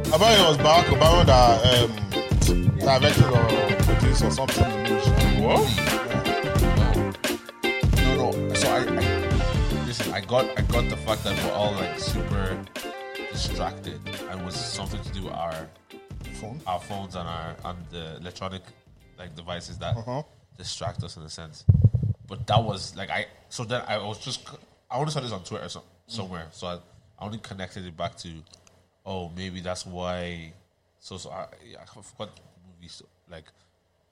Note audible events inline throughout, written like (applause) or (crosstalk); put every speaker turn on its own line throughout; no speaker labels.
I thought it was Barack Obama that um, directed or produced or something in the news.
No,
What?
no. So I, I listen. I got, I got the fact that we're all like super distracted, and it was something to do with our
Phone?
our phones and our and the electronic like devices that
Uh-huh.
distract us in a sense. But that was like I so then I was just c- I only saw this on Twitter so, somewhere, so I, I only connected it back to oh maybe that's why. So so I, I forgot the movie so, like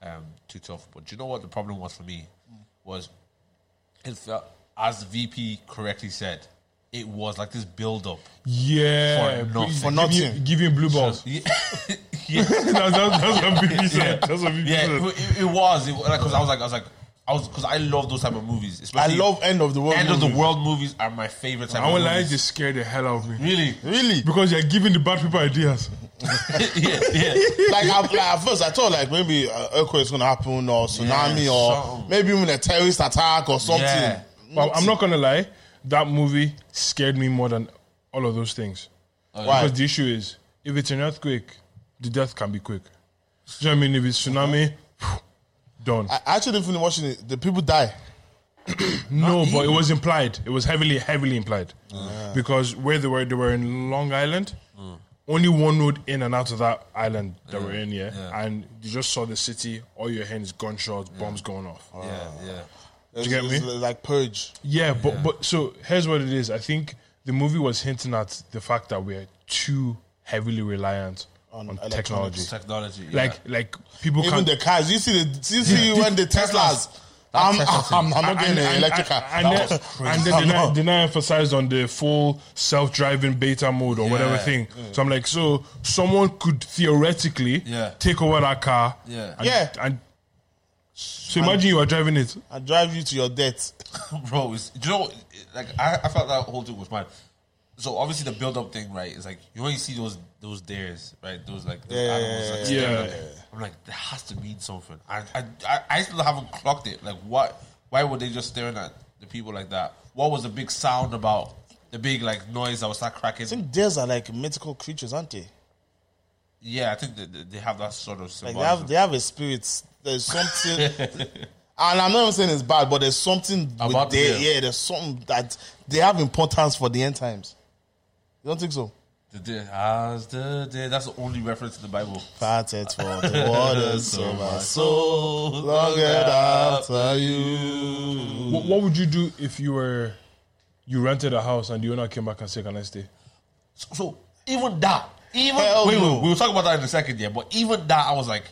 um too tough. But do you know what the problem was for me was it felt as VP correctly said it was like this build up.
Yeah.
For nothing.
For
Give you-
nothing.
Give him blue balls. (laughs) that's, that's, that's what BP said. That's what BP
Yeah, it,
said.
it- it was. It, was- like, cause I was like, I was like, I was, cause I love those type of movies.
I
Especially
love end of the world.
end of
movies.
the world movies are my favorite type.
I
of
won't lie,
movies.
they scared the hell out of me.
really. (laughs)
Really?
Because you're giving the bad people ideas.
yeah, yeah.
like, I, like at first I thought like maybe an earthquake is gonna happen or tsunami
Yeah,
or
something.
maybe even a terrorist attack or something.
Yeah.
But I'm not gonna lie, that movie scared me more than all of those things.
Why?
Because the issue is, if it's an earthquake, the death can be quick. Do you know what I mean? If it's tsunami, done.
I I actually didn't finish watching it. The people die.
no, but it was implied. It was heavily, heavily implied. Because where they were, they were in Long Island. Only one road in and out of that island that we're in, yeah?
yeah.
And you just saw the city, all your hands, gunshots, bombs going off.
yeah, yeah.
It's,
get me?
it's Like purge.
Yeah, but but so here's what it is. I think the movie was hinting at the fact that we're too heavily reliant on,
electronics.
technology.
Technology. Yeah.
Like like people
Even
can't.
the cars. You see the you see when the Teslas. I'm,
Tesla thing.
I'm, I'm not getting
and,
an
and,
electric car.
and, and,
That
then,
was
and
crazy.
then
I'm
(laughs)
did I,
(laughs) not-
did I emphasize on the full self-driving beta mode or whatever
Yeah. Mm.
thing? So I'm like, so someone could theoretically
Yeah.
take over that car.
Yeah.
and,
Yeah.
And so imagine you are driving it.
I drive you to your death.
(laughs) bro. It's, do you know, like I, I felt that whole thing was mad. So obviously the build up thing, right? It's like you when you see those those dares, right? Those like those
Yeah,
animals, like,
yeah,
staring
yeah.
at you. I'm like, that has to mean something. I, I I I still haven't clocked it. Like, what? Why were they just staring at the people like that? What was the big sound about? The big like noise that was start cracking.
I think deers are like mythical creatures, aren't they?
yeah, I think they, they- they have that sort of
Like
symbolism.
they have they have a spirit. There's
(laughs)
something, and I'm not even saying it's bad, but there's something
About
with their,
them.
yeah. There's something that they have importance for the end times. You don't think so?
The day- as the day- That's the only reference in the Bible.
Parted for
(laughs)
the waters
So
of
my
our
soul
longed
longeth
after you.
you.
What, what would you do if you were you rented a house and the owner came back and said, "Can
(laughs)
I stay?"
So, so even that, even
Hell
wait, wait,
no.
wait, we'll talk about that in a second, yeah. But even that, I was like,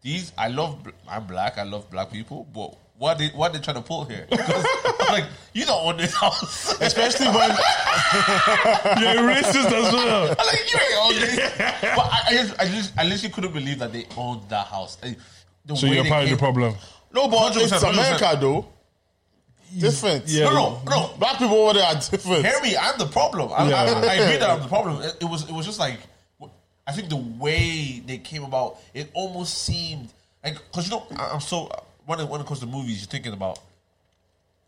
these. I love. bl- I'm black. I love black people. But what they what they trying to pull here? (laughs) 'Cause I'm like, you don't own this house. (laughs)
Especially when
You're a racist as well.
I'm like, you ain't own this. but I, I just, I just, I literally couldn't believe that they owned that house. And The
So
way
you're
they
part of
came-
the problem.
no, but
100%,
it's America though. Different.
Yeah.
No, no, no.
Black people over there are different.
Hear me, I'm the problem. I, I,
Yeah.
I agree that I'm the problem. It, it was it was just like I think the way they came about, it almost seemed like because you know I- I'm so when it, when it comes to movies, you're thinking about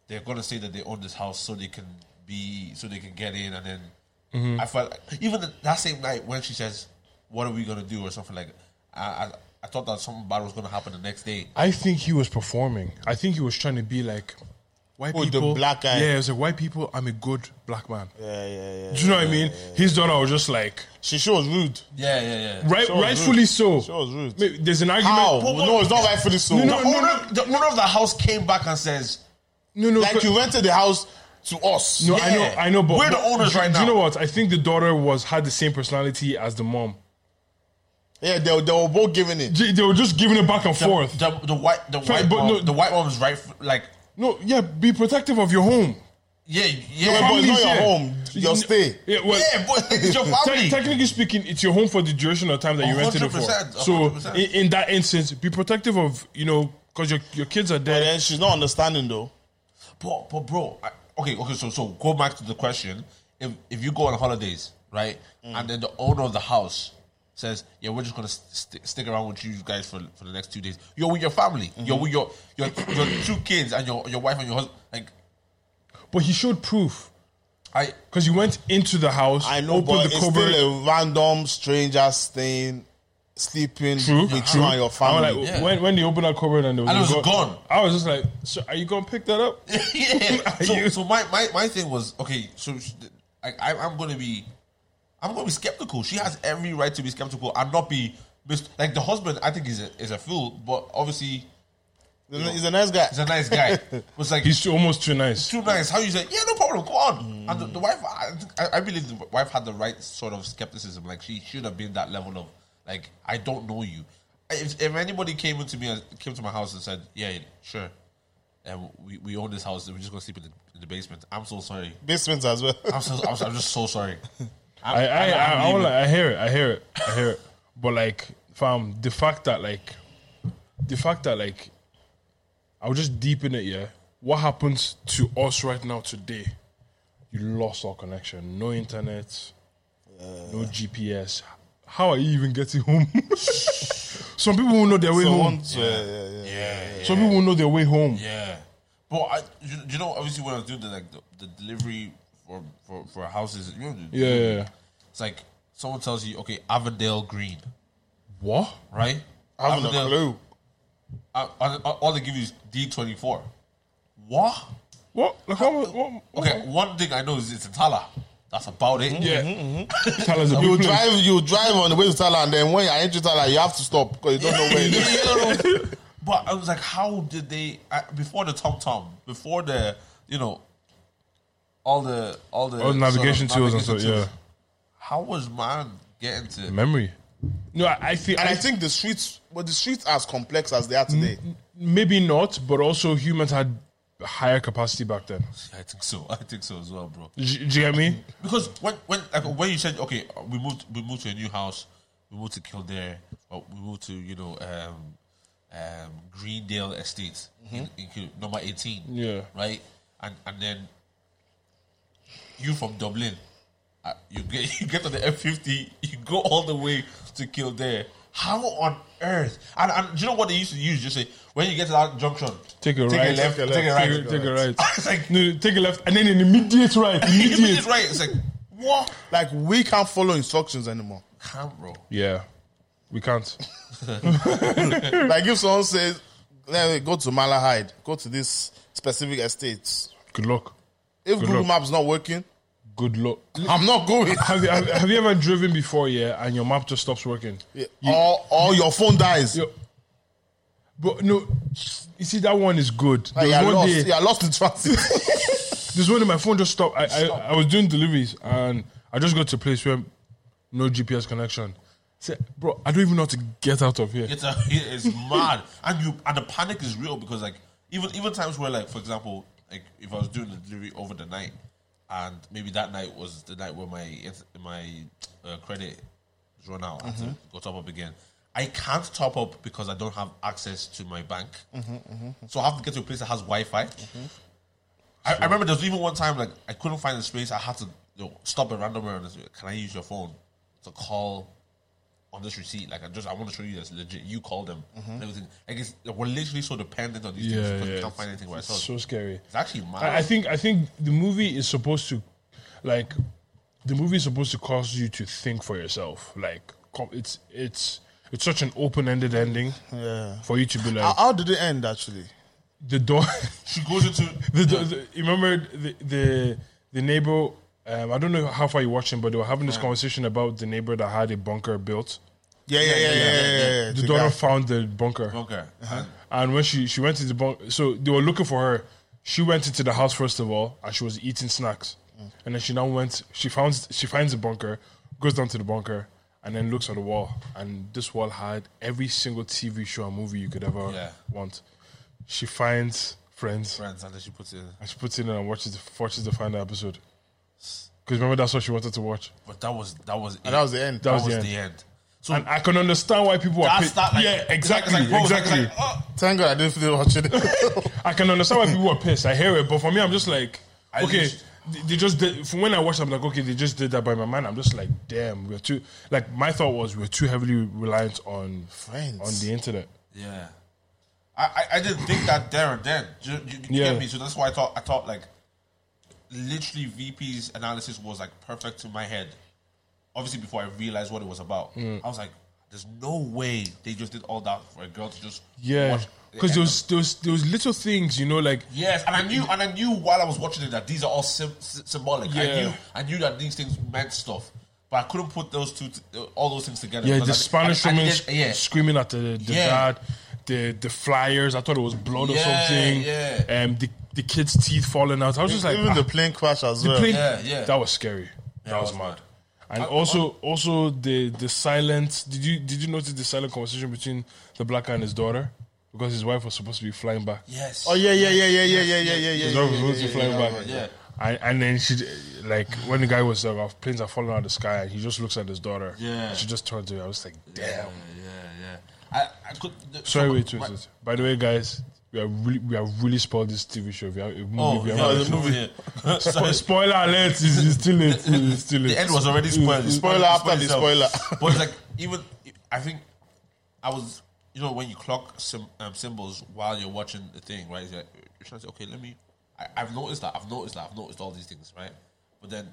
they're gonna say that they own this house so they can be so they can get in, and then I felt like, even th- that same night when she says, "What are we gonna do?" or something like, I I, I thought that something bad was gonna happen the next day.
I think he was performing. I think he was trying to be like white
Oh, the
people.
black guy.
Yeah, it was like white people. I'm a good black man.
Yeah, yeah,
Do
yeah.
you know what I mean? His daughter was just like
She she was rude.
Yeah, yeah, yeah.
right,
She was
rightfully
rude.
so.
She was rude.
Maybe There's an argument.
How?
But-
No, it's not rightfully so.
No,
The
no,
owner, the owner of the house came back and says,
No, no,
Like you rented the house to us.
no.
Yeah.
I know,
yeah.
I know. But
We're the
but-
owners
do-
right
Do you
now.
know what? I think the daughter was had the same personality as the mom.
Yeah, they, were- they were both giving it.
They they were just giving it back and forth.
The, the white, the
Sorry,
white,
but
mom,
no-
the white mom is right. Like,
No, yeah, be protective of your home.
yeah,
But
yeah,
it's
Families
not your
here.
home, your stay.
Yeah, well,
yeah, but (laughs) it's your
Te-
family.
technically speaking, it's your home for the duration of time that you rented it for.
100%,
So,
100%.
in, in that instance, be protective of you know because your your kids are
But
dead.
then she's not understanding though.
but, but, bro, I, okay, okay. So, so go back to the question. If if you go on holidays, right,
Mm.
and then the owner of the house says, "Yeah, we're just gonna st- stick around with you guys for for the next two days. You're with your family.
Mm-hmm.
You're with your your your two kids and your your wife and your husband. Like,
But he showed proof.
I
Because you went into the house,
I know,
opened
but
the
it's
cupboard.
still a random stranger staying, sleeping
True,
with
true.
you and
I
your
was
family.
like, oh. when, when they opened that cupboard and there was,
And
a
it was
gun-
gone.
I was just like, so are you gonna pick that up? (coughs)
yeah.
Are
So,
you-
so my, my, my thing was okay. So sh- I, I I'm gonna be, I'm gonna be skeptical. She has every right to be skeptical and not be mis- like the husband. I think is a, is a fool, but obviously
He's a nice guy. (laughs)
he's a nice guy. But it's like
He's too, almost too nice.
too nice. How you say? Yeah, no problem. Go on. And the,
Mm.
the wife, I, I- I believe the wife had the right sort of skepticism. Like she should have been that level of like I don't know you. If, if anybody came into me, came to my house and said, "Yeah, sure, and we, we own this house, and we're just gonna sleep in the, in the basement," I'm so sorry.
Basements as well. (laughs)
I'm so I'm, so- I'm just so sorry.
(laughs) I I I,
I'm
I, won't
leaving.
lie, I hear it. I hear it. I hear it. But like, fam, the fact that like, the fact that like, I'll just deepen it. Yeah, what happens to us right now today? You lost all connection. No internet. no GPS. How are you even getting home? (laughs) Some people will know their way
So
home.
once, uh, yeah, yeah, yeah.
Yeah, yeah.
Some people will know their way home.
Yeah, but I, you, you know, obviously when I was doing the like the, the delivery for, for for houses, you know,
Yeah, yeah, yeah.
it's like someone tells you, okay, Avondale Green,
What?
right?
I haven't a clue.
I, I, I- all they give you is D twenty four. What?
What? Like, what, what, what?
Okay, one thing I know is it's Itala. That's about it. (laughs)
Yeah.
mm-hmm.
Tell us a
You
big place.
drive, you drive on the way to Thailand, and then when you enter Thailand, you have to stop because you don't know where. it is.
But I was like, how did they I, before the Tom Tom, before the you know, all the all the
All the Oh, navigation tools and
navigation
stuff, yeah.
How was man getting to?
Memory. No, I, I feel.
And
I
I think the streets, but the streets are as complex as they are
Mm.
today.
maybe not, but also humans had higher capacity back then.
I think so. I think so as well, bro.
Do you- do you get me?
Because when when like, when you said okay, uh, we moved we moved to a new house, we moved to Kildare, or we moved to you know um, um, Greendale Estates in, in Kil- number eighteen,
Mm-hmm. Yeah.
right, and and then you from Dublin, uh, you get (laughs) you get on the F fifty, you go all the way to Kildare. How on earth? And, and do you know what they used to use? Just say when you get to that junction,
Take a
take
right.
a left,
Take
take a,
a left,
right,
Take a, take a right.
It's like
No, take a left, and then an immediate right.
you mean
Immediate.
it's right. It's like what?
Like we can't follow instructions anymore.
Can't, bro.
Yeah, we can't. Hmm.
like if someone says, "Let me go to Malahide, go to this specific estate,"
Good luck.
if Google
luck.
Maps not working,
Good luck.
I'm not
(laughs)
going.
Have you, have, have you ever driven before, yeah, and your map just stops working?
or or your phone dies.
Yo- But no, you see that one is good. There
Like,
was
you're
one
lost.
day,
You're lost in transit. (laughs)
there's one day my phone just stopped. I, I I was doing deliveries and I just got to a place where no GPS connection. Said, bro, I don't even know how to get out of here.
(laughs) It's a, it's mad, and you and the panic is real because like even even times where like for example like if I was doing the delivery over the night, and maybe that night was the night where my int- my uh, credit was run out, I had to go top up again. I can't top up because I don't have access to my bank, so I have to get to a place that has Wi Fi. I, I remember there was even one time like I couldn't find a space. I had to you know, stop at random where and say, can I use your phone to call on this receipt? Like I just I want to show you that's legit. You call them and everything. Like it's like, we're literally so dependent on these
Yeah,
things because
yeah,
we can't
it's-
find anything by
It's
ourselves.
so scary.
it's actually mad.
I, I think I think the movie is supposed to, like, the movie is supposed to cause you to think for yourself. Like, co- it's it's it's such an open-ended ending
Yeah.
for you to be like
how, how did it end? Actually,
the door.
she goes into
the, the, the, you remember the the, the neighbor. Um, I don't know how far you're watching, but they were having this conversation about the neighbor that had a bunker built.
yeah, yeah, yeah, yeah. yeah, yeah,
The daughter found the bunker,
bunker. And
and when she she went into the bunker, so they were looking for her. She went into the house first of all, and she was eating snacks, and then she now went. She found she finds the bunker, goes down to the bunker, and then looks at the wall, and this wall had every single TV show and movie you could ever
Yeah.
want. She finds Friends.
friends, and then she puts it. in.
And she puts it in and watches the, watches the final episode. Because remember, that's what she wanted to watch.
But that was that was it.
And that was the end.
That was
the
the
end.
end.
So
And I can understand why people are.
that's
pi-
that. Like,
yeah,
it's like-
exactly,
it's like, bro, it's like-
exactly.
it's like, uh,
Thank God I didn't feel watching (laughs) it.
I can understand why people are pissed. I hear it, but for me, I'm just like,
I
okay,
just-
they- they just did. From when I watched, I'm like, okay, they just did that by my man. I'm just like, damn, we're too. Like my thought was, we're too heavily reliant on
Friends.
on the internet.
Yeah. I, I, I didn't think that there and then. Do you, you, you
Yeah.
get me? So that's why I thought I thought like literally VP's analysis was like perfect to my head. Obviously, before I realized what it was about,
Mm.
I was like, "There's no way they just did all that for a girl to just
Yeah,
watch the
because
end
those those those little things, you know, like
Yes, and I knew, and I knew while I was watching it that these are all sim- s- symbolic. I
Yeah.
knew, I knew that these things meant stuff, but I couldn't put those two, t- uh, all those things together.
yeah,
because
the
I-
Spanish
I- I
woman
didn't-
sc-
yeah,
screaming at the, the
Yeah.
dad, the the flyers. I thought it was blood or
Yeah,
something.
yeah.
Um, the the kid's teeth falling out. I was just like,
Even
ah,
the plane crash as well.
plane-
Yeah, yeah.
that was scary. that was
was
mad. And also, also the the silent. Did you did you notice the silent conversation between the black guy and his daughter? Because his wife was supposed to be flying back.
yes.
Oh yeah, yeah, yeah, yeah, yeah, yeah, yeah, yeah,
His
yeah.
wife was supposed to be flying
yeah,
back.
yeah.
And, and then she, like, when the guy was like, "Our planes are falling out of the sky, and he just looks at his daughter.
Yeah.
She just turned to him. I was like, damn.
yeah, yeah, yeah. I, I could. the-
Sorry,
so-
wait, wait,
right-
wait. By the way, guys, we are really, we are really spoiled this TV show. We are, we
Oh,
we
yeah,
are
the movie. Sorry,
Spo- spoiler alert! It's, it's too late. It's too late.
the end was already spoiled. It spoiled
Spoiler after
spoiled
the
itself.
spoiler.
But it's like even I think I was you know when you clock sim, um, symbols while you're watching the thing, right? It's like, you're trying to say, okay, let me. I, I've noticed that. I've noticed that. I've noticed all these things, right? But then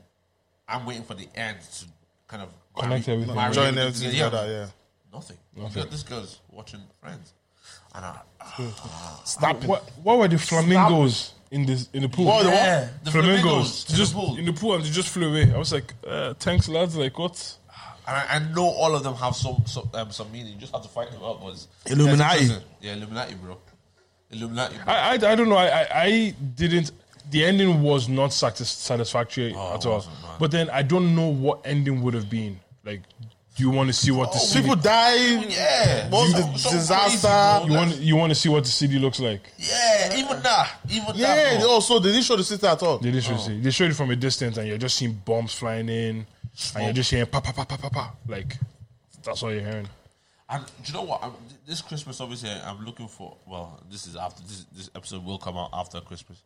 I'm waiting for the end to kind of
Connect
marry-
everything.
marry
Join everything
Yeah,
together, yeah.
Nothing. Girl- This girl's watching Friends, and I, ah.
Stop what, what were the flamingos in this in the pool?
What, the what?
Yeah, the flamingos to the
just
pool.
in the pool and they just flew away. I was like, uh, thanks, lads. Like what?
and I, I know all of them have some some, um, some meaning. You just have to fight them out. But it's-
Illuminati.
it's interesting. Yeah, Illuminati, bro. Illuminati. Bro.
I, I, I don't know. I, I, I didn't. The ending was not satis- satisfactory
Oh, it
at all.
wasn't, man.
But then I don't know what ending would have been. Like, do you want to see what the
Oh,
city?
People die.
Yeah.
Most
So-
of
so
disaster.
crazy,
you
bro.
want you want to see what the city looks like?
Yeah, even that. Even
Yeah.
that. Bro.
Also, they didn't show the sister at all.
They literally see. They showed it from a distance, and you're just seeing bombs flying in, and you're just hearing pa pa pa pa pa pa. Like that's all you're hearing.
And do you know what? I'm, this Christmas, obviously, I'm looking for. Well, this is after this. This episode will come out after Christmas,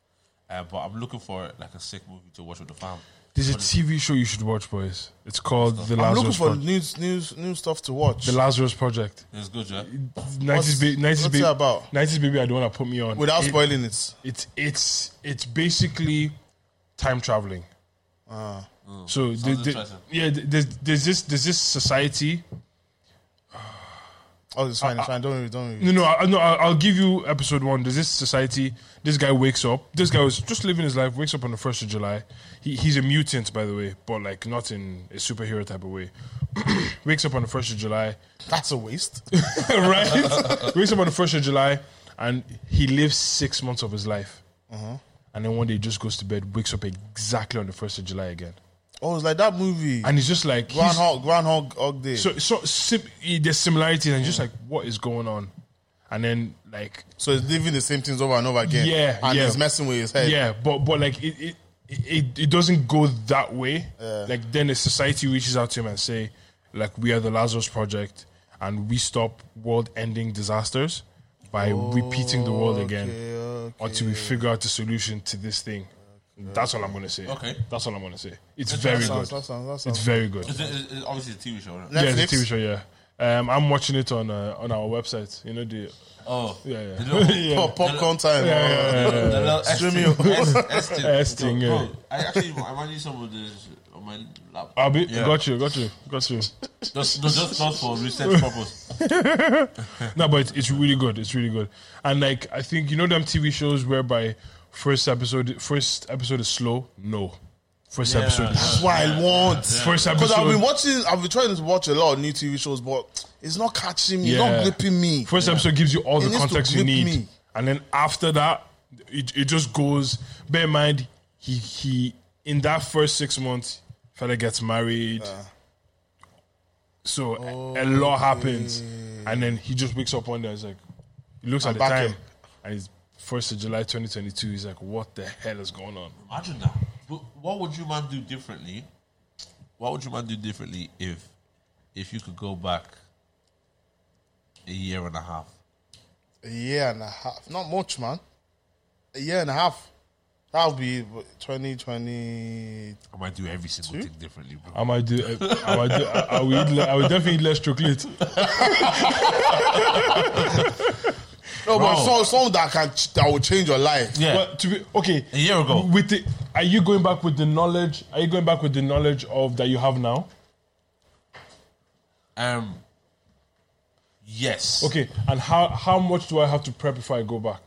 uh, but I'm looking for like a sick movie to watch with the fam.
There's a TV show you should watch, boys. It's called The
I'm looking
Lazarus
for
Project.
new, new, new stuff to watch.
The Lazarus Project.
It's good, yeah.
90s, ba- 90s,
what's
ba-
it about?
90s baby, I don't want to put me on.
Without
It-
spoiling it.
it's it's it's basically time traveling. Ah. so the,
Sounds
the-
interesting.
yeah, th- there's there's this there's this society.
Oh, it's fine. It's fine. Don't worry. Don't worry.
No, no, I, no. I'll, I'll give you episode one. There's this society. This guy wakes up. This guy was just living his life. Wakes up on the first of July. He, he's a mutant, by the way, but like not in a superhero type of way. (clears throat) wakes up on the first of July. (laughs)
That's a (laughs) waste.
right? (laughs) wakes up on the first of July, and he lives six months of his life, and then one day he just goes to bed, wakes up exactly on the first of July again,
Oh, it's like that movie.
and he's just like, he's-
Groundhog, Groundhog Hog Day. So,
so so sim- there's similarities, and he's just like, what is going on? And then like,
it's living the same things over and over again.
Yeah,
and
yeah.
it's messing with his head.
yeah, but but like it it, it, it doesn't go that way. Like then the society reaches out to him and say, like we are the Lazarus Project, and we stop world-ending disasters by repeating the world again
Okay, okay.
until we figure out the solution to this thing. That's all I'm gonna say.
Okay.
that's all I'm gonna say. It's very
That
good.
sounds, that sounds, that sounds.
It's very good.
It's, it's, it's obviously a TV show. Right?
Netflix?
Yeah, it's a TV show. Yeah, um, I'm watching it on uh, on our website. You know the
Oh,
yeah yeah.
The little,
Yeah.
Pop- Popcorn time.
uh,
yeah, yeah, yeah.
The little
Streaming.
S, S
S-thing,
thing. Bro,
yeah.
I actually I might need some of this on my laptop.
I'll be
Yeah.
got you, got you, got you.
Just, no, just not for research purpose.
No, but it's, it's really good. It's really good. And like I think you know them TV shows whereby first episode first episode is slow. No, first
Yeah,
episode
That's
is
what I want.
first
Because I've been
episode.
watching, I've been trying to watch a lot of new TV shows, but it's not catching me,
Yeah.
it's not gripping me.
First episode gives you all
It
the
needs to
context you
grip
need,
me.
and then after that, it, it just goes. Bear in mind, he he in that first six months, fella gets married,
Ah.
so a, a lot happens, and then he just wakes up one day. He's like, he looks at the
back
time,
here.
and it's first of July, twenty twenty two. He's like, what the hell is going on?
Imagine that. But what would you man do differently? What would you man do differently if, if you could go back a year and a half?
A year and a half. Not much, man. A year and a half. That'll be 2020.
I might do every single thing differently, bro.
I might do. I might do. I, I will. Eat le- I will definitely eat less chocolate.
No, but
Bro.
some, some that can ch- that will change your life.
Yeah.
But to be okay,
A year ago.
with the, are you going back with the knowledge? Are you going back with the knowledge of that you have now?
Um. Yes.
Okay, and how how much do I have to prep before I go back?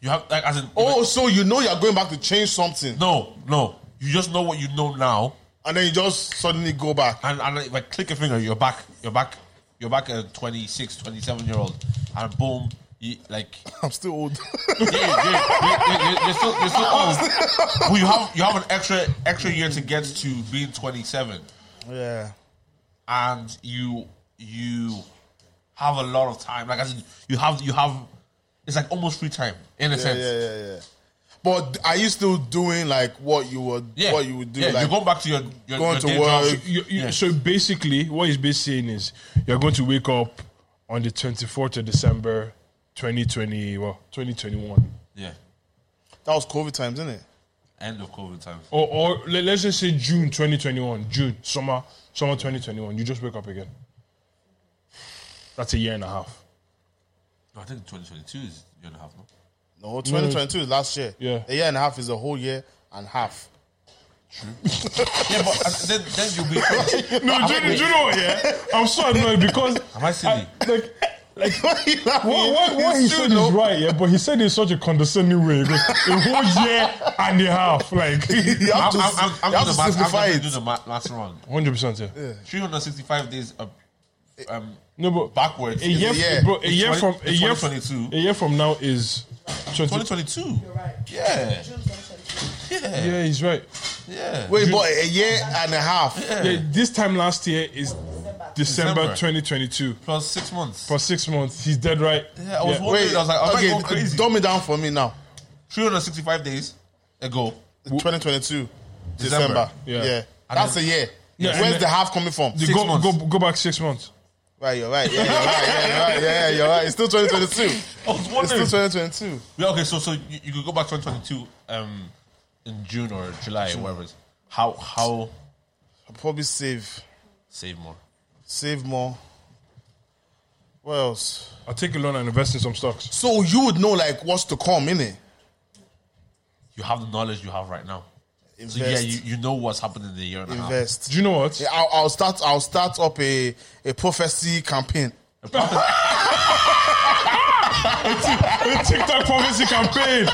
You have like as in.
Oh, so you know you're going back to change something,
No, no. You just know what you know now,
and then you just suddenly go back. (laughs)
and, and if I click a finger, you're back. You're back. You're back a 26, 27 year old, and boom, you, like (laughs)
I'm still old. (laughs)
yeah, yeah, yeah, yeah, yeah, you're still, you're still old. But you have you have an extra extra year to get to being 27,
yeah.
and you you have a lot of time. Like I said, you have you have it's like almost free time in a
Yeah,
sense.
yeah, yeah, yeah. But are you still doing like what you would
Yeah.
what you would do?
Yeah,
like,
you're going back to your, your
going
your
to
day job.
work.
You, you,
Yeah.
So basically, what he's basically saying is you're going to wake up on the 24th of December, 2020, well, 2021.
Yeah,
that was COVID times, isn't it?
end of
(laughs)
COVID time.
Or, or let, let's just say June 2021, June, summer, summer 2021. You just wake up again. That's a year and a half.
No, I think 2022 is a year and a half. No?
No, 2022 is last year.
Mm. Yeah.
a year and a half is a whole year and half. (laughs)
Yeah, but uh, then then you'll
(laughs)
be.
No,
Am
do,
I-
you- do you know what? Yeah, (laughs) I'm so annoyed because
Am I silly?
Uh,
like, like
what,
what, what, what he said is right, yeah, but he said it in such a condescending way. He goes, a whole year and a half,
(laughs)
(laughs)
like
You have
I'm,
to,
I'm, I'm, I'm,
you have to
doing the math,
simplify
I'm gonna
it.
do the math, math wrong.
100. percent Yeah.
365 days of, um,
No, but
backwards.
a year,
a year.
bro, a
It's
year
twenty-
from a
it's
year,
2022.
a year from now is 20,
2022.
You're right.
Yeah,
June 2022.
yeah,
Yeah, he's right.
yeah.
Wait, but a year and a half.
Yeah, this time last year is
December.
December
December.
2022.
Plus six months.
For six months, he's dead right.
yeah, I was
Yeah.
wondering.
Wait,
I was like, am I
okay,
going crazy?
dumb it down for me now.
365 days ago.
2022 December.
December.
Yeah.
Yeah,
And
that's
then-
a year.
Yeah, and
Where's
then-
the half coming from?
You
Six
go,
months.
go go back six months.
Right, you're right. Yeah, you're right. Yeah, you're right. Yeah, you're right. It's
(laughs)
still 2022.
I was
It's still
wondering.
2022.
Yeah, okay, so so you, you could go back 2022 um, in June or July, or whatever. it is. How how
I'll probably save,
save more?
save more. What else?
I'll take a loan and invest in some stocks.
So you would know like what's to come, innit?
You have the knowledge you have right now. So yeah,
Invest.
you, you know what's happening in the year and a half.
Invest.
Do you know what?
Yeah, I'll, I'll start. I'll start up a a prophecy campaign.
A TikTok prophecy campaign.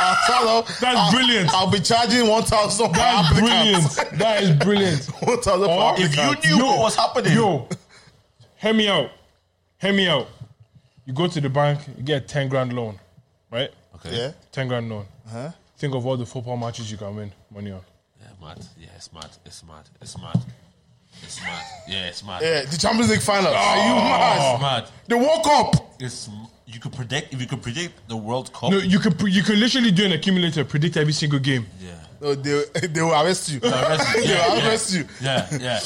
I'll start up-
That's
I'll-
brilliant.
I'll be charging one thousand.
That's brilliant. That is brilliant.
(laughs) One thousand.
Or
per
If you
applicant.
knew what was happening,
Yo, hear me out. Hear me out. You go to the bank, you get a 10 grand loan, right?
okay,
Yeah.
10 grand loan. Think of all the football matches you can win money on.
Yeah, mad. Yeah, it's mad. It's mad. It's mad. It's mad. Yeah, it's mad.
Yeah, the Champions League final. Are
Oh.
you mad?
It's mad.
They woke up.
It's m- you could predict if you could predict the World Cup.
No, you could you could literally do an accumulator, predict every single game.
Yeah.
No, they (laughs) they will arrest you.
The rest- (laughs)
they
yeah,
will
yeah,
arrest you.
yeah, yeah.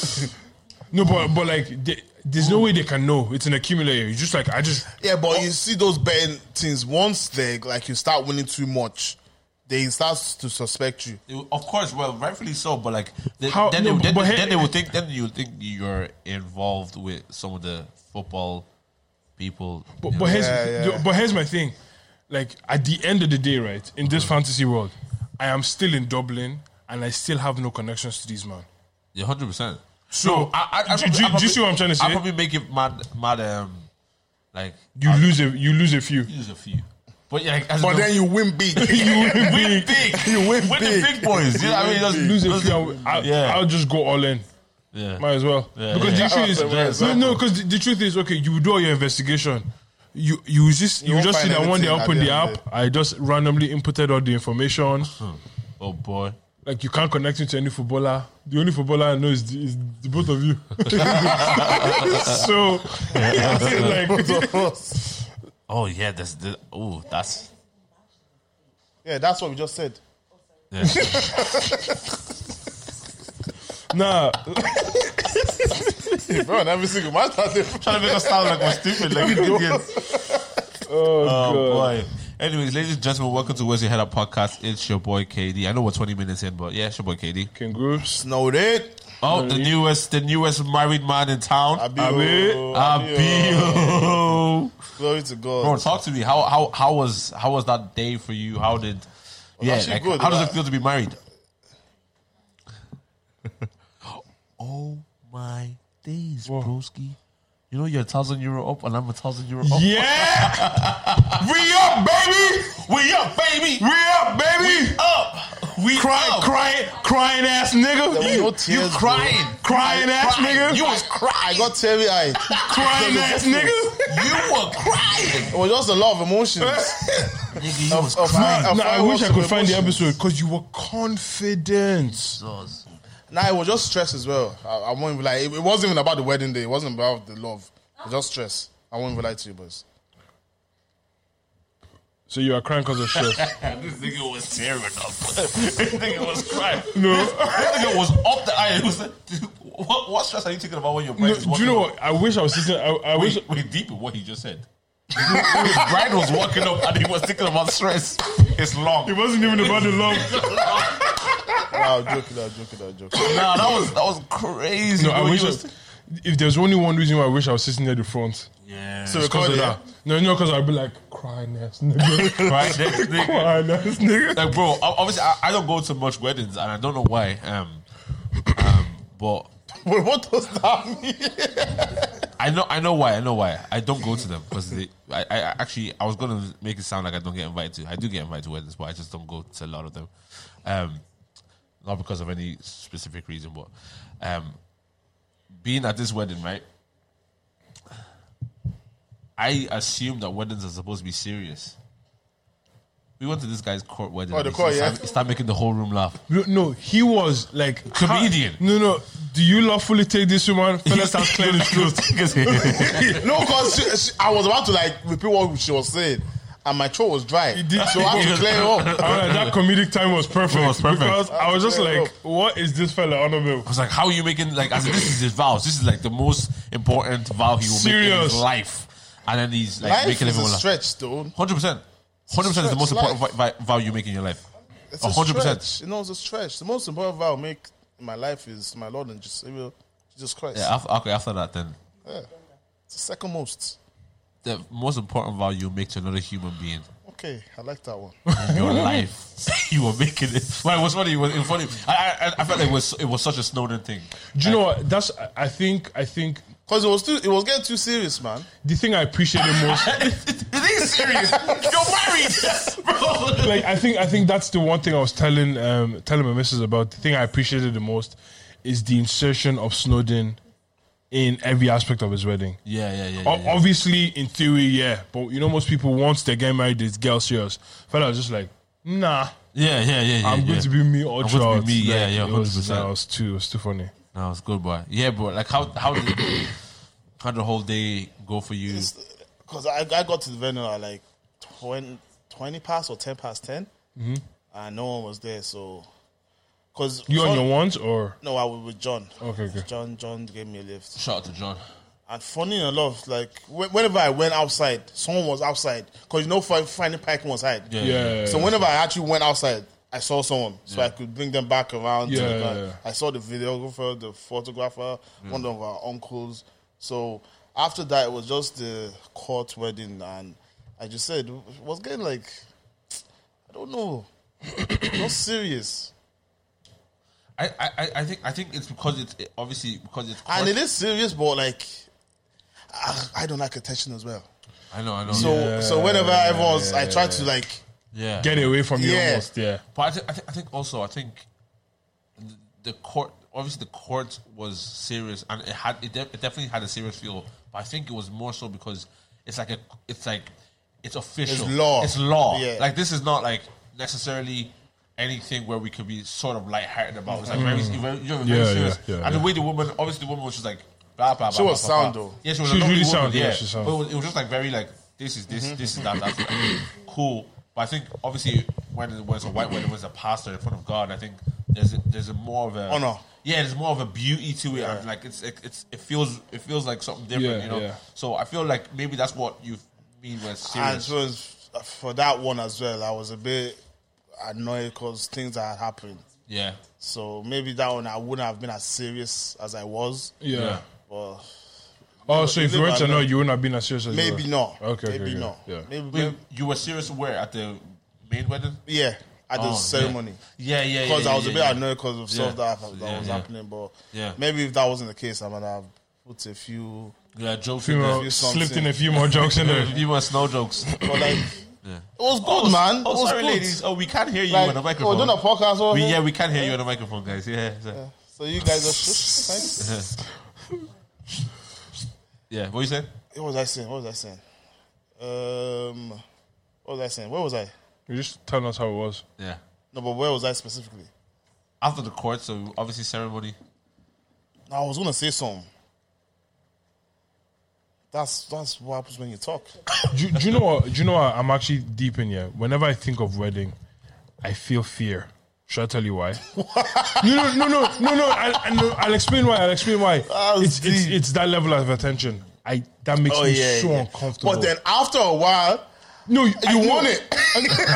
No, but but like they, there's no way they can know. It's an accumulator. You just like I just
Yeah, but you see those betting things. Once they like you start winning too much, they start to suspect you.
It- of course, well, rightfully so. But like, the,
How-
then,
no,
they, then,
but hey-
then they will think. Then you think you're involved with some of the football people.
But, but here's
Yeah, yeah.
but here's my thing. Like at the end of the day, right, in this fantasy world, I am still in Dublin and I still have no connections to these man.
yeah, hundred percent.
So do, do- do you see what I'm trying to say?
I probably make it mad, mad. Um, like
you lose a you lose a few.
use a few, but yeah, like, as
But
in the-
then (laughs) you win big. (laughs)
(laughs)
(laughs) You
win big.
You win
win
big.
the big boys. You know what I mean? Just
lose a
just-
few. I,
yeah.
will just go all in.
yeah.
Might as well
Yeah,
because
yeah.
the issue is
Yeah, exactly.
no, because the, the truth is okay. You do all your investigation. You you just you,
won't
just see
find
that one day
anything at
I opened
the
the
end of
app. I just randomly inputted all the information.
oh boy.
Like you can't connect me to any footballer. The only footballer I know is the, is the both of you. (laughs) so (laughs) like,
Oh yeah, that's the oh that's (laughs)
yeah, that's what we just said.
yeah.
nah,
Bro, and every single match that they
trying to make us sound like we're stupid, like idiots.
oh,
Um,
Oh
god.
boy. Anyways, ladies and gentlemen, welcome to Where's Your Head Up podcast. It's your boy KD. I know we're 20 minutes in, but yeah, it's your boy KD.
Can groups.
snowed it.
Oh, the newest, the newest married man in town.
Abi.
Abi.
(laughs)
oh,
Abio. bro.
Glory to God.
Bro, talk to me. How how how was how was that day for you? How did yeah?
actually
like,
good.
How does
Uh,
it feel to be married? (laughs) oh my days, broski! You know you're a thousand euro up, and I'm a thousand euro (laughs) up.
Yeah, (laughs)
We up, baby. We up, baby.
we up, baby.
up. We
Crying,
up.
crying, crying ass nigga.
was no tears, bro.
Crying ass nigga.
You was
I
crying.
got teary eyed.
crying ass nigga.
You were (laughs) crying.
It was just a lot of
(laughs)
emotions.
Nigga, you was
of
crying.
I
Nah, I wish I
felt
could find the
emotions.
episode because you were confident.
Jesus.
Nah, it was just stress as well. I, I won't even lie. It, it wasn't even about the wedding day. It wasn't about the love. It was just stress. I won't even lie to you, boys.
So you are crying because of stress.
This nigga was tearing up. (laughs) this nigga was crying.
no.
This nigga was up the iron. It was like, dude, what, what stress are you thinking about when your brain
no
is
do
walking
you know
up?
what? I wish I was sitting. I, I wish.
Wait, wait, deep in what he just said. His brain was walking up and he was thinking about stress. It's long.
It wasn't even about
(laughs)
the love.
Nah, I'm joking. I'm joking. I'm joking.
(laughs)
Nah, that was that was crazy.
No, I
bro.
wish.
He
I,
was-
if there's only one reason why I wish I was sitting at the front,
Oh, yeah.
So
So
because
record
of
it.
that. No, no, because I'd be like crying ass nigga, (laughs)
right, next nigga.
crying ass nigga.
like bro ob- obviously I, I don't go to much weddings and i don't know why um (clears throat) um but
(laughs) Wait, what does that mean? (laughs)
i know i know why i know why i don't go to them because they I, I actually i was gonna make it sound like i don't get invited to i do get invited to weddings but i just don't go to a lot of them um not because of any specific reason but um being at this wedding right i assume that weddings are supposed to be serious we went to this guy's court wedding.
Oh,
and
the
he
court,
started-
yeah.
he started making the whole
(laughs)
room laugh.
No, no, he was like
Comedian.
No, no. Do you lawfully take
(laughs)
this woman? Fella
Let's
starts clearing his throat.
no, because I was about to like repeat what she was saying, and my throat was dry.
did.
So I had
(laughs)
to clear it up.
All right, that comedic time was perfect.
It was perfect.
Because I was just
Okay,
like, what is this fella on about?
I was like, how are you making like as in, this is his vows. This is like the most important vow he will make in
Serious.
his life. And then he's like
Life
making
is a
everyone laugh.
stretch, though.
Hundred percent. Hundred percent is the most
It's a
important vi- vi- vow you make in your life.
It's a
hundred percent.
stretch. You know, it's a stretch. The most important vow I make in my life is my Lord and Jesus Savior, Jesus Christ.
Yeah, after, okay, after that then
It's the second most.
the most important vow you make to another human being
Okay, I like that one.
in
(laughs)
your life. you were making it. Well, it was funny, it was, it was funny. I, I I felt like it was it was such a Snowden
(laughs)
thing.
Do you know what? That's I- I think I think
Because it was too, it was getting too serious, man.
the thing I appreciate the most. (laughs)
it is serious. (laughs) You're married, (laughs) bro.
like I think I think that's the one thing I was telling um telling my missus about. The thing I appreciated the most is the insertion of Snowden in every aspect of his wedding.
Yeah, yeah, yeah.
O-
yeah, yeah.
Obviously, in theory, yeah, but you know, most people once they get married, it's girl serious. Fella was just like, nah,
Yeah, yeah, yeah, yeah.
I'm
yeah.
going to be me or
I'm going to be me.
Charles.
Yeah,
Like,
yeah,
It was,
100%.
nah, it was too, it was too funny.
No, it's good, boy. Yeah, bro. Like how how did how did the whole day go for you?
Because I, I got to the venue at like 20, 20 past or 10 past 10,
Mm-hmm.
and no one was there. So, because
You on your ones or
No, I was with John.
Okay, okay.
John, John gave me a lift.
Shout out to John.
And funny enough, like whe- whenever I went outside, someone was outside because you know fi- finding parking was hard.
Yeah.
yeah?
So whenever I actually went outside, I saw someone, so I could bring them back around. to the
Yeah. Mm.
van. I saw the videographer, the photographer, one of our uncles. So after that, it was just the court wedding, and I just said it was getting like I don't know, (coughs) not serious,
I, I, I- I think I think it's because it's it, obviously because it's
and it
court-
is serious, but like I, I don't like attention as well.
I know I know
So
yeah,
so whenever everyone's, I try to like
yeah.
Get away from you
Yeah.
almost, yeah.
but I, thi- I, thi- I think also I think th- the court obviously the court was serious and it had it, de- it definitely had a serious feel but I think it was more so because it's like a it's like it's official
It's law.
it's law
Yeah.
like this is not like necessarily anything where we could be sort of lighthearted about it's like very,
Mm-hmm.
very, you know, very
Yeah,
serious
yeah, yeah,
and
yeah.
the way the woman obviously the woman was just like blah blah blah
She was
blah,
sound,
blah, blah.
though.
yeah she was,
She
a
was
lovely
really
woman,
sound, yeah,
yeah
she was sound.
But it was- it was just like very like this is this, this is that, that's like, cool. But I think obviously when it was a white wedding, it was a pastor in front of God. I think there's a, there's a more of a
Honor.
Yeah, there's more of a beauty to it, and like it's it, it's it feels it feels like something different,
Yeah,
you know.
yeah.
So I feel like maybe that's what you mean when it's
And
serious.
so it's- for that one as well, I was a bit annoyed because things had happened.
yeah,
So maybe that one I wouldn't have been as serious as I was.
Yeah.
But
Oh, so if
live
you were to
and
know,
learn.
you wouldn't have been as serious as you
Maybe
were.
not.
Okay, okay,
Maybe
okay.
not.
Yeah.
Maybe,
Wait, you were serious where at the main wedding?
yeah. At the
Oh, yeah.
ceremony.
Yeah, yeah, yeah.
Because
yeah,
I was
yeah,
a bit
yeah.
annoyed because of
Yeah.
stuff that, happened- that
Yeah,
was
yeah.
happening, but
Yeah.
maybe if that wasn't the case, I might have put a few.
Yeah, jokes. in
Female
there.
you
slipped
something.
in a few more jokes in
(laughs)
there.
Yeah, Female snow jokes.
But like,
Yeah.
it was good,
Oh,
man. it
Oh,
was
sorry,
good.
ladies. Oh, we can't hear you
Like,
on the
oh,
microphone.
we're doing a podcast. over
we,
here?
yeah, we can't hear you on the microphone, guys. Yeah, yeah.
So you guys are. Thanks.
yeah. What you said?
What was I saying? What was I saying? Um, what was I saying? Where was I?
You just tell us how it was.
Yeah.
No, but where was I specifically?
After the court, so obviously ceremony.
I was gonna say something. That's that's what happens when you talk.
do, do you know what? Do you know what? I'm actually deep in here. Whenever I think of wedding, I feel fear. Should I tell
(laughs)
you why? no, no, no, no, no, no. I, I, no I'll explain why. I'll explain why.
was
It's, it's
deep. Oh,
it's that level of attention. I that makes
Oh,
me so uncomfortable.
But then after a while,
no, you,
you
I know-
want it.
(laughs)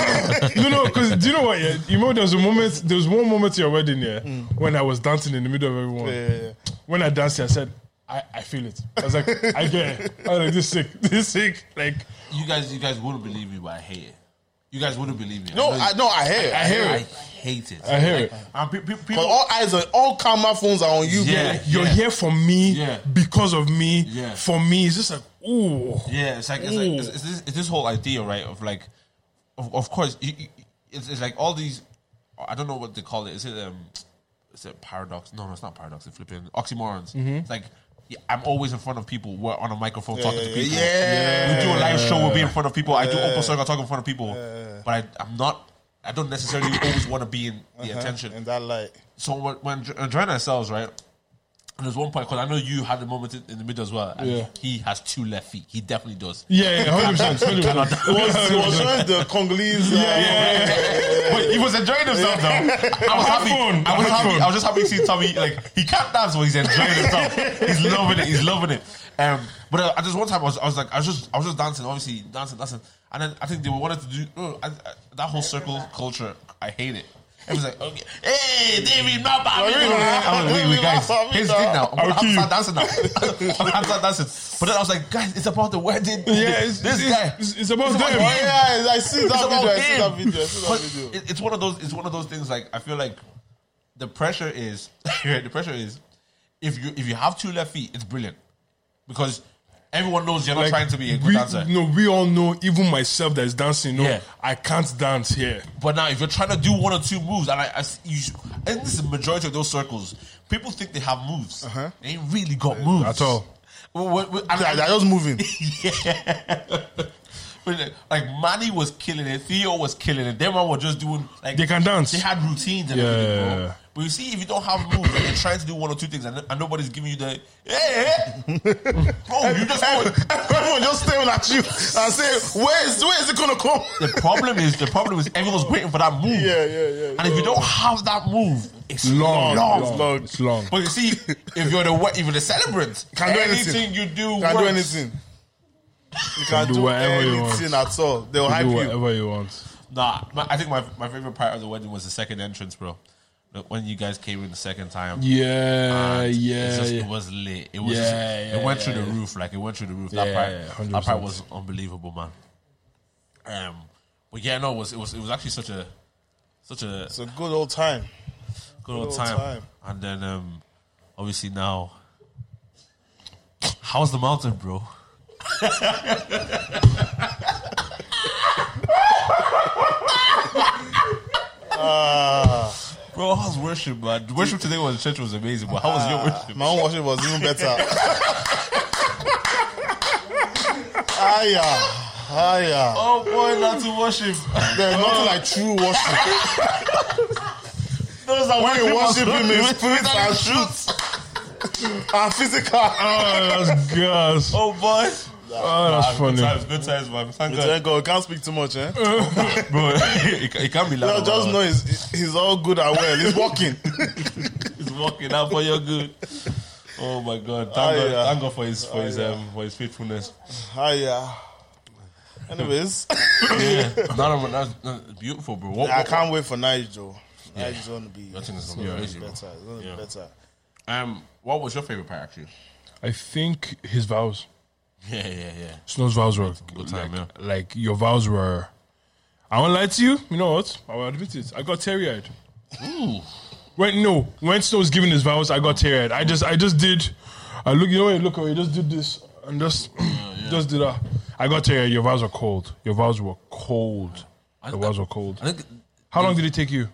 no, no, because do you know what? Yeah, you know, there was a moment, there was one moment to your wedding, yeah, when I was dancing in the middle of everyone.
Hmm. Yeah, yeah, yeah.
When I danced, I said, I, I feel it. I was like, I get it. I was like, this is sick, this is sick. Like,
You guys, you guys wouldn't believe me, but I hate it. You guys wouldn't believe me.
No,
know
I
you-
no, I hear. it. I hear.
I hate it.
I hear it.
And pe- pe-
But
people,
all eyes on all camera phones are on you.
Yeah.
bro.
You're here for me
Yeah.
because of me.
Yeah.
For me, it's just like, ooh.
Yeah, it's like it's like it's, it's, this, it's this whole idea, right? Of like, of, of course, you, you, it's, it's like all these. I don't know what they call it. Is it um, is it paradox? No, no, it's not paradox. It's flipping oxymorons.
Mm-hmm.
It's like yeah, I'm always in front of people. We're on a microphone talking
yeah,
to people.
yeah.
we do a live show. We'll be in front of people. I do open circle talking in front of people. But I, I'm not. I don't necessarily always want to be in the attention
Uh-huh. And that
(laughs)
light.
so when, when dr- uh, enjoying ourselves, right? And there's one point because I know you had a moment in, in the middle as well. And
Yeah.
He has two left feet. He definitely does.
Yeah, yeah, 100%. 100%.
It was, it was when the Congolese. Uh,
Wait, he was enjoying himself though. I was
Have
happy.
fun.
I was
Have
happy.
fun.
I was just happy to see Tommy. Like he can't dance, but he's enjoying himself. he's loving it. He's loving it. Um, but uh, at this one time, I was, I was like, I was just, I was just dancing, obviously dancing, dancing, and then I think they wanted to do no, I, I, that whole circle culture. I hate it. It was like, okay, hey, David, my
Oh,
bad. I was like, wait, wait,
(laughs)
guys, here's the thing now. I'm
I'll kill
gonna
you.
start dancing now. (laughs) I'm gonna start dancing. But then I was like, guys, it's about the wedding.
Yeah, it's,
this
it's,
guy.
It's, it's about
Oh,
them.
yeah, I see that
It's
video.
about
I see that
him.
video. I see that
But
video.
it- it's one of those. It's one of those things. Like I feel like the pressure is (laughs) the pressure is if you if you have two left feet, it's brilliant because everyone knows you're not
Like,
trying to be a good
we,
dancer.
No, we all know, even myself that is dancing, no,
Yeah.
I can't dance here.
But now, if you're trying to do one or two moves, and I, I s- you, I think this is the majority of those circles, people think they have moves. They ain't really got moves
Uh-huh. At all.
Well, what- what- and-
Yeah, they're just moving.
But like, like Manny was killing it, Theo was killing it. Them all were just doing like
They can dance.
They had routines and
Yeah.
everything, bro. But you see, if you don't have moves and you're trying to do one or two things and, and nobody's giving you the hey, hey. bro, you just know it.
(laughs) Everyone just staring at you and saying, "Where is where is it gonna come?"
the problem is the problem is everyone's waiting for that move.
Yeah, yeah, yeah.
And if you don't have that move, it's
Long, long,
It's
it's
long.
long. It's long.
But you see, if you're the we- if you're the celebrant,
Can do anything.
anything you do,
Can't do
works.
anything. You can't
do
do
whatever you want.
anything at all. They'll hype
Do
you.
whatever you want.
Nah, my, I think my, my favorite part of the wedding was the second entrance, bro. Like, When you guys came in the second time,
Yeah,
and Ah, it's
Uh, yeah,
just,
yeah.
it was lit. It was,
Yeah,
just,
yeah,
it went
yeah,
through the
yeah.
roof, like it went through the roof.
Yeah,
that part,
yeah, 100%.
that part was unbelievable, man. Um, but yeah, no, it was it was it was actually such a such a
It's a good old time.
good old
old
time.
time.
And then, um, obviously now, how's the mountain, bro? (laughs)
Ah.
Bro, how's worship, man? Worship today was church was amazing, but how was your
Ah,
worship?
My own worship was even better. (laughs) Aya, aya.
Oh boy, not to worship. (laughs)
Oh.
There's nothing like true worship.
Those are
When you worship Him in spirit and
and
truth and physical.
Oh, that's gas.
Oh boy,
Oh, that's
good
funny.
times, good times, man. Thank God,
Thank God, can't speak too much, eh?
bro. (laughs) it, ca- it can't be
Oh,
No,
loud.
just know he's, he's all good and well. He's walking.
He's walking out for your good. Oh my God! Thank,
Ah,
God,
yeah.
thank God for his for his um, for his
(laughs)
faithfulness.
Aya.
(coughs)
Anyways.
Yeah, no, no, um, that's, that's beautiful, bro. What,
I
what-
can't wait for Nigel. Nigel's gonna be
I think it's
it's
gonna be
gonna be
crazy, bro.
better. It's gonna
Yeah.
be better.
um, what was your favorite part actually?
I think his vows,
Yeah, yeah, yeah.
Snow's vows were
good time,
like, like your vows were. I won't lie to you. You know what? I will admit it. I got teary eyed.
Ooh.
When no, when Snow was giving his vows, I got teary eyed. I just, I just did. I look, you know, when you look away. Just did this and just, just did that. I got teary eyed. Your vows were cold. Your vows were cold. Your vows were cold.
I think
How long did it take you?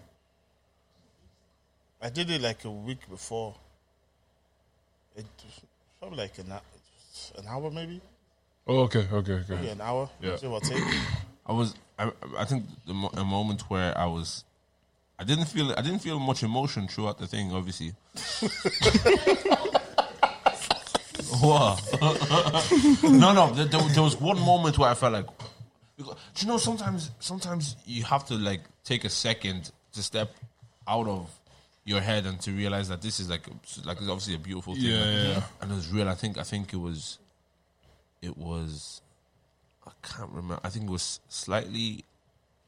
I did it like a week before. It probably like an, hou- an hour, maybe.
Oh, okay, okay, okay.
Yeah, an hour.
Yeah.
Give or (coughs) take.
I was. I, I think the mo- a moment where I was. I didn't feel. I didn't feel much emotion throughout the thing. Obviously. wow. (laughs) no, no. There, there, there was one moment where I felt like. Because, do you know? Sometimes, sometimes you have to like take a second to step out of your head and to realize that this is like, like it's obviously a beautiful thing.
Yeah, yeah, yeah.
And it was real. I think. I think it was. It was. I can't remember. I think it was slightly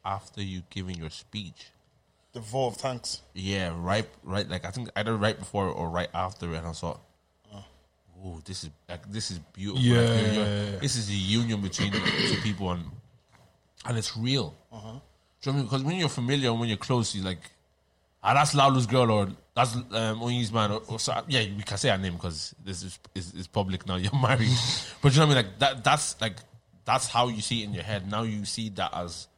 after you giving your speech.
The vow of thanks.
Yeah, right, right. Like I think either right before or right after, and I thought, "Oh, this is like this is beautiful. Like,
Yeah,
you're- you're-
yeah, yeah.
this is a union between two people, and and it's real." Do
Uh-huh.
you know what I mean? Because when you're familiar, and when you're close, you like, ah, that's Lalu's girl, or that's um, Onyi's man, or, or so, yeah, we can say her name because this is, is is public now. (laughs) You're married, but you know what I mean? Like that. That's like that's how you see it in your head. Now you see that as.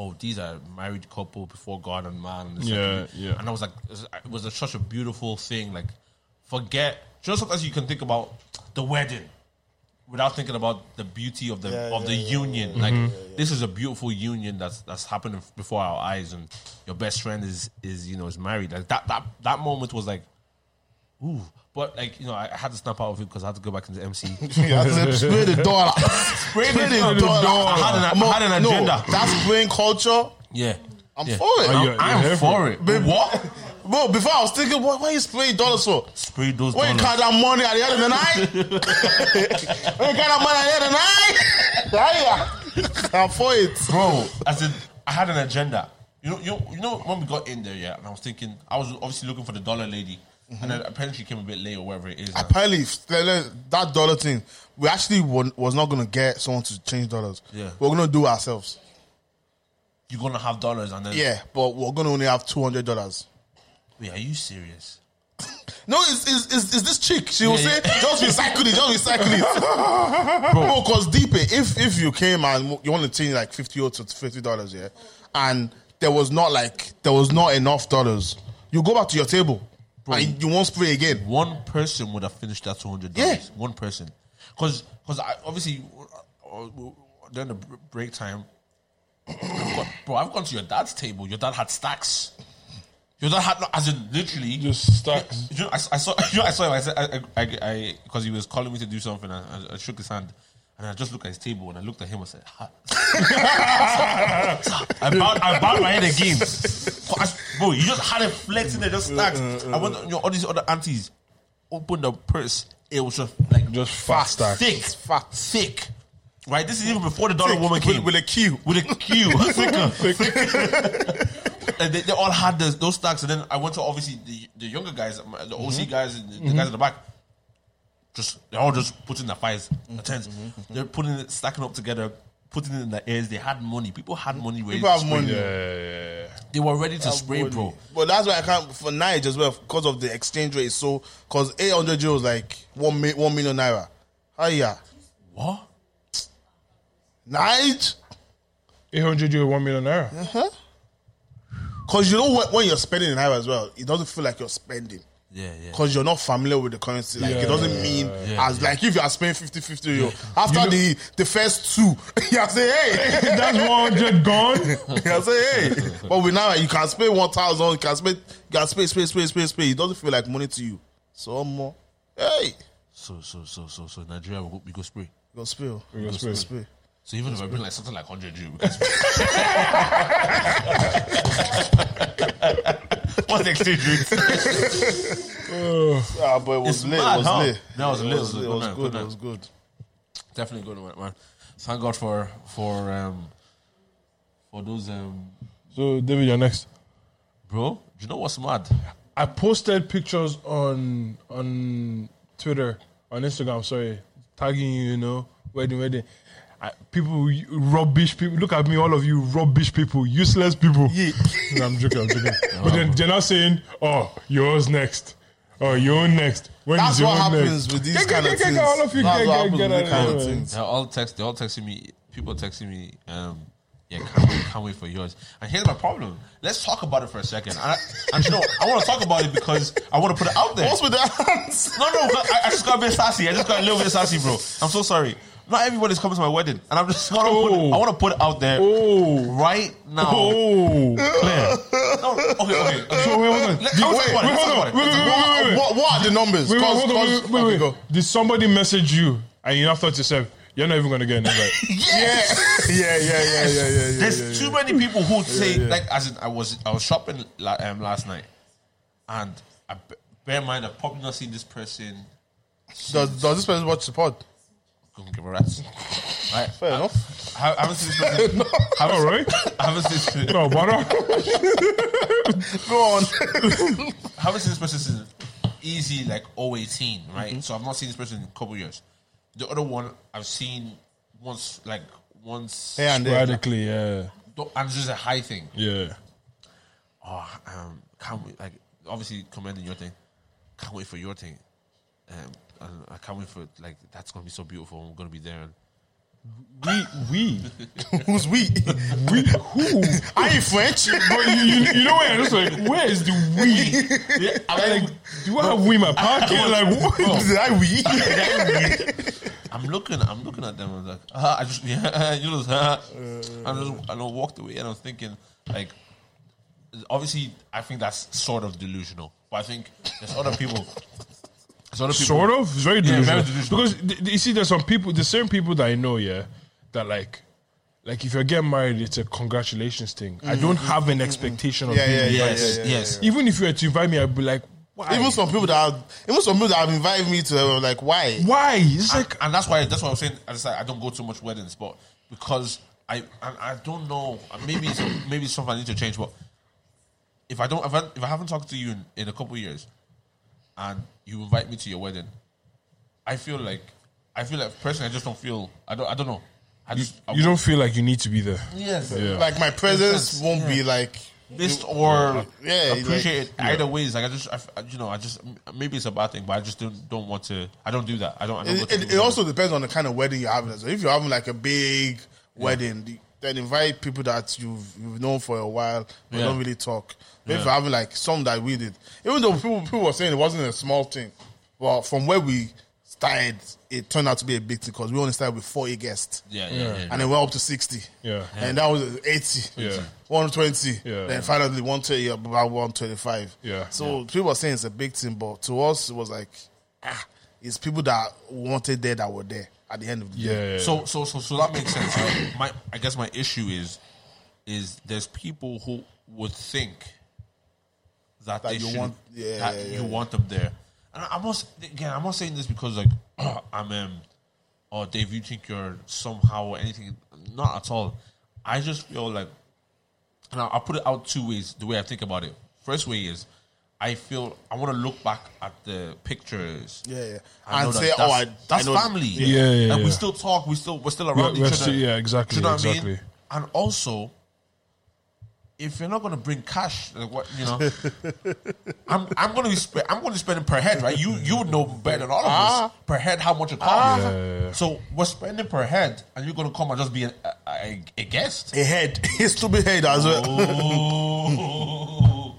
Oh, these are married couple before God and man. And it's like-
Yeah, yeah.
And I was like, it was, it was such a beautiful thing. Like, forget just sometimes you can think about the wedding without thinking about the beauty of the
Yeah,
of the
yeah, yeah, Mm-hmm.
union. Like this is a beautiful union that's that's happening before our eyes, and your best friend is is you know is married. Like that that that moment was like, ooh. But like you know, I I had to snap out of it because I had to go back into MC.
(laughs) Yeah, that's spray the dollar. (laughs) Spray
the dollar. I had an- I had an
No,
agenda.
that's playing culture.
yeah,
I'm
yeah.
for it.
Are you-
I'm-
You're here
I'm
for
for it. But what?
Bro, before I was thinking, what, why you spraying dollars for?
Spray those
When you
dollars.
count that money at the end of the (laughs) night? when you count that money at the end of (laughs) the night? Hiya. I'm for it.
bro. As in, I had an agenda. You know, you know, you know when we got in there, yeah, and I was thinking, I was obviously looking for the dollar lady, and then apparently she came a bit late or whatever it is. now.
Apparently, f- le- le- that dollar thing, we actually wa- was not going to get someone to change dollars.
Yeah.
We're going to do ourselves.
You're gonna have dollars, and then
Yeah, but we're going to only have $200.
Wait, are you serious?
No, it's, it's, it's, it's this chick. She will
Yeah,
say, just recycle it, just recycle
(laughs)
it. Bro, because deeper, eh, if if you came and you want to change like 50 or to $50, yeah, and there was not like, there was not enough dollars, you go back to your table and you won't spray again.
One person would have finished that two hundred dollars. One person, because because I obviously uh, uh, during the br- break time, (coughs) I've gone, bro, I've gone to your dad's table. Your dad had stacks. Your dad had no- as in literally
Just stacks.
(laughs) You know, I, I saw. You know, I saw him. I said, I, I, I, because he was calling me to do something. I, I, I shook his hand, and I just looked at his table, and I looked at him. I said,
(laughs)
ha. (laughs) I bowed, I bowed my head again. I- Bro, you just had it flexing there,
Uh,
just stacked. I went, you know, all these other aunties opened the purse. It was just like
Just fast stacks.
thick,
fat.
thick. Right, this is even before the dollar
Thick,
woman
with-
came
with a Q.
with a Q.
(laughs)
(laughs) Thicker, and they, they all had those, those stacks. And then I went to obviously the, the younger guys, my- the OC
Mm-hmm.
guys, the, the guys at the back. Just they're all just putting their fives,
Mm-hmm.
their 10s They're putting it, stacking up together, putting it in their ears. They had money. People had money. ready
Mm-hmm. People
to
have
spray.
money.
They were ready to spray, bro.
But that's why I can't for Nige as well because of the exchange rate. So because eight hundred euros like one mi- one million naira. Hiya,
What?
Nige.
800 euro, 1 million naira.
Because you know what, when you're spending in naira as well, it doesn't feel like you're spending.
Yeah, yeah.
Because you're not familiar with the currency, like it doesn't mean
Yeah,
as like if you are spending 50 50 euro after the the first two, (laughs) you are saying hey, (laughs)
That's
(laughs)
100 gone.
you are saying hey. But with now you can spend 1,000, you can spend, you can spend, spend, spend, spend, spend. It doesn't feel like money to you. So more, hey,
So, so, so, so, so Nigeria, we go, we go spray.
you go spill, oh. you
go spill.
spill.
So even if I bring like something like hundred you, we can
(laughs)
spray. what's the exchange rate?
Yeah, Ah, but it was
It's
lit.
mad,
it was
huh?
lit.
That was lit, it was a
It
good
was
night,
good.
good
It
night.
was good.
Definitely good one, man. Thank God for for um for those um
So, David, you're next.
bro. Do you know what's mad?
I posted pictures on on Twitter on Instagram, sorry, tagging you, you know, wedding, wedding. I, people, you- rubbish people. Look at me, all of you, rubbish people, useless people. (laughs) No, I'm joking, I'm
(laughs)
joking. but then they're not saying, oh, yours next. Oh, your next. When
That's
is your
what
next?
happens with these
Get- get-
kind of
get- get-
things.
get all of you,
That's
get-
what
get-
happens
get
with
out
these
of
kind
here,
of
man.
things.
They're all text. They all texting me. People texting me. Um, yeah, can't wait, can't wait for yours. And here's my problem. Let's talk about it for a second. And, I, and you know, I want to talk about it because I want to put it out there.
What's with the hands?
No, no, I, I just got a bit sassy. I just got a little bit sassy, bro. I'm so sorry. Not everybody's coming to my wedding, and I'm just gonna. Put,
Oh.
I want to put it out there
Oh.
right now.
Oh, Claire.
No, okay, okay. okay.
So wait, hold on.
Let-
Did-
I was talking about it, I was
wait, wait,
talking about
hold on.
it.
Wait, wait, wait, wait, wait.
What, what are the numbers?
Wait, wait,
Cause-
hold on,
cause-
wait, wait,
okay,
wait, (laughs)
go.
wait. Did somebody message you and you now thought to yourself, you're not even going to get an invite?
Yeah, yeah, yeah, yeah, yeah, yeah.
There's
yeah, yeah.
too many people who say like, as in, I was I was shopping la- um, last night, and I b- bear in mind I've probably not seen this person.
Does, does this person watch the pod?
Couldn't give a rat's. Right.
Fair enough.
I, I haven't seen this
(laughs)
person. haven't,
All right. (laughs)
I haven't seen.
No, but
Go (laughs) on.
I haven't seen this person since easy like 018, right?
Mm-hmm.
So I've not seen this person in a couple years. The other one I've seen once, like once,
Here and there.
radically, yeah.
and it's just a high thing.
Yeah.
Oh, um, can't wait! Like obviously commending your thing. Can't wait for your thing. Um, and I can't wait for like that's gonna be so beautiful. I'm gonna be there. And,
We, we,
Who's we? (laughs)
we, who?
Are you French? (laughs)
But you, you, you know what? I'm just like, where is the (laughs) we? I'm like, do I have we in my pocket? Oh, Like, what?
Did I we?
I'm looking, I'm looking at them. I was like, (laughs) ah, I just, yeah, you know, (laughs) ah. and just, and I walked away, and I was thinking, like, obviously, I think that's sort of delusional, but I think there's other people, there's other people,
Sort of. It's very
very
delusional.
delusional.
Because th- th- you see, there's some people, the same people that I know, yeah, that like, like if you're getting married, it's a congratulations thing. I don't have an expectation of
Yeah,
being
(laughs) yeah, yeah,
invited.
yeah,
yes,
yeah,
yes,
Even if you were to invite me, I'd be like, why?
(laughs) Even some people that have, even some people that have invited me to them, like, why?
why? It's
and,
like,
and that's why that's why I'm saying I just like I don't go to much weddings, but because I and I don't know and maybe it's, (coughs) maybe it's something I need to change. But if I don't if I, if I haven't talked to you in, in a couple of years, and you invite me to your wedding, I feel like I feel like personally I just don't feel I don't I don't know. I just I
you don't feel like you need to be there.
yes
Yeah.
Like, my presence won't be like.
missed or
Yeah, like-
appreciate it either ways. Like I just I f I you know I just maybe it's a bad thing, but I just don't don't want to. I don't do that. I don't. I don't go
It,
to
it, it
weddings.
also depends on the kind of wedding you're having. So if you're having like a big wedding, the- then invite people that you've you've known for a while but
Yeah.
don't really talk. But if you're having like some that we did, even though people people were saying it wasn't a small thing, well, from where we started, it turned out to be a big thing because we only started with 40 guests.
yeah yeah. yeah, yeah.
And then we're up to 60.
Yeah.
And that was 80.
Yeah.
120.
Yeah.
Then finally 130, about 125.
Yeah.
So people are saying it's a big thing, but to us, it was like, ah, it's people that wanted there that were there at the end of the day.
Yeah.
So so so so that makes sense. right? (coughs) My I guess my issue is is there's people who would think that, they
you
should-
want- yeah,
that
yeah, yeah,
you want them there. And I- I'm not again I'm not saying this because like (clears throat) I'm um oh Dave you think you're somehow or anything not at all. I just feel like and I'll, I'll put it out two ways the way I think about it. First way is I feel I want to look back at the pictures.
Yeah, yeah.
I know
And
that
say,
that's,
oh, I-
that's
I know-
family.
Yeah, yeah,
Like, we
yeah.
still talk. We still we're still around
We're- we're
each other.
still- yeah, exactly,
Do you know what I mean?
exactly.
And also, if you're not gonna bring cash, like what you (laughs) know, I'm I'm gonna be spe- I'm gonna be spending per head, right? You you would know better than all of us per head how much it costs.
Yeah.
So we're spending per head, and you're gonna come and just be a, a, a (laughs) guest.
A head, (laughs) his stupid head as well.
Oh.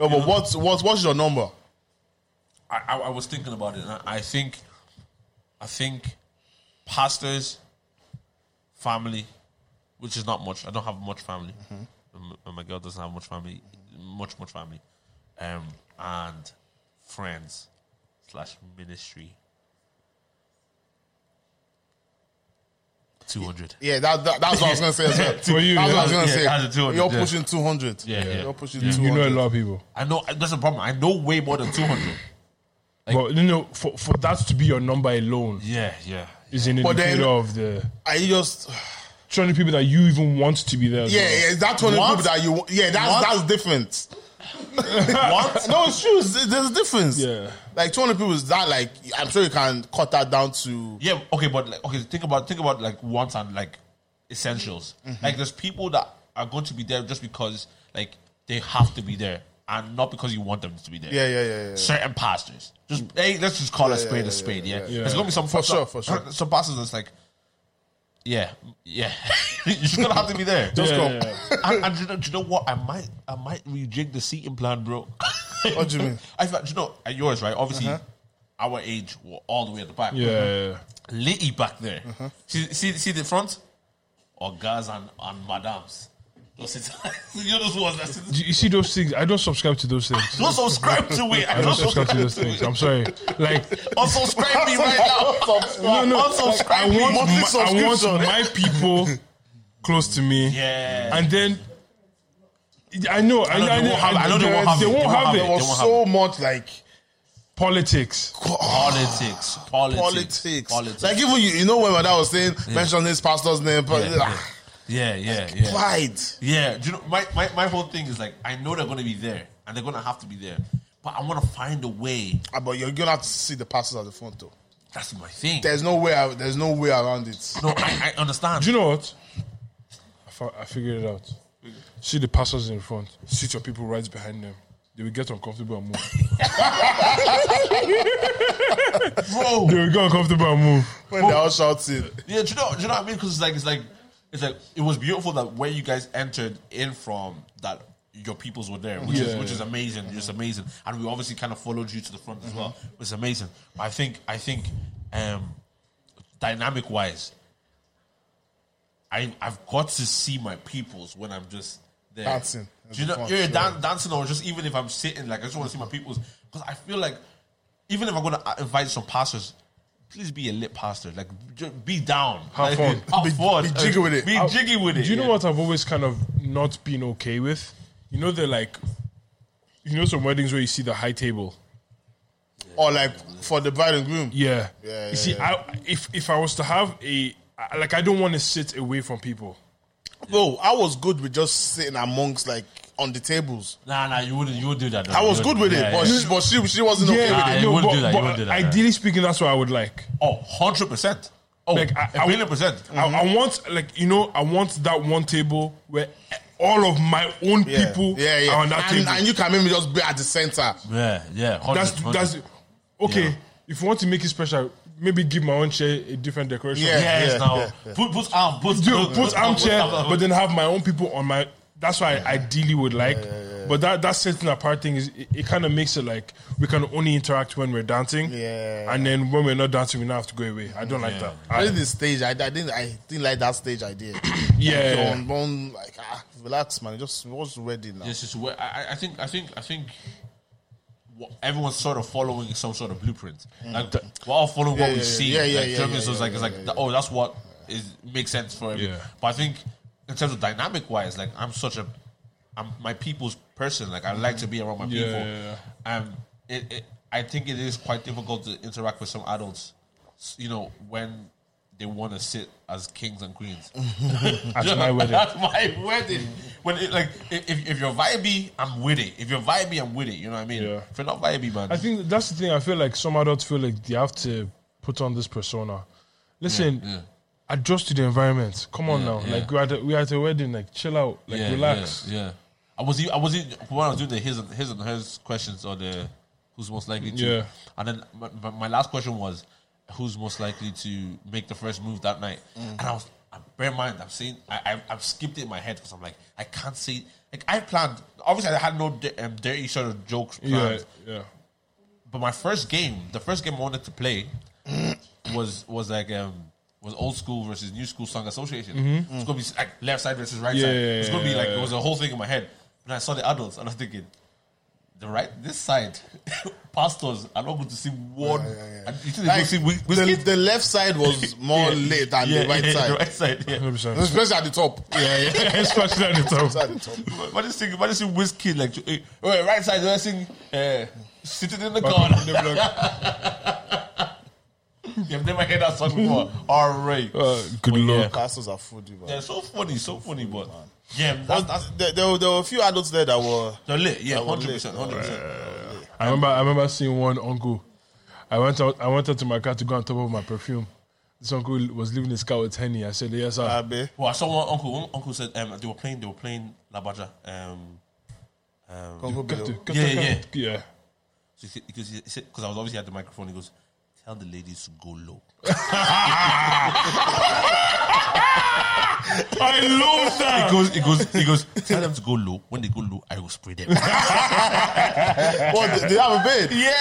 No, but what's, what's, what's your number?
I, I, I was thinking about it, and I, I think, I think, pastors, family, which is not much. I don't have much family. M- and My girl doesn't have much family, much much family, um, and friends slash ministry. Two hundred.
Yeah, that, that, that's what I was gonna say as
(laughs)
well.
For you,
that's what I was
yeah.
gonna
Yeah, that's a
say.
200,
You're
yeah.
pushing two hundred.
Yeah, yeah.
you're pushing
Yeah.
two
you know a
hundred.
lot of people.
I know that's a problem. I know way more than two hundred.
but you know, for, for that to be your number alone
Yeah, yeah.
is an
But
indicator
then-
of the
Are you just?
200 people that you even want to be there. as
Yeah,
well.
yeah. That one
What?
people that you. Yeah, that's
What?
that's different. what? (laughs) No, it's true. It's- There's a difference.
Yeah.
Like 200 people is that, like, I'm sure you can cut that down to.
Yeah, okay, but like, okay, think about think about like wants and like essentials.
Mm-hmm.
Like there's people that are going to be there just because like they have to be there and not because you want them to be there.
Yeah, yeah, yeah, yeah.
Certain pastors. Just hey, let's just call a
yeah,
spade
yeah,
a spade.
yeah,
Yeah,
yeah.
there's gonna be some
For
some-
sure, for sure.
(laughs) Some pastors that's like, yeah, yeah, (laughs) you're just gonna have to be there.
Just
Yeah,
go.
yeah,
(laughs) and, and do you, know, do you know what? I might I might rejig the seating plan, bro.
What do you mean?
(laughs)
Uh-huh.
I feel, do you know at yours right? Obviously, our age were all the way at the back
yeah, yeah.
lady back there. See, see, see the front? Or guys and, and madams. Those sit- (laughs) you know those ones that sit-
Do You see those things. I don't subscribe to those things.
Don't subscribe to it.
I don't subscribe to those things. I'm sorry. Like,
Unsubscribe me right now.
No, no.
Unsubscribe
I
me.
want,
Monthly
my, I want
subscription.
my people close to me.
Yeah.
And then I know. I
know they
I know.
won't have it. I know they won't have it.
They won't have
There
it.
was
won't have
so much, like,
Politics.
Politics. Politics.
politics.
Politics.
Like, even you, you know, when my dad was saying, mention this pastor's name, but. ah,
Yeah, yeah. yeah, yeah, yeah.
Pride.
Yeah. Do you know my, my, my whole thing is like I know they're gonna be there and they're gonna have to be there. But I wanna find a way.
Ah, But you're gonna have to see the pastors at the front, though.
That's my thing.
There's no way. I, there's no way around it.
no, I, I understand.
Do you know what? I, fi- I figured it out. See the passers in front. Sit your people right behind them. They will get uncomfortable and move.
Bro.
They will get uncomfortable and move.
When they're all shouting,
Yeah, do you know, do you know what I mean? Because it's like, it's like, it's like, it was beautiful that where you guys entered in from that your peoples were there, which is
Yeah.
which is amazing, just amazing. And we obviously kind of followed you to the front as well, which is amazing. I think, I think, um, dynamic wise, I I've got to see my peoples when I'm just there
Dancing at
Do you
the
know,
front,
yeah,
sure.
dan- dancing or just even if I'm sitting, like I just want to see my peoples because I feel like even if I'm gonna invite some pastors. Please be a lit pastor. Like, ju- be down. Like,
Have fun.
(laughs) Have
Be-
fun.
be jiggy with it.
Be
I-
jiggy with it.
Do you know
yeah.
what I've always kind of not been okay with? You know, they're like, you know, some weddings where you see the high table.
or like for the bride and groom.
Yeah.
Yeah, yeah,
you see, I, if if I was to have a I- like, I don't want to sit away from people.
Bro, I was good with just sitting amongst like on the tables.
Nah, nah, you wouldn't. You would do that.
I was good with it, but she, but she, she wasn't okay
Nah,
with it.
you wouldn't
but,
do that, you
but
wouldn't do that, yeah.
ideally speaking, that's what I would like.
Oh, 100 percent. Oh,
Like, I- I
a million percent.
I,
Mm-hmm.
I want like you know, I want that one table where all of my own
Yeah,
people
yeah, yeah.
are on that
and,
table.
and you can maybe just be at the center.
Yeah, yeah. 100,
that's that's okay.
Yeah.
If you want to make it special, maybe give my own chair a different decoration.
Yeah.
Yes, now
yeah, yeah.
put put arm, put
do put
(laughs)
armchair, but then have my own people on my. That's what I ideally would like. But that that setting apart thing is it, it kind of makes it like we can only interact when we're dancing.
Yeah.
And then when we're not dancing, we now have to go away. I don't like that.
I
I,
did the stage. I, I didn't. I didn't like that stage idea.
Yeah.
Like, on, on, like ah, relax, man. Just watch the wedding now.
This is where I, I- I think I think I think wha- everyone's sort of following some sort of blueprint. Like we're all following
Mm. Yeah,
what we
yeah,
see.
yeah, yeah,
like,
yeah,
Germans
yeah,
was like,
yeah,
it's like,
yeah,
oh, that's what is makes sense for him.
Yeah.
But I think in terms of dynamic wise, like I'm such a, I'm my people's person. Like I
Mm-hmm.
like to be around my people.
yeah,
Um, it, it, I think it is quite difficult to interact with some adults. s- You know when. They want to sit as kings and queens. (laughs)
at my wedding. Mm.
That's my wedding. When it, like if, if you're vibey, I'm with it. If you're vibey, I'm with it. You know what I mean?
Yeah.
If you're not vibey, man.
I think that's the thing. I feel like some adults feel like they have to put on this persona. Listen, adjust to the environment. Come on now,
yeah.
like we're at a, we're at a wedding. Like chill out, like
yeah,
relax.
Yeah, yeah. I was e- I was e- when I was doing the his and his and hers questions or the who's most likely to.
Yeah.
And then my, my- my last question was who's most likely to make the first move that night.
Mm.
And I was I, bear in mind I'm saying I, I I've skipped it in my head because I'm like I can't say like I planned obviously I had no di- um, dirty sort of jokes
Yeah,
planned.
yeah.
But my first game, the first game I wanted to play (clears throat) was was like um was old school versus new school song association. It's gonna be like left side versus right
Mm-hmm. Yeah,
side.
yeah,
It's gonna be
yeah,
like
yeah.
it was a whole thing in my head. And I saw the adults and I was thinking, the right this side, (laughs) pastors are not going to see one. And you think they're
Like,
going to see Wi-
the,
Wizkid?
the left side was more
(laughs) Yeah.
lit than
Yeah,
the right
yeah,
side,
The right side, yeah.
100%. (laughs)
especially at the top. Yeah, yeah.
Especially at the top.
(laughs) at the top.
What is thing? What is thing? Whiskey like eh, oh, right side. What is thing? Uh, sitting in the corner.
in the
(laughs) You've never heard that song before. All right.
Uh, good
But yeah.
luck.
Castles are food, man.
Yeah, so funny, so funny, but Yeah, that's, that's
There, there, were, there were a few adults there that were.
they're lit. Yeah,
were lit.
hundred percent, hundred percent.
I remember I remember seeing one uncle. I went out I went out to my car to go on top of my perfume. This uncle was leaving his car with Henny. I said, Yes, sir.
Abe.
Well, I saw one uncle. One uncle said um, they were playing. They were playing Labaja. Um,
Congo
Cut
Bill.
to- cut
Yeah,
to-
yeah.
yeah.
so he- because he said because I was obviously at the microphone. He goes, "Tell the ladies to go low."
I love that.
He goes, he goes, he goes. Tell them to go low. When they go low, (laughs) I will spray them. yeah,
What? They they have a bed.
yeah.
(laughs)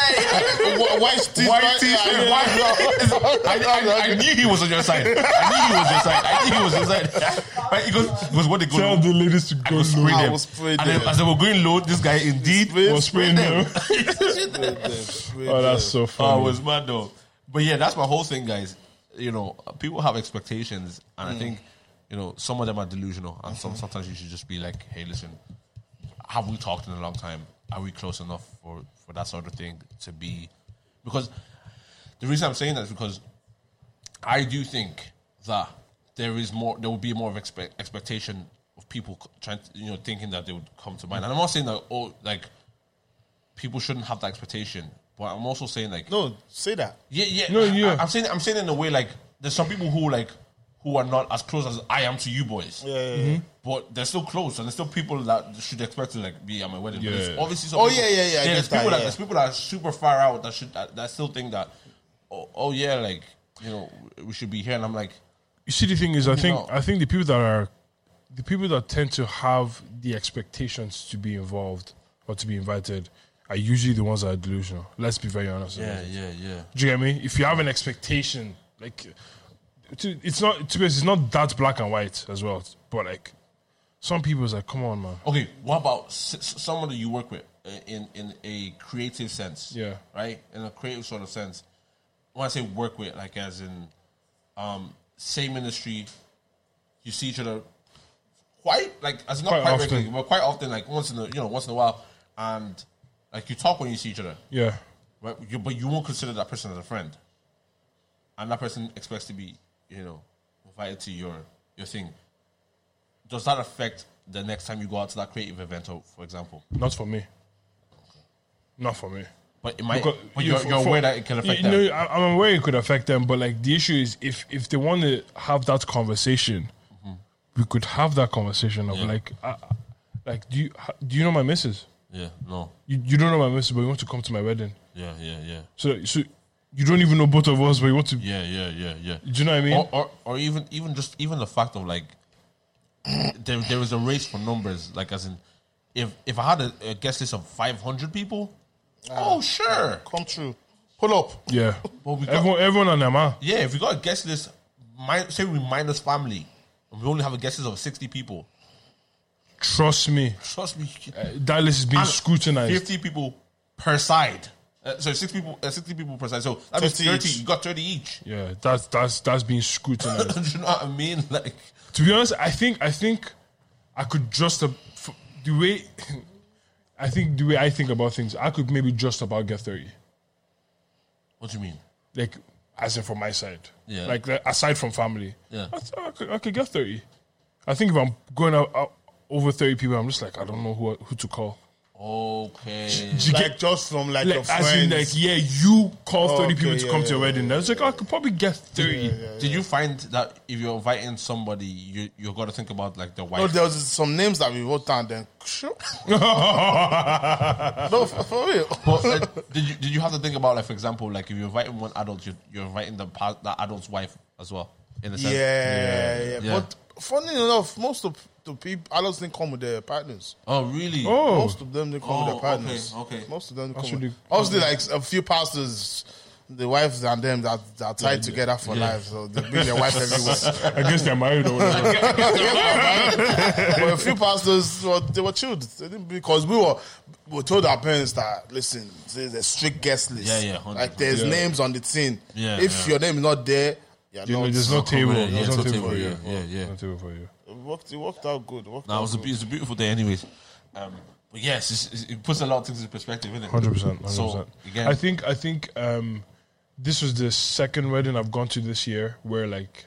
Wh- White t-shirt.
White t-shirt,
Yeah,
(laughs)
(laughs)
white- I, I, I knew he was on your side. I knew he was your side. I knew he was your side. Right, he goes, he goes, what they go
Tell
low,
the ladies to
I
go
will spray
I
them.
will spray
and then
them.
as they were going low, this guy indeed was spraying them.
(laughs)
Oh, that's so funny.
Oh, it was mad though. But yeah, that's my whole thing, guys. You know, people have expectations, and I think you know some of them are delusional, and some sometimes you should just be like, hey, listen, have we talked in a long time? Are we close enough for for that sort of thing to be? Because the reason I'm saying that is because I do think that there is more. There will be more of expect, expectation of people c- trying, to, you know, thinking that they would come to mind. And I'm not saying that oh, like people shouldn't have that expectation, but I'm also saying like
No, say that.
yeah, yeah.
No, yeah.
I, am saying I'm saying in a way like there's some people who like who are not as close as I am to you boys.
Yeah, yeah,
But they're still close, and there's still people that should expect to like be at my wedding. But there's
Yeah.
obviously. Some
Oh,
people,
yeah, yeah, yeah, I
There's
get that,
people
yeah.
there's people that are super far out that should that, that still think that, oh, oh yeah, like you know we should be here, and I'm like,
You see, the thing is, I think
know.
I think the people that are the people that tend to have the expectations to be involved or to be invited are usually the ones that are delusional. Let's be very honest. about it.
yeah, yeah.
Do you get me? If you have an expectation, like, to, it's not to be honest, it's not that black and white as well. But like, some people is like, come on, man.
Okay, what about s- s- someone that you work with uh, in in a creative sense?
Yeah.
right. In a creative sort of sense, when I say work with, like as in, um, same industry, you see each other quite like as in not
Quite
quite,
often.
regularly, but quite often, like once in a you know once in a while, and like you talk when you see each other,
Yeah,
right? You, but you won't consider that person as a friend, and that person expects to be you know invited to your your thing. Does that affect the next time you go out to that creative event, or, for example?
not for me. Not for me.
But it might.
Because-
but
you-
you're,
for-
you're
for-
aware that it can affect
you
them.
know, I- I'm aware it could affect them, but like the issue is if if they want to have that conversation, we could have that conversation of
Yeah.
like, uh, like do you ha- do you know my missus?
Yeah. No.
You, you don't know my missus, but you want to come to my wedding.
Yeah. Yeah. Yeah.
So so you don't even know both of us, but you want to.
Yeah. Yeah. Yeah. Yeah.
Do you know what I mean?
Or, or, or even even just even the fact of like (coughs) there there is a race for numbers. Like as in, if if I had a, a guest list of five hundred people,
Ah.
oh sure,
Come true. Pull up.
Yeah.
Well, we got-
everyone, everyone on their ma.
Yeah, if we got a guest list, mi- say we minus family, and we only have a guest list of 60 people.
Trust me,
Trust me,
Uh,
that list is being
and
scrutinized.
50 people per side. Uh, so six people, uh, 60 people per side. So that means
30
30.
each.
You got 30 each. (laughs)
Yeah, that's that's that's being scrutinized.
Do you know what I mean? (laughs) Like,
to be honest, I think I think I could just uh, f- the way (laughs) I think the way I think about things, I could maybe just about get thirty.
what do you mean?
Like as in from my side,
Yeah.
Like like, aside from family,
Yeah.
I, th- I, could, I could get thirty. I think if I'm going out, out over thirty people, I'm just like I don't know who who to call.
Okay.
Do you
Like
get
just from like, your
like
friends.
as in like yeah, you call
Oh,
thirty
okay,
people to
yeah,
come to
yeah,
your wedding. I was like I could probably get thirty.
Did you find that if you're inviting somebody, you you got to think about like the
no,
wife?
there was some names that we wrote down. Then sure. no, for, for real.
But, uh, did you did you have to think about like for example, like if you're inviting one adult, you're, you're inviting the pa- that adult's wife as well in a
(laughs) Yeah,
sense.
yeah,
Yeah.
But funny enough, most of the people I don't think come with their partners.
Oh really?
Oh,
Most of them they come
Oh,
with their partners.
okay, okay.
Most of them they come.
really
With, obviously, like a few pastors, the wives and them that, that are tied together for life, so they bring their (laughs) wife
(laughs)
everywhere.
I guess they're married or whatever.
(laughs) but a few pastors, were, they were chilled They didn't- because we were we were told our parents that listen, there's a strict guest list.
Yeah, yeah, 100%.
like there's
Yeah.
names on the tin.
Yeah,
if
yeah.
your name is not there, you're
You know,
not.
there's no table.
yeah,
There's
it's
no
no
table for
table,
you.
yeah, yeah, yeah.
No table for you.
It worked. It worked out good. It worked
Nah, it
out
was a,
good.
be- it was a beautiful day, anyways. Um, but yes, it's, it's, it puts a lot of things in perspective, isn't it?
Hundred percent, hundred
So
percent.
again,
I think I think um, this was the second wedding I've gone to this year where like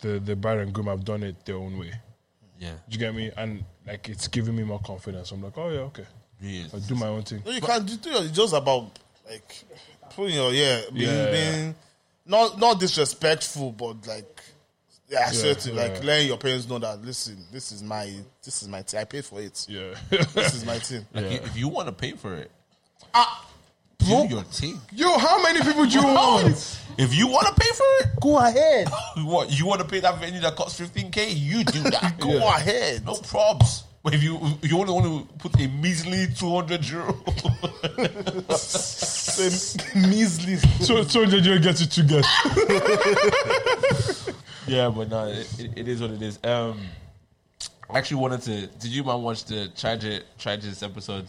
the the bride and groom have done it their own way.
Yeah.
Do you get me? And like it's giving me more confidence. I'm like, oh yeah, okay.
Yeah.
I do my own thing.
No, you can't do do- It's just about like putting your yeah, being,
Yeah.
being not not disrespectful, but like yeah, I swear
Yeah,
to
yeah.
like letting your parents know that listen, this is my this is my thing. I paid for it.
Yeah. (laughs)
This is my thing.
Like, you- if you want to pay for it,
Ah, Bro.
do your thing.
Yo, how many people do (laughs) you want?
(laughs) If you want to pay for it,
Go ahead.
you want you want to pay that venue that costs 15k, you do
(laughs)
that.
Go ahead.
No probs. But if you if you only want to put a measly 200 euro,
measly.
So, so did you get to two
(laughs)
guests?
yeah, but no, it, it- it is what it is. Um, I actually wanted to. Did you man watch the charge it charge this episode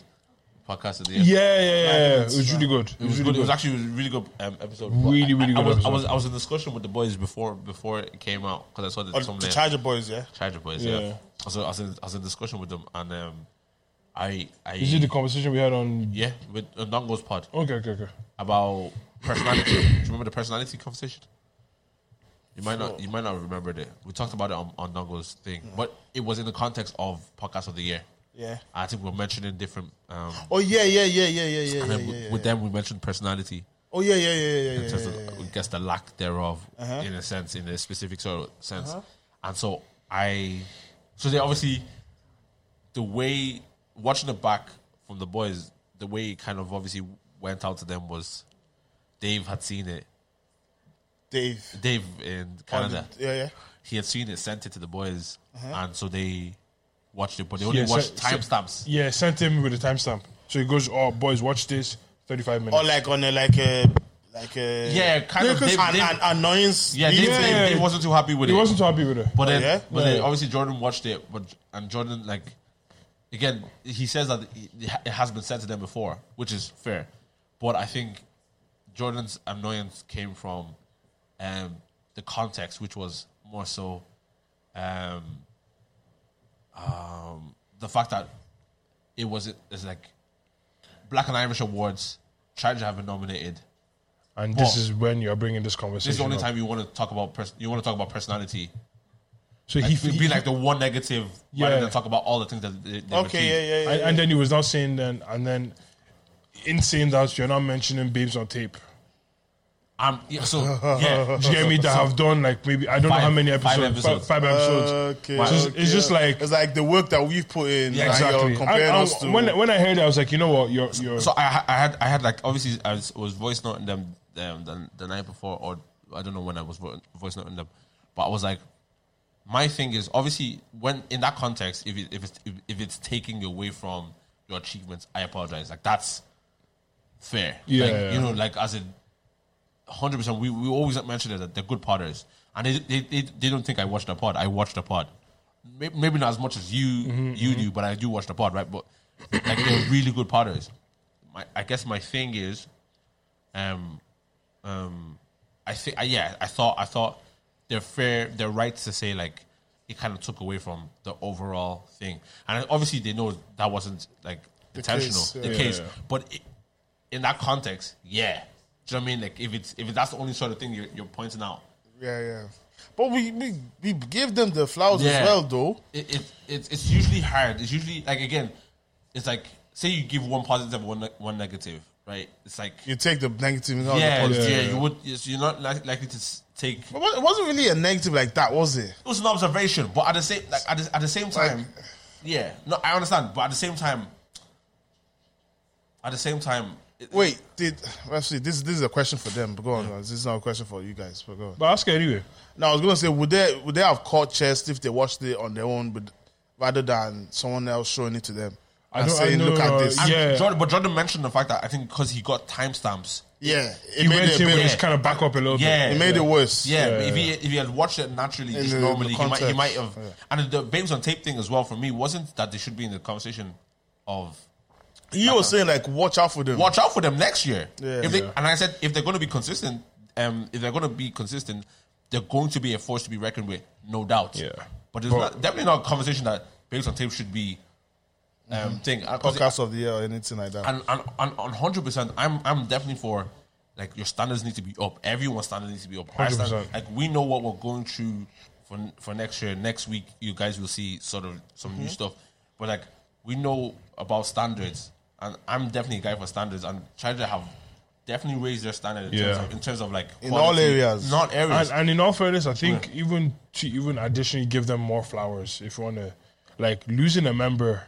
podcast of the year?
Yeah, yeah, yeah. yeah. It was really good. It
It was,
was
good.
really
It was
good.
actually a really good um, episode.
Really,
But I-
really
I,
good
was, I
episode.
was I was in discussion with the boys before before it came out because I saw that
Oh, The
something.
Charger Boys, yeah.
Charger boys, yeah.
Oh, Yeah.
I, was, I, was in, I was in discussion with them, and um, I, I,
Is it the conversation we had on?
yeah, with uh, Nango's pod
Okay, okay, okay.
about personality. Do you remember the personality conversation? You might not, you might not remember it. We talked about it on, on Nango's thing, but it was in the context of podcast of the year.
Yeah.
I think we are mentioning different. Um,
Oh yeah, yeah, yeah, yeah, yeah, yeah,
and
yeah,
then
yeah,
with-
yeah.
with them, we mentioned personality.
Oh yeah, yeah, yeah, yeah, yeah.
in
yeah,
terms
yeah, Uh-huh.
of, I guess, the lack thereof in a sense, in a specific sort of sense. And so I, so they obviously, the way watching it back from the boys, the way it kind of obviously went out to them was Dave had seen it.
Dave.
Dave in Canada,
Yeah, yeah.
he had seen it, sent it to the boys, and so they watched it, but they only
Yeah, so-
watched
so-
timestamps.
Yeah, sent him with a timestamp. So he goes, "Oh, boys, watch this. Thirty-five minutes."
Or
Oh,
like on a like a like a
Yeah, kind of. Dave-
an,
Dave-
an annoyance.
yeah, Dave,
beating.
yeah, yeah.
Dave- Dave wasn't too happy with
he
it.
wasn't too happy with it.
But then,
yeah?
but then
Yeah.
obviously Jordan watched it, but and Jordan like again he says that it it has been said to them before, which is fair. But I think Jordan's annoyance came from um, the context, which was more so um, um, the fact that it was it's like Black and Irish Awards. Charger have been nominated.
and this
What?
is when you are bringing this conversation.
This is the only
up.
time you want to talk about pers- you want to talk about personality.
So
Like,
he,
it'd
he
be like the one negative rather
Yeah.
than talk about all the things that they, they
Okay, yeah, yeah, yeah.
and, and then he was not saying then, and then in saying that you're not mentioning babes on tape.
I'm Um, yeah, so yeah.
Do you get me? That have done like maybe I don't know how
Five-
many
five
episodes, fi-
episodes.
five, episodes.
Okay,
It's just-
okay.
it's just like-
it's like the work that we've put in. Yeah,
exactly.
exactly. comparing
And- and
us to
when when I heard it, I was like, you know what, you're you're
So I I had I had like obviously I was, was voice noting them um, the, the night before or I don't know when I was vo- voice noting them, but I was like, my thing is obviously when in that context if it, if it's if, if it's taking away from your achievements, I apologize. Like that's fair.
Yeah,
Like,
yeah.
you know, like as in hundred percent. We we always mention that they're good podders, and they they, they they don't think I watched the pod. I watched the pod, May- maybe not as much as you you do, but I do watch the pod, right? But like they're really good podders. My I guess my thing is, um, um, I think I, yeah, I thought I thought they're fair, they're right to say like it kind of took away from the overall thing, and obviously they know that wasn't like intentional
case, yeah.
the
Yeah,
case,
yeah.
but. It, in that context, yeah. Do you know what I mean? Like if it's if that's the only sort of thing you're, you're pointing out,
yeah, yeah. But we, we we give them the flowers
Yeah.
as well, though.
it, it, it's it's usually hard. It's usually like again, it's like say you give one positive, one ne- one negative, right? It's like
You take the negative out
yeah,
the positive.
yeah,
yeah, yeah.
you would. Yes, you're not li- likely to s- take. It
But wa- it wasn't really a negative like that, was it?
was an observation, but at the same like at the, at the same time, yeah. No, I understand, but at the same time, at the same time, it-
Wait, did actually this this is a question for them. But go on, this is not a question for you guys. But go on.
but ask her anyway.
Now I was gonna say, would they would they have caught chest if they watched it on their own, but rather than someone else showing it to them
I
and
don't- I
saying,
know,
"Look at
uh,
this."
and
Yeah.
Jordan, but Jordan mentioned the fact that I think because he got timestamps.
yeah, it
He
made
went
it a
in with
bit-
his kind of back up a little
Yeah.
it
bit.
made it worse.
Yeah, but if he if he had watched it naturally, just
the- the
normally he might he
context,
might have. And the babes on tape thing as well for me wasn't that they should be in the conversation of
you were saying like, watch out for them.
watch out for them next year.
Yeah.
If they,
Yeah.
And I said if they're going to be consistent, um, if they're going to be consistent, they're going to be a force to be reckoned with, no doubt.
Yeah.
but there's not, definitely not a conversation that babes on tape should be um thing. And 'cause it-
podcast of the year or anything like that.
and and and on hundred percent, I'm I'm definitely for like your standards need to be up. Everyone's standards need to be up. Our
100%.
standard- like we know what we're going through for for next year, next week, you guys will see sort of some
Mm-hmm.
new stuff. But like we know about standards, and I'm definitely a guy for standards, and Charger have definitely raised their standard in,
Yeah.
terms, of, in terms of like
In all areas.
in all areas.
And, and in all fairness, I think even to even additionally give them more flowers if you want to, like losing a member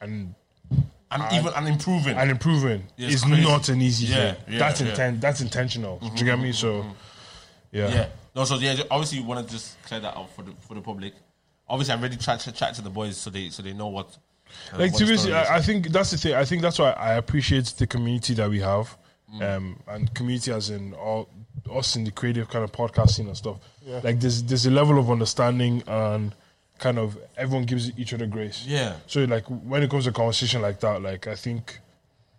and
and, even and improving.
and improving
Yeah, it's
is
crazy.
not an easy
Yeah,
thing.
yeah,
that's
yeah. Mm-hmm,
inten- That's intentional. Do you get me? So, yeah,
Yeah. No, so yeah, ju- obviously you want to just clear that up for the for the public. Obviously, I've already chat chat, chat to the boys so they so they know what. uh, what
like
the
seriously,
story is.
I, I think that's the thing. I think that's why I appreciate the community that we have,
Mm.
um, and community as in all us in the creative kind of podcasting and stuff. Like there's there's a level of understanding and kind of everyone gives each other grace.
Yeah.
So like when it comes to conversation like that, like I think.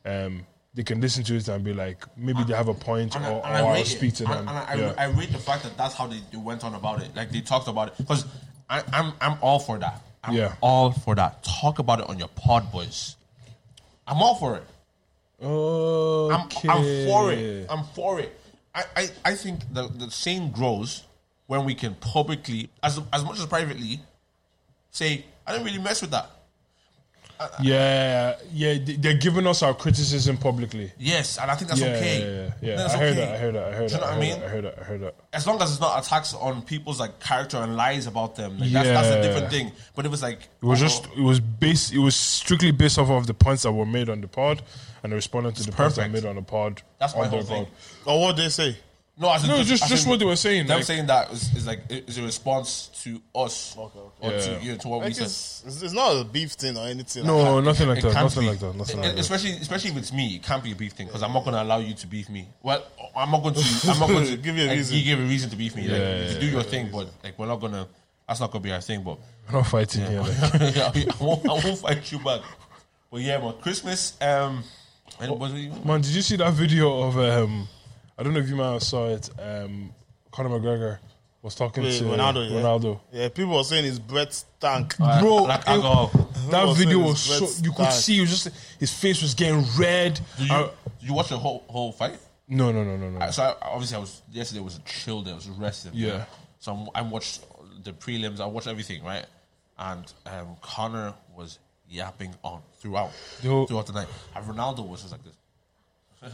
Um, they can listen to it and be like, maybe they have a point,
And I-
or,
and I
or
rate
I'll
it.
speak to
And-
them.
And, I,
yeah.
I rate the fact that that's how they, they went on about it. Like they talked about it because I'm I'm all for that. I'm
Yeah.
all for that. Talk about it on your pod, boys. I'm all for it. I'm,
okay.
I'm for it. I'm for it. I, I, I think the, the same grows when we can publicly, as as much as privately, say I didn't really mess with that.
Yeah, yeah, they- they're giving us our criticism publicly.
Yes, and I think that's
Yeah,
okay.
yeah, yeah. yeah.
That's
I heard
okay.
that. I heard that. I heard
Do you know
that. I
what I
heard
mean?
that. I heard that. I heard that.
as long as it's not attacks on people's like character and lies about them, like, that's, that's a
Yeah.
different thing. But it was like
It was just. It was based. It was strictly based off of the points that were made on the pod, and the responded to the points that were
perfect.
made on the pod.
That's my
on the
whole thing.
pod.
Or what they say.
no, as in-
No, just
as
just
in-
what they were saying.
Them
Like,
saying that is, is like i- is a response to us or
Yeah.
to you know, to what
Like
we said.
it's, it's, it's not a beef thing or anything. like
no,
that.
nothing like
It
that.
can't
Nothing
be.
like that. Nothing
It-
like that.
especially especially if it's me, it can't be a beef thing because I'm not going to allow you to beef me. Well, I'm not going to. I'm not
(laughs)
going to
Give you a
like,
reason.
You give a reason to beef me. like,
Yeah,
you
yeah,
do your thing, but like we're not gonna. That's not gonna be our thing, but.
We're not fighting here.
(laughs)
Like.
I, won't, I won't fight you back. But yeah, man, Christmas. Um, anybody?
Man, did you see that video of um? I don't know if you might have saw it. Um, Conor McGregor was talking
Wait,
to
Ronaldo, yeah?
Ronaldo.
Yeah, people are saying his breath stank.
Bro,
like
it-
alcohol.
that
was
video
saying
was
his
so
breath
you could
stank.
see it was just his face was getting red.
Did you,
I-
did you watch the whole whole fight? Uh,
no, no, no, no, no.
So I, obviously, I was yesterday was a chill day. I was resting.
Yeah.
So I'm, I watched the prelims. I watched everything, right? And um, Connor was yapping on throughout
Yo.
throughout the night, and Ronaldo was just like this.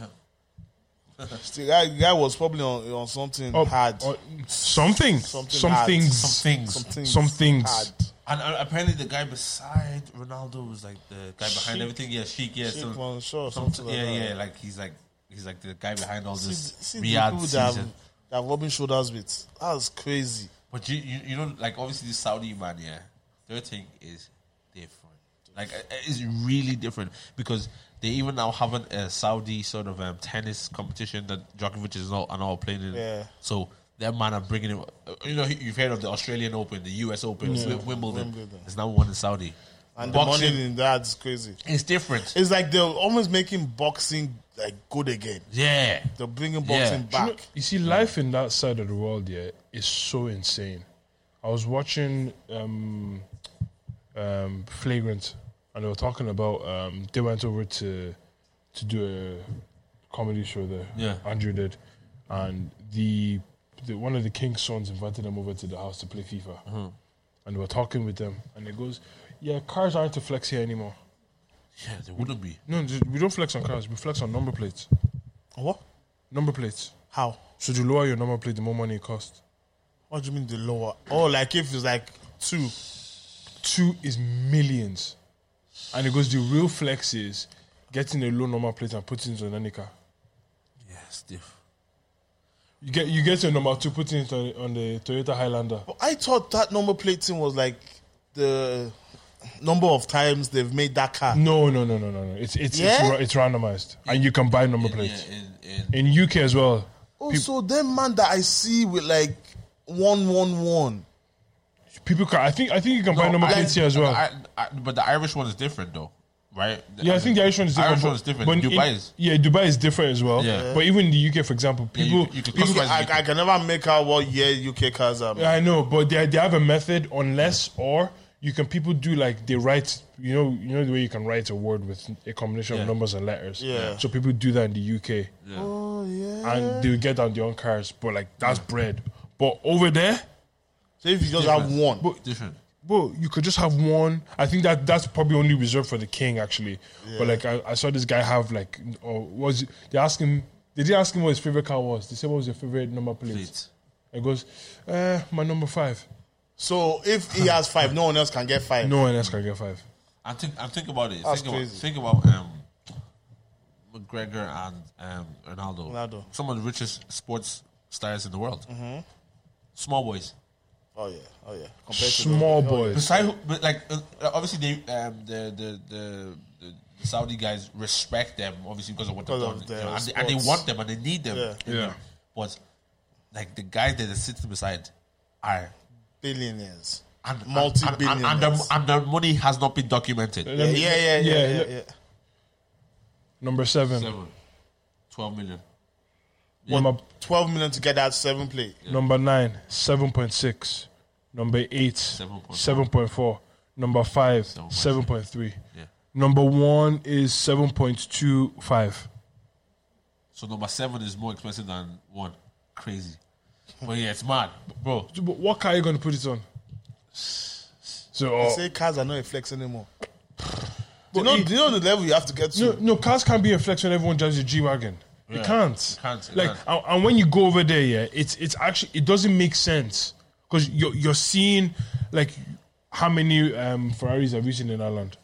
The guy, guy was probably on, on something
Oh,
hard.
oh, something,
Something
some
hard.
things,
Some things.
Some things.
some things.
Hard.
And uh, apparently, the guy beside Ronaldo was like the guy behind
Sheik.
everything. Yeah, Sheik. Yeah,
Sheik
some-
one, sure,
some-
something like
yeah,
that.
yeah. Like he's like he's like the guy behind all
See,
this
see the
Riyadh
people that have,
season.
that have rubbing shoulders with. That's crazy.
But you, you you know like obviously the Saudi man, yeah, their thing is different. Like uh, uh, it's really different because they even now have an, a Saudi sort of um, tennis competition that Djokovic is not and all playing in.
Yeah.
So that man are bringing it. uh, You know you've heard of the Australian Open, the U.S. Open, Wi- Wimbledon.
Wimbledon.
There's now one in Saudi.
And the
Boxing
money in that's crazy.
is different.
It's like they're almost making boxing like good again.
Yeah.
They're bringing
Yeah.
boxing
You know-
back.
You see, life in that side of the world, yeah, is so insane. I was watching um, um, Flagrant, and they were talking about um, they went over to to do a comedy show there.
Yeah.
Andrew did, and the, the one of the king's sons invited them over to the house to play FIFA, and they were talking with them, and it goes, "Yeah, cars aren't a flex here anymore.
Yeah, there wouldn't be.
No, we don't flex on cars. We flex on number plates.
What?
Number plates."
How?
Should you lower your number plate, the more money it costs.
What do you mean the lower? Oh, like if it's like two.
Two is millions. And it goes, the real flex is getting a low number plate and putting it on any car.
Yeah, it's diff.
You get you get your number two, putting it on, on the Toyota Highlander.
But I thought that number plate thing was like the number of times they've made that car.
Mm.
No, no, no, no, no, no. It's it's it's,
Yeah?
ra- it's randomized, and you can buy number
Yeah,
plates
in, in,
in UK as well.
Oh, so them man that I see with like one one one.
People can. I think I think you can buy number
I-
plates here as well.
I, I, but the Irish one is different, though, right?
yeah, I think the Irish one is different.
Irish
but-
one is different.
but in-
Dubai is.
Yeah, Dubai is different as well.
Yeah.
But even in the UK, for example,
yeah,
people
you, you can
UK,
customize
I,
it.
I can never make out what year UK cars are. man.
I know, but they, they have a method unless or you can people do like they write you know you know the way you can write a word with a combination
Yeah.
of numbers and letters.
Yeah.
So people do that in the UK
Oh yeah.
and they will get on their own cars, but like that's bread. But over there,
So if you just have
Different.
one,
Different.
Bro, you could just have one. I think that that's probably only reserved for the king, actually. But like, I, I saw this guy have like, or was they asked him? They didn't ask him what his favorite car was. They said, "What was your favorite number plate?"
Plate.
He goes, "Uh, my number five.
so if he has five, no one else can get five.
No one else can get five.
And think and think about it.
That's
think
crazy.
about think about um, McGregor and um, Ronaldo.
Ronaldo.
Some of the richest sports stars in the world.
Mm-hmm.
Small boys.
Oh yeah, oh yeah. Compared
Small
those- oh, yeah.
boys.
Besides, who- but like uh, obviously they um, the, the the the Saudi guys respect them obviously because of what they've
Because
done,
of their
You know, and, they, and they
sports.
want them and they need them.
Yeah.
you know.
Yeah.
But like the guys that are sitting beside are
billionaires,
and
multi
and, and, and,
billionaires.
their- and their money has not been documented.
Yeah, yeah, yeah, yeah, yeah,
Yeah,
yeah.
Number seven.
Seven. 12 million.
Number
Twelve million to get that seven plate.
Number nine, seven point six. Number eight, seven point four. Number five, seven point three.
Yeah.
Number one is seven point two five.
So number seven is more expensive than one. Crazy. But yeah, it's mad. Bro,
But what car are you going to put it on? So uh,
Say cars are not a flex anymore. Do you, know, do you know the level you have to get to?
no, no, cars can't be a flex when everyone drives a G wagon. It
Yeah,
can't.
it can't, it
like,
can't.
And, and when you go over there, yeah, it's it's actually it doesn't make sense because you're you're seeing like how many um, Ferraris are reaching in Ireland,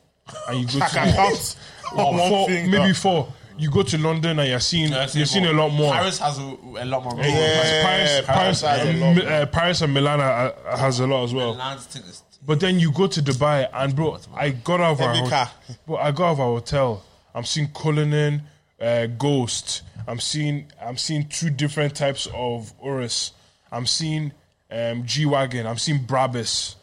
and you go
(laughs) I can
to
count
Or
(laughs) one
four,
finger.
maybe four. You go to London and you're seeing
Yeah, I see
you're seeing a lot more.
Paris has a, a lot more.
Yeah.
Paris, Paris,
Paris has a
and
lot
Mi- uh, Paris and Milan are, are- has a lot as well.
Land's thing is
But then you go to Dubai and bro, I got out of our
Every
hot-
car.
bro, I got out of our hotel. I'm seeing Cullinan, uh, Ghost. I'm seeing I'm seeing two different types of Urus. I'm seeing um, G wagon. I'm seeing Brabus.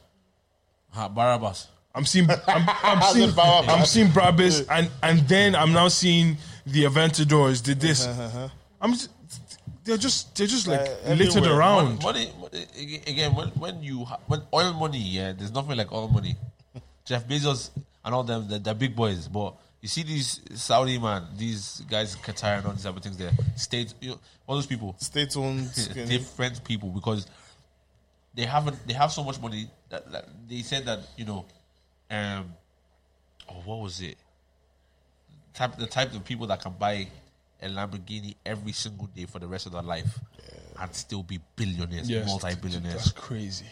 Ha, Barabbas.
I'm seeing I'm,
(laughs)
I'm
How's it
seeing
power?
I'm seeing Brabus and and then I'm now seeing the Aventadors did this.
Uh-huh,
I'm s- they're just they're just like littered
Uh, everywhere.
around.
Money, money again. When when you ha- when oil money, yeah, there's nothing like oil money. Jeff Bezos and all them, they're, they're big boys. But you see these Saudi man, these guys in Qatar and all these other things. There, state, you know, all those people.
Stay tuned.
different people because they haven't they have so much money that, that they said that you know um oh what was it type the type of people that can buy a Lamborghini every single day for the rest of their life and still be billionaires
Yes, That's
multi-billionaires
crazy.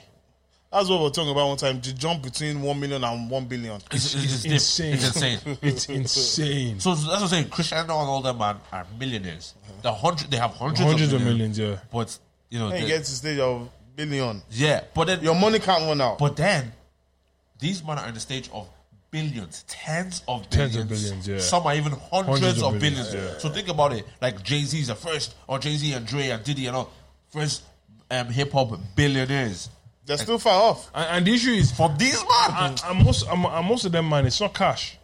That's what we we're talking about one time. The jump between one million and one billion.
it's, it's, just
insane.
insane it's insane
(laughs)
It's insane.
so that's what I'm saying Cristiano and all them man are millionaires the hundred they have hundreds,
Hundreds
of
of
millions
millions, yeah.
but you know
Then you
they-
get to the stage of billion.
yeah but then
Your money can't run out.
But then these men are in the stage of billions, tens of billions.
Tens of billions, yeah.
Some are even hundreds,
Hundreds of
of,
billions,
billions. So think about it. Like Jay Z's the first, or Jay Z and Dre and Diddy and all first um, hip hop billionaires.
They're still far off.
And, and the issue is, for,
From these men,
and, and most and, and most of them, man, it's not cash.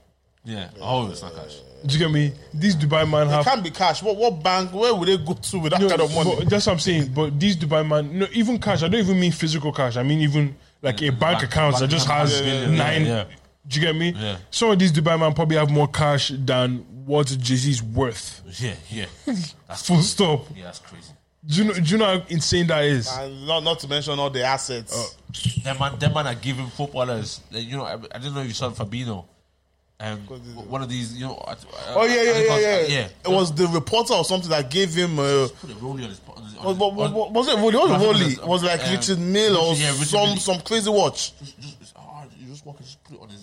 yeah. Oh, it's not cash.
Do you get me? These Dubai man
It
have.
can't be cash. What what bank? Where would they go to with that
uh, No,
kind of money?
but that's what I'm saying. But these Dubai man, no, even cash. I don't even mean physical cash. I mean even like a bank
bank-
account that
bank
just
account.
has
Yeah, yeah, yeah,
nine.
yeah.
Do you get me?
Yeah.
Some of these Dubai man probably have more cash than what Jay Z's worth.
Yeah,
(laughs)
yeah. That's
Full stop.
yeah, that's crazy.
Do you know? Do you know how insane that is?
And not not to mention all the assets.
Them man, them man are giving footballers. like, you know, I, I don't know if you saw Fabino. Um, one of these, you know. I- I-
oh yeah,
I
yeah,
think
yeah,
it
yeah,
was- uh, Yeah.
It was the reporter or something that gave him. Uh,
Put a rollie on his. On his, on his-
was, was,
on-
was, was it Rolly? It
I think it
was Rolly.
was,
It was like
um,
Richard Mill or
Richard- yeah, Richard
some
Mille.
some crazy watch.
just, just it's hard. You just walk and just put it on his.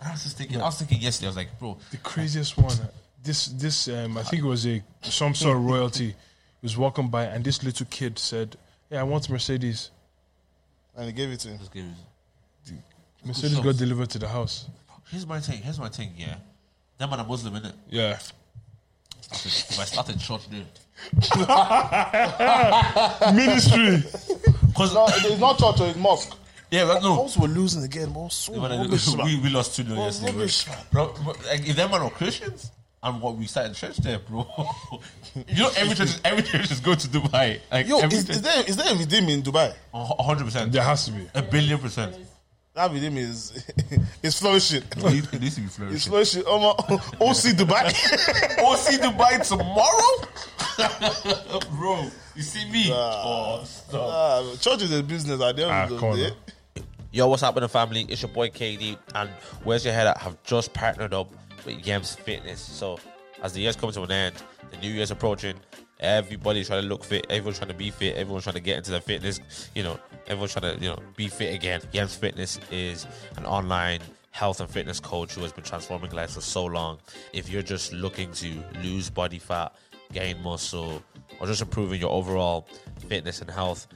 And I was just thinking. I was thinking yesterday. I was like, bro,
The craziest one. This this um, I think it was a some sort of royalty was walking by, and this little kid said, "Yeah, I want Mercedes."
And he gave it to him.
this game.
Mercedes got delivered to the house.
Here's my thing. Here's my thing. Yeah, that man a Muslim, innit?
Yeah,
If I started church,
(laughs)
dude.
ministry.
Because
No, it's Uh, not church or it's mosque.
yeah, but (laughs) no.
House were losing again. We're so
They wanna-
rubbish,
(laughs)
man.
we, we lost two 0
We're
yesterday. bro.
rubbish, man.
Bro, bro, like, if them man are Christians and what we started church there, bro. (laughs) you know, every church, every church is going to Dubai. Like,
Yo,
every
is, is there is there a redeem in Dubai?
hundred percent,
There has to be.
a billion percent.
That redeem is (laughs) is flourishing. (laughs)
It needs to be
It's (laughs)
flourishing.
flourishing. Oh my, OC Dubai. (laughs)
OC Dubai tomorrow. bro. You see me? oh, stop.
Ah, church is a business at the end
Ah,
of
come
the
on
day.
now.
Yo, what's happening, family? It's your boy KD, and Where's Your Head At have just partnered up with Yems Fitness. So, as the year's coming to an end, the new year's approaching, everybody's trying to look fit, everyone's trying to be fit, everyone's trying to get into their fitness, you know, everyone's trying to, you know, be fit again. Yems Fitness is an online health and fitness coach who has been transforming lives for so long. If you're just looking to lose body fat, gain muscle, or just improving your overall fitness and health,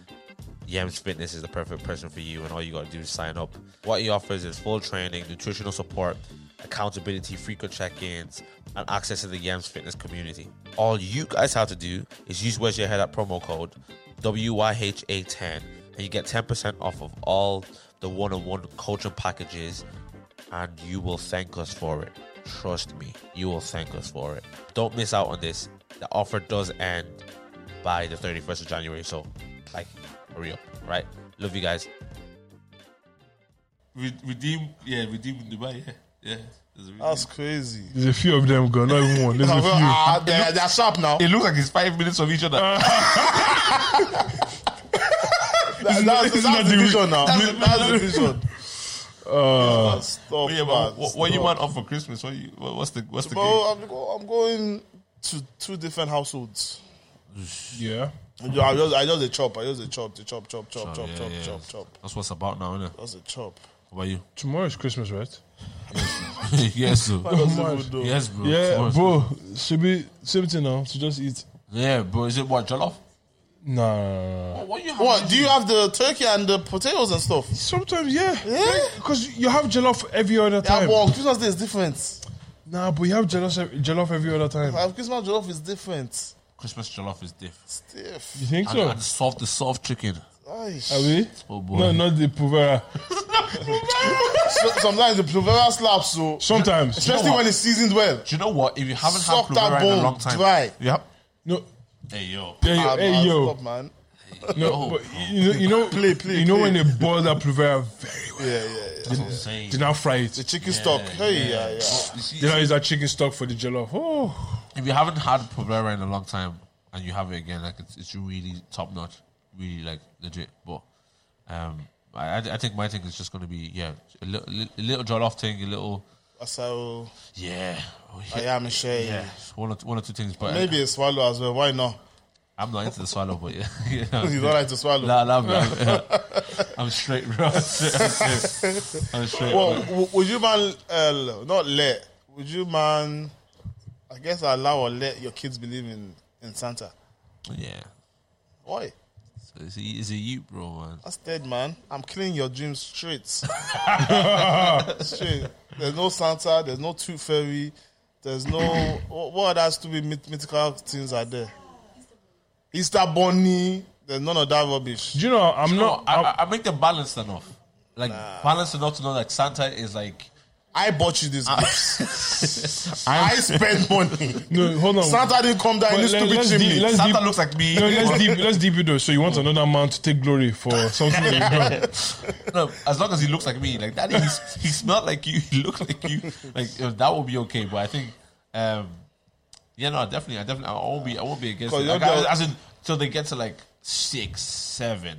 Yams Fitness is the perfect person for you, and all you gotta do is sign up. What he offers is full training, nutritional support, accountability, frequent check ins, and access to the Yams Fitness community. All you guys have to do is use Where's Your Head at promo code WYHA10, and you get 10% off of all the one on one coaching packages and you will thank us for it. Trust me, you will thank us for it. Don't miss out on this. The offer does end by the 31st of January, so like, hurry up, right? Love you guys.
Re- redeem, yeah, redeem Dubai, yeah, yeah. There's a redeem.
That's crazy.
There's a few of them, girl. Not even one.
(laughs)
There's a few.
Ah, they're, they're sharp now. Uh.
It looks like it's five minutes of each other. (laughs)
That- that's
It's
that's
not
the
the-
vision now.
that's the-
(laughs) That's the vision. Uh, stop,
yeah,
man,
but what, what you
stop.
want off for Christmas? What you, what, what's the what's the game?
Bro, I'm, go- I'm going to two different households.
Yeah.
I just, I just, I just a chop. I just a chop. The chop, chop, chop, chop,
yeah,
chop,
yeah.
chop, chop.
That's what's about now, innit? What
That's a chop.
about you?
Tomorrow is Christmas, right?
(laughs) yes, (laughs) bro.
That's
my-
a good though.
Yes, bro.
Yeah,
Tomorrow's-
bro. Should be same thing now. So just eat.
Yeah, bro. Is it what jollof?
Nah. nah, nah, nah.
What, what you have?
What do you have the turkey and the potatoes and stuff?
Sometimes, yeah.
Yeah.
Because you have jollof every other
Eh? Yeah,
time.
but Christmas Day is different.
Nah, but you have jollof, ev- jollof every other time.
Like, Christmas jollof is different.
Christmas jollof is different.
Stiff.
You think
And,
so?
and soft, the soft chicken.
Aish.
Are we?
Oh boy.
No, not the provera.
So- sometimes the primavera slaps, so
Sometimes.
especially when it's seasoned well.
Do you know what? If you haven't had
Suck that
Primavera in a
bone
long time,
dry.
Yep.
No.
Hey yo. Oh,
Hey,
Ah,
yo, hey,
man,
yo.
stop, man.
No, but you know, you know,
Oh, Play, play,
you know
play.
when they boil that provera very well.
Yeah, yeah, yeah.
That's what I'm saying.
They now fry it.
The chicken stock. Hey, yeah, yeah.
You see,
They now use that chicken stock for the jollof. Oh,
if you haven't had Primavera in a long time and you have it again, like it's, it's really top notch, really like legit. But um, I, I I think my thing is just going to be yeah, a little, a little jollof thing, a little
So
yeah, oh,
I
yeah,
am sure.
yeah, one or two, one or two things. But uh,
Maybe a swallow as well. Why not?
I'm not into the swallow, but yeah, (laughs)
You
yeah.
don't like to swallow.
Nah, nah, I'm, (laughs) I'm straight, bro. (laughs) I'm straight. I'm straight
Well, w- would you man uh, not let? Would you man? I guess allow or let your kids believe in in Santa.
yeah,
Why?
so it's, a, it's a you, bro, man.
That's dead, man. I'm killing your dreams
(laughs)
straight. straight. There's no Santa. There's no Tooth Fairy. There's no. what, what other stupid myth- mythical things are there? Easter Bunny. There's none of that rubbish.
do you know? I'm
No,
not.
I,
I'm,
I- I make them balanced enough, like balanced enough to know that Santa is like
I bought you this
(laughs)
gifts. I spent money.
no, hold on.
Santa didn't come down in
But
this
let-
stupid
let's
chimney.
deal- let's
Santa
deep-
looks like me.
No, let's deep, let's deep it though. So you want another man to take glory
(laughs)
for something that you've done?
No, as long as he looks like me, like that, he's, he smelled like you, (laughs) he looked like you, like you know, that would be okay. But I think, um, yeah, no, definitely, I definitely, I won't be, I won't be against it.
'Cause you're
Like, I-
the-
as in, till they get to like six, seven.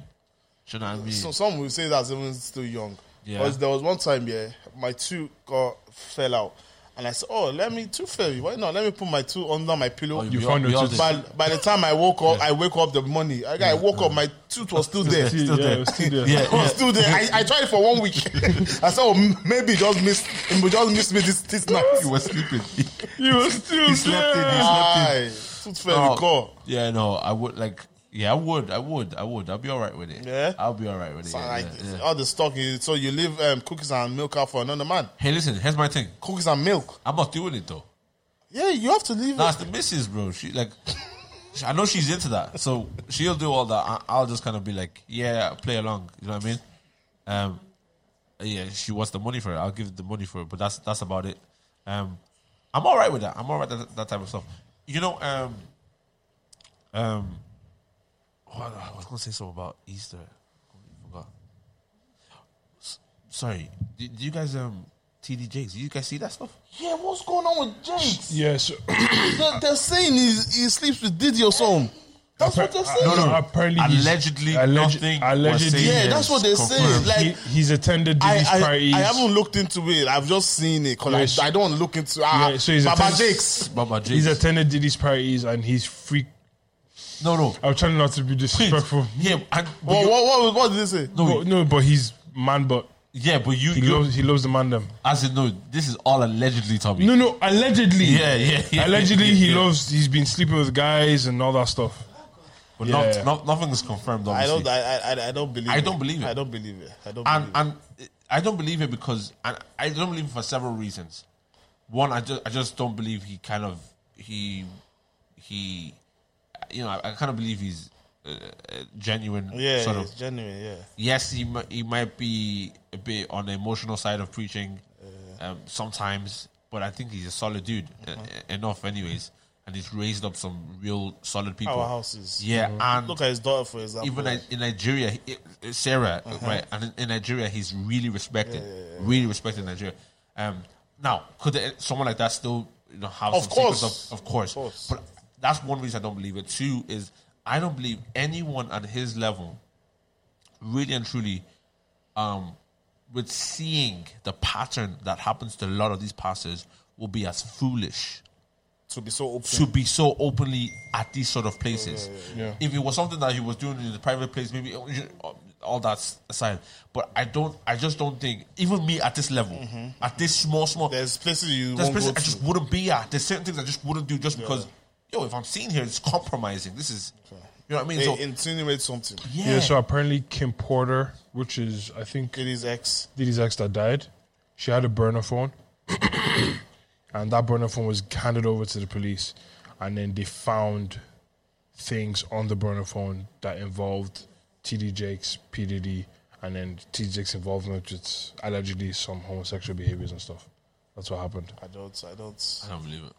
Do you know what I mean?
So some will say that's even still young.
Yeah.
Because there was one time, yeah, my two got fell out, and I said, "Oh, let me two fairy. Why not? Let me put my two under my pillow."
You
We
found
all-
your
we
tooth.
all
by, by the time I woke up, I wake up the money. I, I woke up, my tooth was (laughs) still there.
Yeah,
there.
it was still
(laughs)
there.
Yeah.
It was still there. I, I tried for one week. (laughs) I said, "Oh, m- maybe it just missed, it just missed me this this night."
did. He was
(laughs)
sleeping.
It was still
slept in,
there.
he
Aye, tooth fairy
Oh,
call.
Yeah, no, I would like. Yeah, I would, I would, I would. I'll be all right with it.
Yeah?
I'll be all right with it.
So,
yeah,
like,
yeah, yeah.
All the stock is so you leave um, cookies and milk out for another man.
Hey, listen, here's my thing.
Cookies and milk.
I'm not doing it though.
Yeah, you have to leave.
No,
it.
it's the missus, bro. She like, I know she's into that, so she'll do all that. I, I'll just kind of be like, yeah, play along. You know what I mean? Um, yeah, she wants the money for it. I'll give the money for it, but that's that's about it. Um, I'm all right with that. I'm all right with that, that type of stuff. You know, um, um, what- I was gonna say something about Easter. I forgot. S- sorry, do, do you guys um TD Jakes. You guys see that stuff?
Yeah, what's going on with Jakes? (clears throat)
Yes.
They're, they're saying he, he sleeps with Diddy or something. That's what they're saying.
No, no.
Apparently, he's-
Allegedly,
alleged-
nothing.
allegedly-
was saying
Yeah, that's what they
is
say.
confirmed.
Like-
he, he's attended
I,
these parties.
I, I haven't looked into it. I've just seen it. Cause
Yes.
I, I don't want to look into ah,
Yeah, so he's a
Baba
tennis-
Jakes.
Baba Jakes.
He's attended these parties and he's freak.
no, no.
I'm trying not to be disrespectful.
Yeah, and, but
What,
you-
what, what, what did he say?
no,
But, no, but he's man, but
yeah, but you,
he
you
loves he loves the man. Them.
as in no, this is all allegedly, Tommy.
No, no. Allegedly.
Yeah, yeah, yeah,
Allegedly,
yeah,
he
yeah.
loves. He's been sleeping with guys and all that stuff.
but
yeah,
not,
yeah.
Not, nothing is confirmed.
I
Obviously.
don't. I, I- I, I don't believe.
I
it.
don't believe it.
I don't believe it. I don't.
and
believe
and I don't believe it because and I don't believe it for several reasons. One, I just I just don't believe he kind of he he, you know, I, I kind of believe he's uh, uh, genuine.
it. Yeah,
sort of.
it's genuine. Yeah.
Yes, he mi- he might be a bit on the emotional side of preaching um, sometimes, but I think he's a solid dude uh, enough, anyways, and he's raised up some real solid people.
Our houses.
Yeah, and
Look at his daughter for example. Uh-huh.
even Ni- in Nigeria, he- uh, Sarah, right? And in, in Nigeria, he's really respected, really respected in Nigeria. Um, now, could uh, someone like that still, you know, have
Of
some secrets
course.
Of, of course,
course.
But that's one reason I don't believe it. Two is I don't believe anyone at his level, really and truly, um, with seeing the pattern that happens to a lot of these pastors, will be as foolish
to be so open.
to be so openly at these sort of places.
yeah.
If it was something that he was doing in the private place, maybe uh, you- uh, all that aside. But I don't. I just don't think even me at this level,
Mm-hmm.
at this small, small,
There's places you
there's
won't
places
go
I
to.
just wouldn't be at. There's certain things I just wouldn't do just because. Yo, if I'm seen here, it's compromising. This is, you know what I mean.
they
so
insinuate something.
yeah,
Yeah. So apparently, Kim Porter, which is I think
It is ex.
Diddy's ex that died, she had a burner phone, (coughs) and that burner phone was handed over to the police, and then they found things on the burner phone that involved TD Jakes, PDD, and then TD Jakes' involvement with allegedly some homosexual behaviors and stuff. That's what happened.
I don't. I don't.
I don't believe it.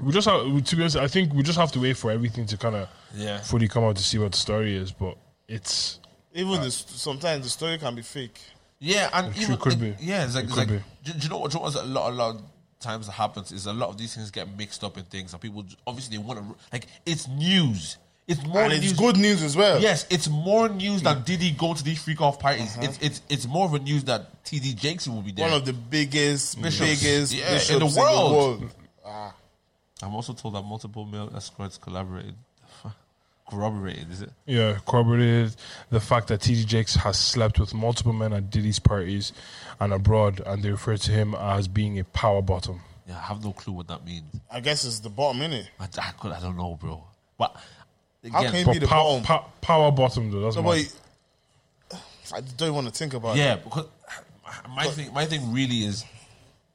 We just have to be honest. I think we just have to wait for everything to kind of
Yeah.
fully come out to see what the story is. But it's
Even the, st- sometimes the story can be fake.
Yeah, and
It
even
could
it-
be.
yeah, it's like,
It
it's like
could
do,
be.
do you know what? Do you know what's a lot, a lot of times that happens is a lot of these things get mixed up in things, and people j- obviously they want to like it's news. It's more
And it's
news.
good news as well.
Yes, it's more news than Diddy go to these freak off parties.
Uh-huh.
It's it's it's more of a news that TD Jakes will be there.
One of the biggest,
Bishops.
biggest
Yeah, in
bishops
the world.
uh,
I'm also told that multiple male escorts collaborated, (laughs) corroborated. Is it?
Yeah, corroborated the fact that TD Jakes has slept with multiple men at Diddy's parties and abroad, and they refer to him as being a power bottom.
Yeah, I have no clue what that means.
I guess it's the bottom, innit?
I, I, could, I don't know, bro. But
How
again,
can
But
Be the
pow-
bottom.
pow- power bottom, though, that's
No,
mad.
but I don't want to think about it.
Yeah, because my thing, my thing really is,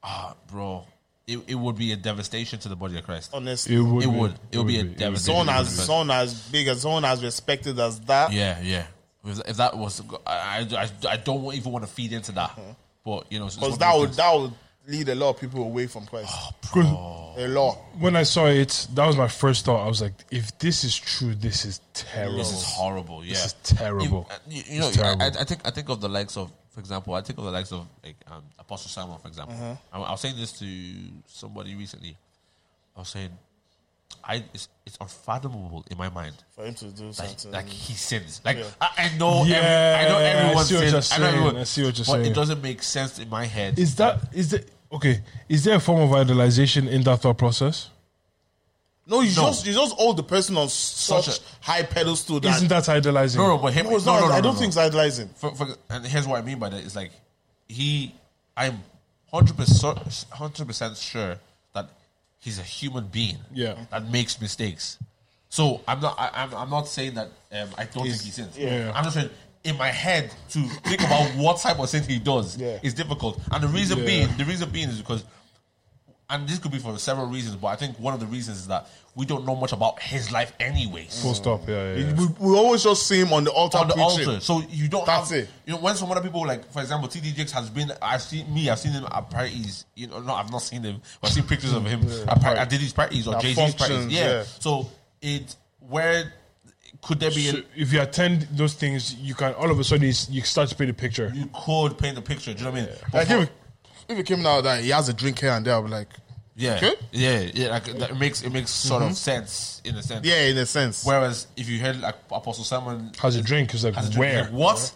ah, bro, it, it would be a devastation to the body of Christ.
Honestly,
It would.
it
be.
would. It would be a
would
devastation.
someone
to the
as
body of Christ.
someone as big as someone as respected as that.
Yeah, yeah. If, if that was, I, I, I don't even want to feed into that. But you know, it's Oh,
Because
one of
that
those
would
things.
that would lead a lot of people away from Christ. A lot.
When I saw it, that was my first thought. I was like, if this is true, this is terrible.
This is horrible. Yeah,
is terrible.
If- you, you know,
It's terrible.
I, I think I think of the likes of, for example, I think of the likes of like um, Apostle Simon, for example. I, I was saying this to somebody recently. I was saying, I it's, it's unfathomable in my mind
For him to do
like,
something.
like he sins. Like
Yeah.
I, I know,
Yeah,
every, I know
I
everyone
see
sins.
what you're
I know
saying,
everyone,
I see what you're
but
saying.
it doesn't make sense in my head.
Is that is that okay? Is there a form of idolization in that thought process?
no, you
No.
just you just hold the person on such,
Such
high pedestal that
Isn't that idolizing?
no, no, but him,
no,
no,
it's not,
no, no,
I don't
no.
think it's idolizing.
For, for, and here's what I mean by that: is like he, I'm hundred percent, hundred percent sure that he's a human being.
Yeah.
that makes mistakes. So I'm not, I, I'm, I'm not saying that um, I don't think he sins.
yeah.
I'm just saying in my head to think about what type of sin he does
Yeah.
is difficult, and the reason
Yeah.
being, the reason being is because and this could be for several reasons, but I think one of the reasons is that we don't know much about his life, anyways.
Full stop. Yeah, yeah. yeah.
We, we always just see him on the altar
on the
preaching.
altar, so you don't.
That's
have,
it.
You know, when some other people like, for example, TD Jakes has been. I've seen me. I've seen him at parties. You know, no, I've not seen him. But I've seen pictures of him at, par- at Diddy's parties or
At
Jay Z's
functions,
parties. Yeah.
yeah.
So it where could there be?
So
a,
if you attend those things, you can all of a sudden you s- you start to paint a picture.
you could paint the picture. Do you know what I mean? But
Like,
for-
if-
if it came out that he has a drink here and there, I'll be like,
Yeah,
Okay.
yeah, yeah. Like that it makes it makes sort of sense in a sense.
Mm-hmm. yeah, in a sense.
Whereas if you heard like Apostle Simon
Has a drink. It's like
has a drink,
where?
like, what?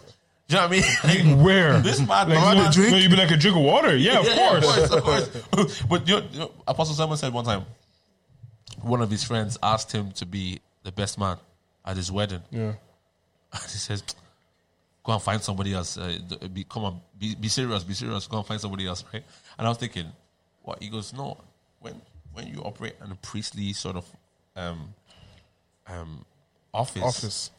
Do you know what I
(laughs)
mean? Like,
Where?
This man-
Like,
Am I
no,
the drink?
No, you'd be like a drink of water. Yeah, of
Yeah,
course.
of course, of course. (laughs) but you know, you know, Apostle Simon said one time, one of his friends asked him to be the best man at his wedding. (laughs)
Yeah.
And he says, "Go and find somebody else. Uh, d- be, come on, be, be serious, be serious. Go and find somebody else, right?" And I was thinking, "What?" He goes, "No, when when you operate in a priestly sort of um um office,
Office.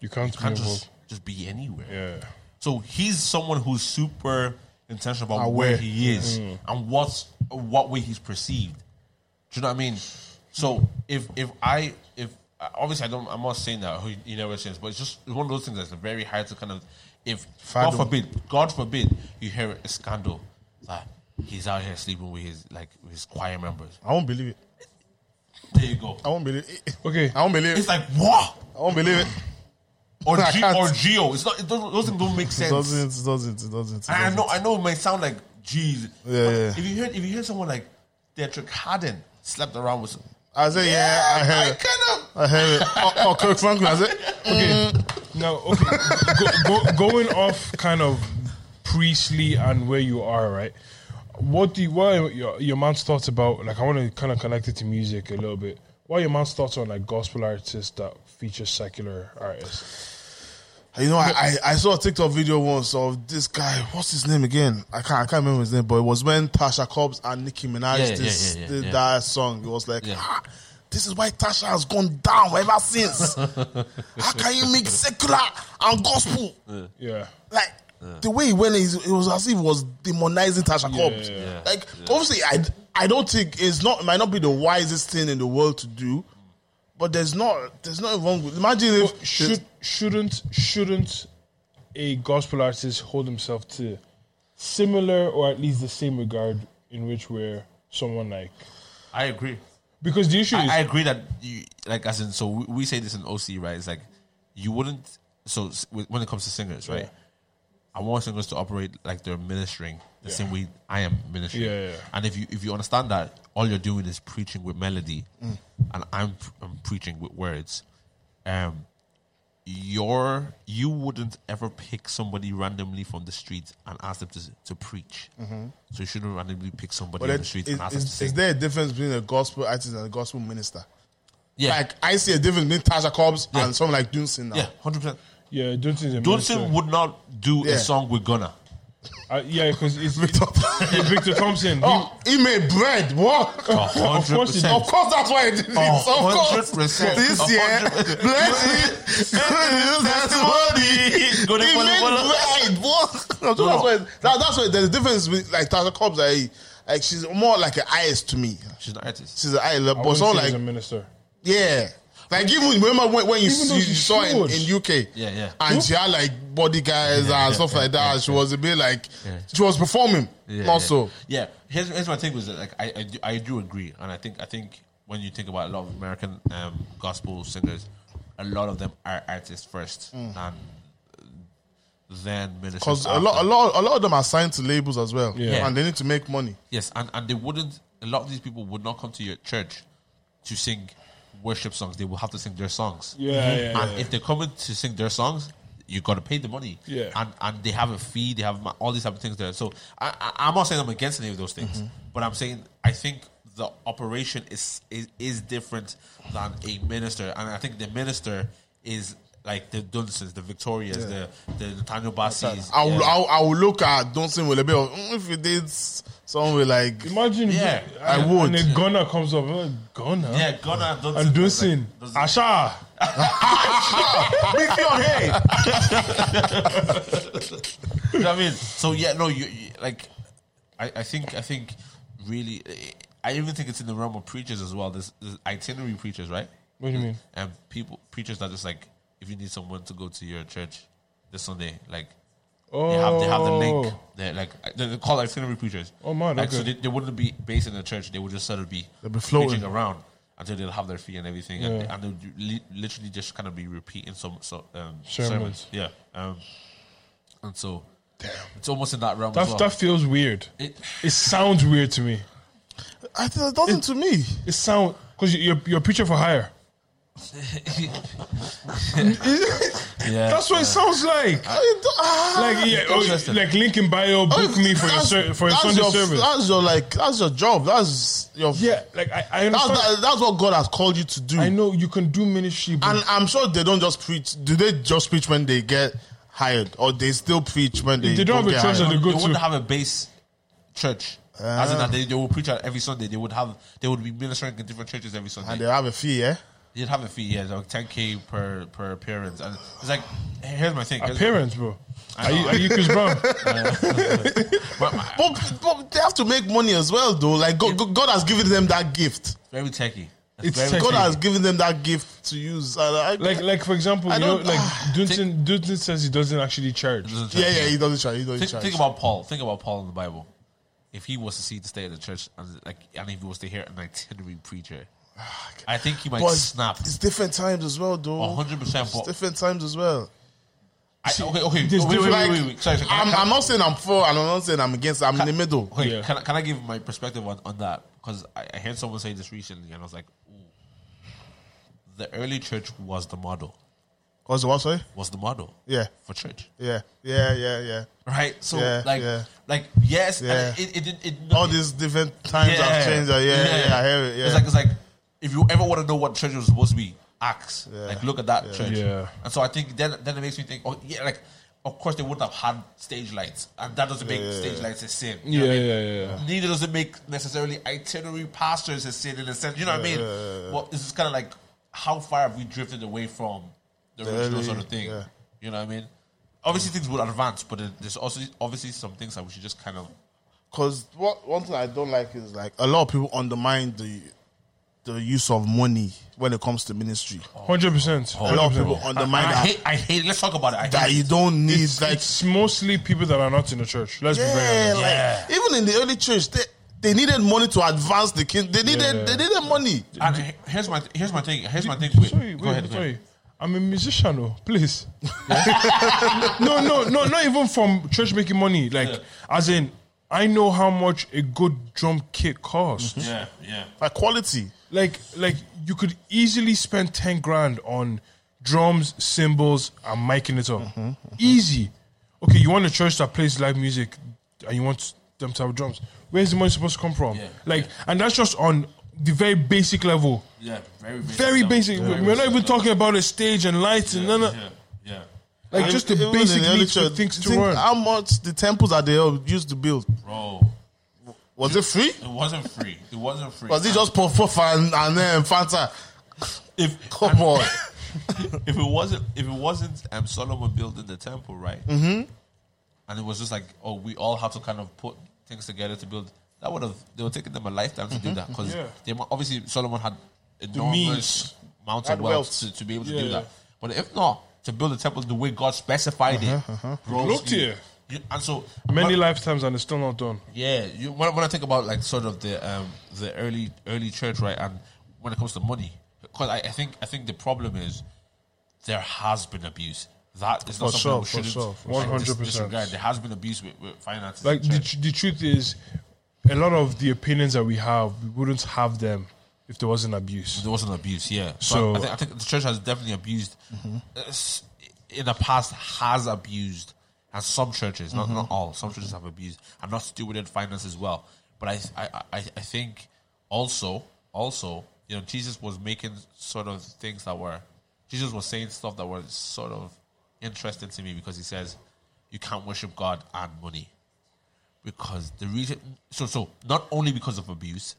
You can't,
you can't
be
just
involved.
just be anywhere."
Yeah.
So he's someone who's super intentional about
Aware. Mm-hmm.
where he is and what's what way he's perceived. Do you know what I mean? So if if I if obviously I don't I'm not saying that he, he never sins, but it's just it's one of those things that's very hard to kind of if
Fathom.
God forbid God forbid you hear a scandal that he's out here sleeping with his like with his choir members.
I won't believe it.
There you go.
I won't believe it.
Okay.
I won't believe
It's
it.
like what
I won't believe it.
or
(laughs) I
G,
can't.
or Geo. It's not it doesn't, those things don't make sense.
(laughs) It doesn't. It doesn't. It doesn't. It
I
doesn't.
know, I know, it might sound like jeez.
Yeah,
but
yeah.
If you heard, if you hear someone like Patrick Harden slept around with, some,
I said, yeah, I heard it.
kind of.
I heard it. Oh, oh Kirk Franklin. I said,
Okay. Now, okay. go, go, going off kind of priestly and where you are, right? What do you, what are your, your man's thoughts about? Like, I want to kind of connect it to music a little bit. What are your man's thoughts on like gospel artists that feature secular artists?
You know, I, I, I saw a TikTok video once of this guy. What's his name again? I can't I can't remember his name, but it was when Tasha Cobbs and Nicki Minaj
Yeah, yeah,
this,
yeah, yeah,
did
yeah.
that song. It was like,
Yeah.
"Ah, this is why Tasha has gone down ever
(laughs)
since. How can you mix secular and gospel?
Yeah.
Like the way he went, is- it was as if he was demonizing Tasha Cobbs.
yeah,
yeah.
Like obviously, I I don't think it's not it might not be the wisest thing in the world to do, but there's not there's nothing wrong with. Imagine if
Should shouldn't shouldn't a gospel artist hold himself to similar or at least the same regard in which we're someone like
I agree.
because the issue is
I, I agree that you like as in so we, we say this in OC right. It's like you wouldn't. So s- with- when it comes to singers, right?
Yeah.
I want singers to operate like they're ministering the same way I am ministering.
Yeah, yeah, yeah.
And if you if you understand that all you're doing is preaching with melody,
Mm.
and I'm I'm preaching with words, um, your you wouldn't ever pick somebody randomly from the street and ask them to s- to preach. So you shouldn't randomly pick somebody
Mm-hmm. But
on
then,
the street
is,
and ask them to
is,
sing.
is there a difference between a gospel artist and a gospel minister?
yeah,
Like I see a difference between Tasha Cobbs
Yeah.
and someone like Dunsin now.
yeah, hundred percent.
yeah don't think
Johnson would not do
Yeah.
a song with Gunna.
Uh, yeah, because it's
Victor.
yeah, Victor
(laughs)
Thompson. He,
Oh, he made bread. What?
Of course he
Of course, that's why he did it.
Oh,
Of course,
100%.
this
Of
year,
100%.
bless it. (laughs)
Testimony. Go to
He
follow,
made
follow.
bread. What? (laughs)
No,
No, so that's
no.
why. That, that's why there's a difference with like Tasha Cobbs. I, like she's more like an IS to me.
She's an artist.
She's an IS,
I
but
wouldn't say
so
he's
like
a minister.
Yeah. Like even remember when, when you,
Even though
you
she
saw in,
showed.
in UK,
Yeah, yeah.
and she had like body guys
Yeah, yeah,
and stuff
yeah,
like that.
yeah,
she
yeah.
was a bit like
Yeah.
she was performing
Yeah,
also.
Yeah, Yeah. Here's, here's my thing was that, like I, I do, I do agree, and I think I think when you think about a lot of American um, gospel singers, a lot of them are artists first and then ministers.
Because Mm. a
after.
lot, a lot, a lot of them are signed to labels as well,
Yeah.
and they need to make money.
Yes, and, and they wouldn't. A lot of these people would not come to your church to sing worship songs. They will have to sing their songs.
Yeah, yeah,
and
yeah.
if they come in to sing their songs, you got to pay the money.
Yeah.
and and they have a fee. They have ma- all these type of things there. So I, I, I'm not saying I'm against any of those things, but I'm saying I think the operation is, is is different than a minister, and I think the minister is. Like the Dunsons, the Victorias, the the Nathaniel Bassis.
I will,
yeah.
I will, I will look at Johnson with a bit of "Mm, if you did something with like
Imagine,
Yeah,
I would.
And then Gunner comes up, uh, Gunner,
yeah, Gunnar Dunson.
and Dunsin,
Like, Dunsin.
Asha,
make your hair.
You know what I mean? So yeah, no, you, you like, I, I think I think really, eh, I even think it's in the realm of preachers as well. There's, there's itinerary preachers, right?
What do you mean?
And people preachers that just like, if you need someone to go to your church this Sunday, like. They have, they have the link.
Oh.
They're like uh, they're they're called itinerary preachers.
Oh, man,
Like, So
okay.
they, they wouldn't be based in the church. They would just sort of be,
They'd be floating.
preaching around until they'll have their fee and everything, and,
Yeah.
and they'll li- literally just kind of be repeating some, some um,
Sermons.
Yeah. Um, and so It's almost in that realm
That,
as well.
that feels weird.
It-
It sounds weird to me.
I think it doesn't to me.
It sounds because you're you're a preacher for hire. (laughs)
yeah.
That's what it sounds like.
I don't- ah.
Like yeah, oh,
interesting.
like link in bio, book me for your
Oh, That's-
ser- for your
that's
Sunday
your-
service.
That's your like. That's your job. That's your.
yeah, like I, I
That's
understand.
that, that's what God has called you to do.
I know you can do ministry, but
And I'm sure they don't just preach. Do they just preach when they get hired, or they still preach when they?
they don't have a
get
church that
hired?
they
they
go
wouldn't
to. Ah.
have a base church. As in that they, they would preach at every Sunday. They would have they would be ministering in different churches every Sunday.
And
uh,
they have a fee, yeah.
You'd have a fee, yeah, like ten k per per appearance. And it's like, here's my thing. here's-
Appearance, bro. Are you, are you Chris Brown?
but my-
But, but they have to make money as well, though. Like God, God has given them that gift.
very techie.
It's
very
techie.
God has given them that gift to use. And I,
Like, like for example,
I
you know,
don't- (sighs)
like Dunton, Dunton says he doesn't actually charge.
Doesn't
yeah,
charge.
yeah, he doesn't try. He doesn't
Think,
try.
think about Paul. Think about Paul in the Bible. If he was to see the state of the church, and like, and if he was to hear an itinerary preacher, I think he might
But it's-
snap.
It's different times as well, though.
100%,
It's
but-
different times as well.
I, okay, okay,
there's
wait, wait, wait,
Like,
wait, wait, wait. Sorry, sorry. Can I-
I'm,
can I-
I'm not saying I'm for, and I'm not saying I'm against. I'm in the middle.
Wait,
Yeah.
can, I- can I give my perspective on, on that? Because I, I heard someone say this recently, and I was like, Ooh. the early church was the model.
Cause what? Sorry.
Was the model?
Yeah.
for church,
Yeah. Yeah. Yeah. Yeah.
right? So
Yeah,
like,
yeah.
like yes, and
Yeah.
it, it, didn't- it,
All
it-
these different times have changed. uh, Yeah. Yeah. Yeah. I hear it. Yeah.
It's like it's like if you ever want to know what church was supposed to be, ask. Like look at that church.
Yeah.
And so I think then then it makes me think, oh yeah, like of course they wouldn't have had stage lights, and that doesn't make stage lights a sin. You
Yeah,
know what I
yeah,
mean?
yeah.
Neither does it make necessarily itinerary pastors a sin in a sense. You know what I mean? Well, this is kind of like how far have we drifted away from the, original
early-
sort of thing?
yeah.
You know what I mean? Obviously, things will advance, but there- there's also obviously some things that we should just kind of
Because what one thing I don't like is like a lot of people undermine the the use of money when it comes to ministry.
Hundred percent.
a lot of people undermine
I
that,
hate. I hate. Let's talk about it. I
that
hate
you don't need
Uh-huh. It's,
like
it's mostly people that are not in the church. Let's be very
yeah,
honest.
like even in the early church they they needed money to advance the king. They needed
Yeah.
they needed money.
And he- here's my here's my thing. Here's my thing. Wait,
Sorry,
go
wait,
ahead. Go
sorry.
ahead.
I'm a musician, oh, please. (laughs) no, no, no, not even from church making money. Like, as in, I know how much a good drum kit costs.
Yeah, yeah.
Like quality.
Like, like you could easily spend ten grand on drums, cymbals, and miking it up.
Mm-hmm,
Easy. Okay, you want a church that plays live music, and you want them to have drums. Where's the money supposed to come from?
Yeah,
Like, and that's just on the very basic level.
Yeah, very basic.
Very
level.
basic.
Very
We're not
basic
even
level.
talking about a stage and lights and none of
Yeah, yeah.
like just the
Even in
basic
early
needs for
church,
things to
think
run.
How much the temples that they used to build
Bro,
was it free?
it wasn't free. It wasn't free.
Was it just puff puff and and then Fanta? (laughs)
if
Come on,
if it wasn't if it wasn't um, Solomon building the temple right? Mm-hmm. And it was just like oh we all have to kind of put things together to build. That would have they were taking them a lifetime to do that because
Mm-hmm. Yeah.
they mu- obviously Solomon had
means.
enormous mountain
Had
of wealth
wealth.
to, to be able to
Yeah,
do
yeah.
that. But if not, to build a temple the way God specified it, grossly,
Uh-huh, Look to you.
you- And so
Many lifetimes and it's still not done.
yeah, you, when, when I think about like sort of the um, the early early church, right, and when it comes to money, because I, I think I think the problem is there has been abuse. That is not
For
something
sure,
we
for
shouldn't
sure, for
like,
sure.
dis-
100%.
disregard. There has been abuse with, with finances.
Like
in
the,
church.
tr- the truth is, a lot of the opinions that we have, we wouldn't have them if there wasn't abuse.
there wasn't abuse. Yeah, so I,
So-
I think, I think the church has definitely abused uh, s- in the past has abused, and some churches, not not all, some churches have abused and not stewarded finance as well. But I I I, I think also also you know Jesus was making sort of things that were Jesus was saying stuff that were sort of interesting to me because he says you can't worship God and money because the reason so so not only because of abuse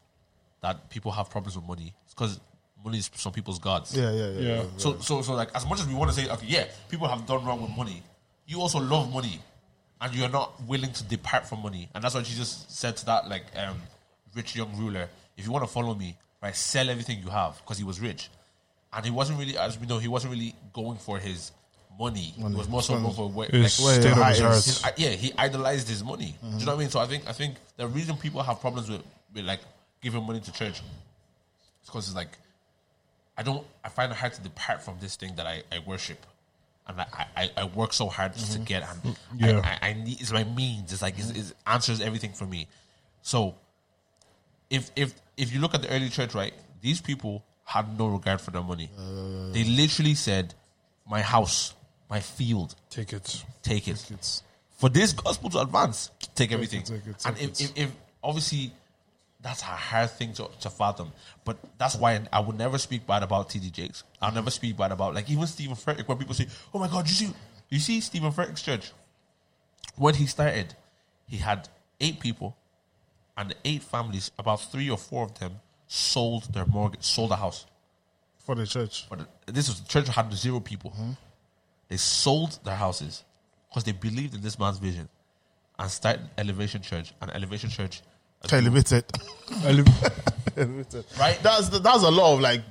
that people have problems with money because money is some people's gods
yeah, yeah, yeah.
Yeah.
so so so like as much as we want to say okay yeah people have done wrong with money you also love money and you're not willing to depart from money and that's what jesus said to that like um rich young ruler if you want to follow me right sell everything you have because he was rich and he wasn't really as we know he wasn't really going for his money, he was more so going for where,
It's
like,
state of
high
his
is-
heart.
I- yeah, he idolized his money. Do you know what I mean? So I think I think the reason people have problems with, with like giving money to church is because it's like I don't I find it hard to depart from this thing that I, I worship. and I, I, I work so hard just to get and
Yeah.
I, I, I need it's my means. It's like it's, it answers everything for me. So if if if you look at the early church, right, these people had no regard for their money. they literally said, "My house, my field,
Take it.
take it."
It's
for this gospel to advance, take everything.
take it,
and
take
if, if, if obviously that's a hard thing to, to fathom, but that's why I would never speak bad about TD Jakes. I'll never speak bad about like even Stephen Furtick, where people say, "Oh my God, you see, you see Stephen Furtick's church." When he started, he had eight people, and the eight families, about three or four of them, sold their mortgage, sold the house.
for the church.
But this was the church had zero people. They sold their houses because they believed in this man's vision and started Elevation Church. And Elevation Church,
Elevated.
I live- (laughs)
Elevated.
Right.
That's the, that's a lot of like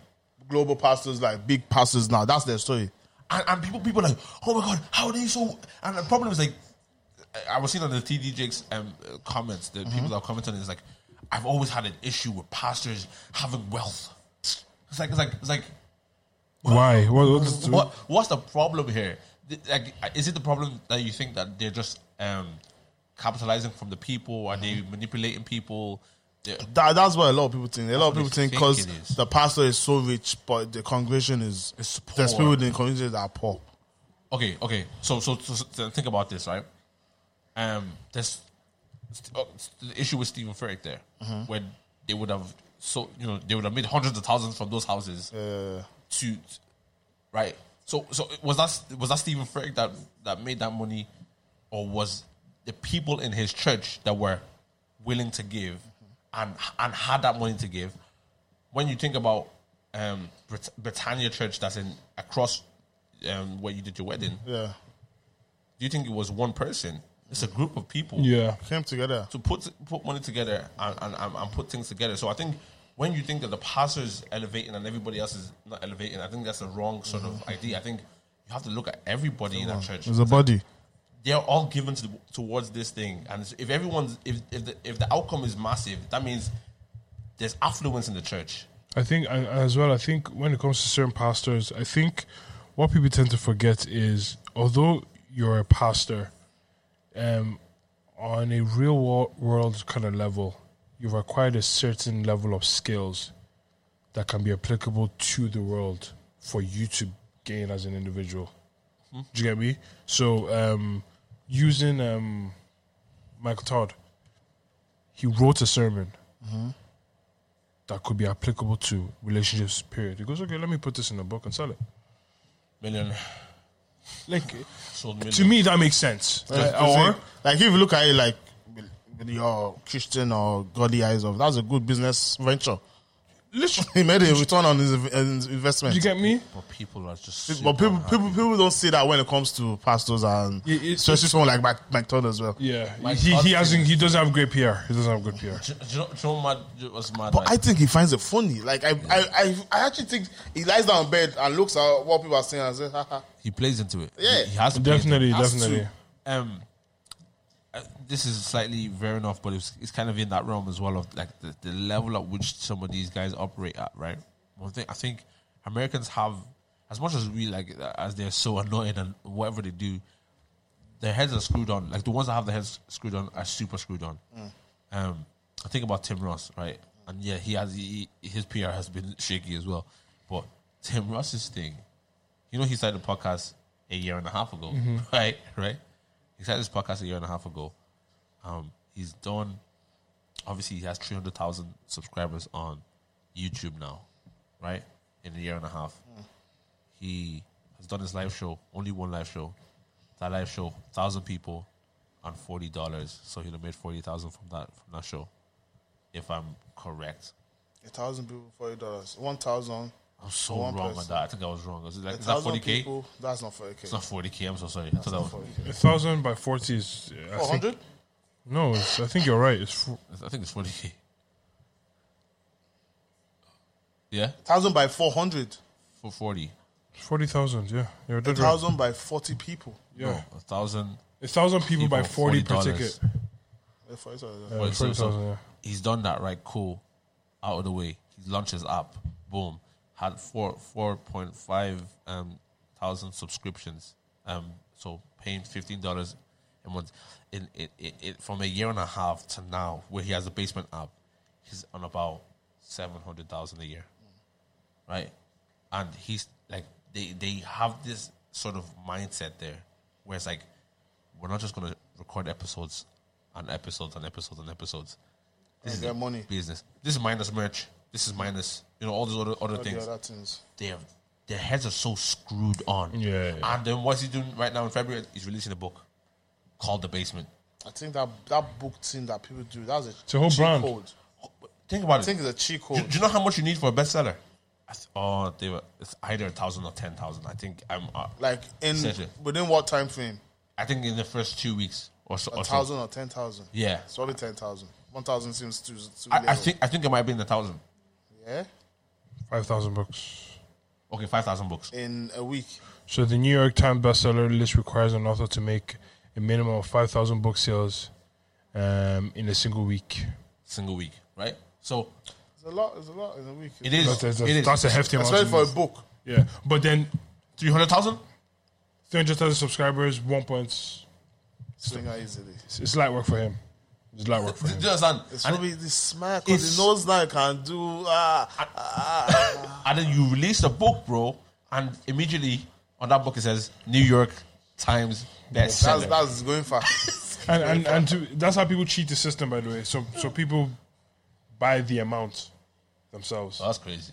global pastors, like big pastors now. That's their story.
and, and people people are like, oh my god, how are they so? And the problem is like, I- I was seeing on the TD Jakes um, uh, comments, the people that were commenting is like, I've always had an issue with pastors having wealth. It's like it's like it's like
Why? What, what, does-
what what's the problem here? Th- Like, is it the problem that you think that they're just um, capitalizing from the people? Are they manipulating people? They're-
That, that's what a lot of people think. A lot of
what
people
they think
think because
it is.
the pastor is so rich, but the congregation is
It's poor.
there's people in the congregation that are poor.
Okay, okay. So, so, so, so think about this, right? Um, there's uh, the issue with Stephen Furtick there, when they would have so you know they would have made hundreds of thousands from those houses to, right? So, so was that was that Stephen Furtick that that made that money, or was the people in his church that were willing to give and and had that money to give? When you think about um, Brit- Britannia Church that's in across um, where you did your wedding,
Yeah,
do you think it was one person? It's a group of people
yeah.
came together.
to put put money together and, and, and, and put things together. So I think when you think that the pastor is elevating and everybody else is not elevating, I think that's the wrong sort of idea. I think you have to look at everybody in that church.
It's a body.
They're all given to the, towards this thing, and if everyone's if if the, if the outcome is massive, that means there's affluence in the church.
I think I, as well. I think when it comes to certain pastors, I think what people tend to forget is although you're a pastor, um, on a real wo- world kind of level, you've acquired a certain level of skills that can be applicable to the world for you to gain as an individual. Do you get me? So, um, using um, Michael Todd, he wrote a sermon that could be applicable to relationships. Period. He goes, okay, let me put this in a book and sell it.
Million
Like
sold million.
to me, that makes sense.
Like,
Uh, or
like if you look at it like with- with your Christian or godly eyes of, that's a good business venture.
literally,
He made a return on his, his investment.
you get me?
but people are just
But people, people, people don't see that when it comes to pastors and
Yeah, it's-
especially someone like Mike, Mike Todd as well.
Yeah,
My
he,
thought
he hasn't. He doesn't have great PR. He doesn't have good PR.
Do, do you know, do you know what mad- what's mad?
But
like-
I think he finds it funny. Like I, I, I, I actually think he lies down in bed and looks at what people are saying and says, "Ha ha."
he plays into it.
Yeah.
he, he has to play into it.
Definitely,
Has
definitely.
to.
um, uh, this is slightly veering off, but it's, it's kind of in that realm as well of like the, the level at which some of these guys operate at, right? One thing I think Americans have, as much as we like, uh, as they're so annoyed and whatever they do, their heads are screwed on. Like the ones that have their heads screwed on are super screwed on. Um, I think about Tim Ross, right? And yeah, he has he, his PR has been shaky as well. But Tim Ross's thing, you know, he started a podcast a year and a half ago,
Mm-hmm.
(laughs) right? Right? He started his podcast a year and a half ago. Um, he's done. Obviously, he has three hundred thousand subscribers on YouTube now, right? In a year and a half,
Mm.
he has done his live show. Only one live show. That live show, thousand people, on forty dollars. So he'd have made forty thousand from that from that show, if I'm correct.
A thousand people, forty dollars. One thousand.
I'm so
One
wrong on
person.
that. I think I was wrong. Is, it like,
A
is that
thousand
forty k?
people. That's not forty k.
It's not forty k. I'm so sorry. I thought that was-
A thousand by forty is. I
Four
think,
hundred.
no, it's, I think you're right. It's four,
I think it's forty (laughs) k. Yeah,
Thousand by four hundred.
for forty.
forty thousand. Yeah, you're dead right.
Thousand by forty people.
Yeah,
a thousand.
a thousand people by
People,
forty per
$40.
ticket.
Yeah, 40, sorry.
Wait, so,
Forty
so
thousand. Yeah.
he's done that right. Cool, out of the way. He launched his app. Boom, had four four point five um thousand subscriptions. Um, so paying fifteen dollars a month, in it, it, it from a year and a half to now, where he has the basement app, he's on about seven hundred thousand a year, right? And he's like they they have this sort of mindset there, where it's like we're not just gonna record episodes and episodes and episodes and episodes. This
And get money.
business. This is minus merch. This is minus you know all these other other
All the
things
other things.
they have their heads are so screwed on.
Yeah, yeah.
And then what's he doing right now in February? He's releasing a book called The Basement.
I think that that book thing that people do, that's a
a whole
cheat
brand.
code.
Think about
I think
it.
it's a cheat
Do,
code.
do you know how much you need for a bestseller? I th- oh, they were it's either a thousand or ten thousand. I think I'm. Uh,
Like in
Essentially.
within what time frame?
I think in the first two weeks or so.
A
or so.
thousand or ten thousand?
Yeah.
It's probably ten thousand. One thousand seems too. too
I, I
little.
think I think it might be in the thousand.
yeah,
Five thousand bucks.
Okay, five thousand books.
in a week.
So the New York Times bestseller list requires an author to make a minimum of five thousand book sales um, in a single week.
Single week, right? So
It's a lot. It's a lot in a week.
it is.
That's, that's,
it is.
that's a hefty amount.
especially
of
for a
news.
book.
yeah, but then
three hundred thousand.
three hundred thousand subscribers, one point.
Slinger easily.
It's, it's light work for him. It's light work for
Do you
him.
understand?
It's
And-
probably the smart because
it's-
he knows now he can do. Ah, ah, ah.
and then you release a book, bro, and immediately on that book it says New York Times
that's
bestseller.
that's going fast.
And and, and to, that's how people cheat the system, by the way. So so people buy the amount themselves.
Oh, That's crazy.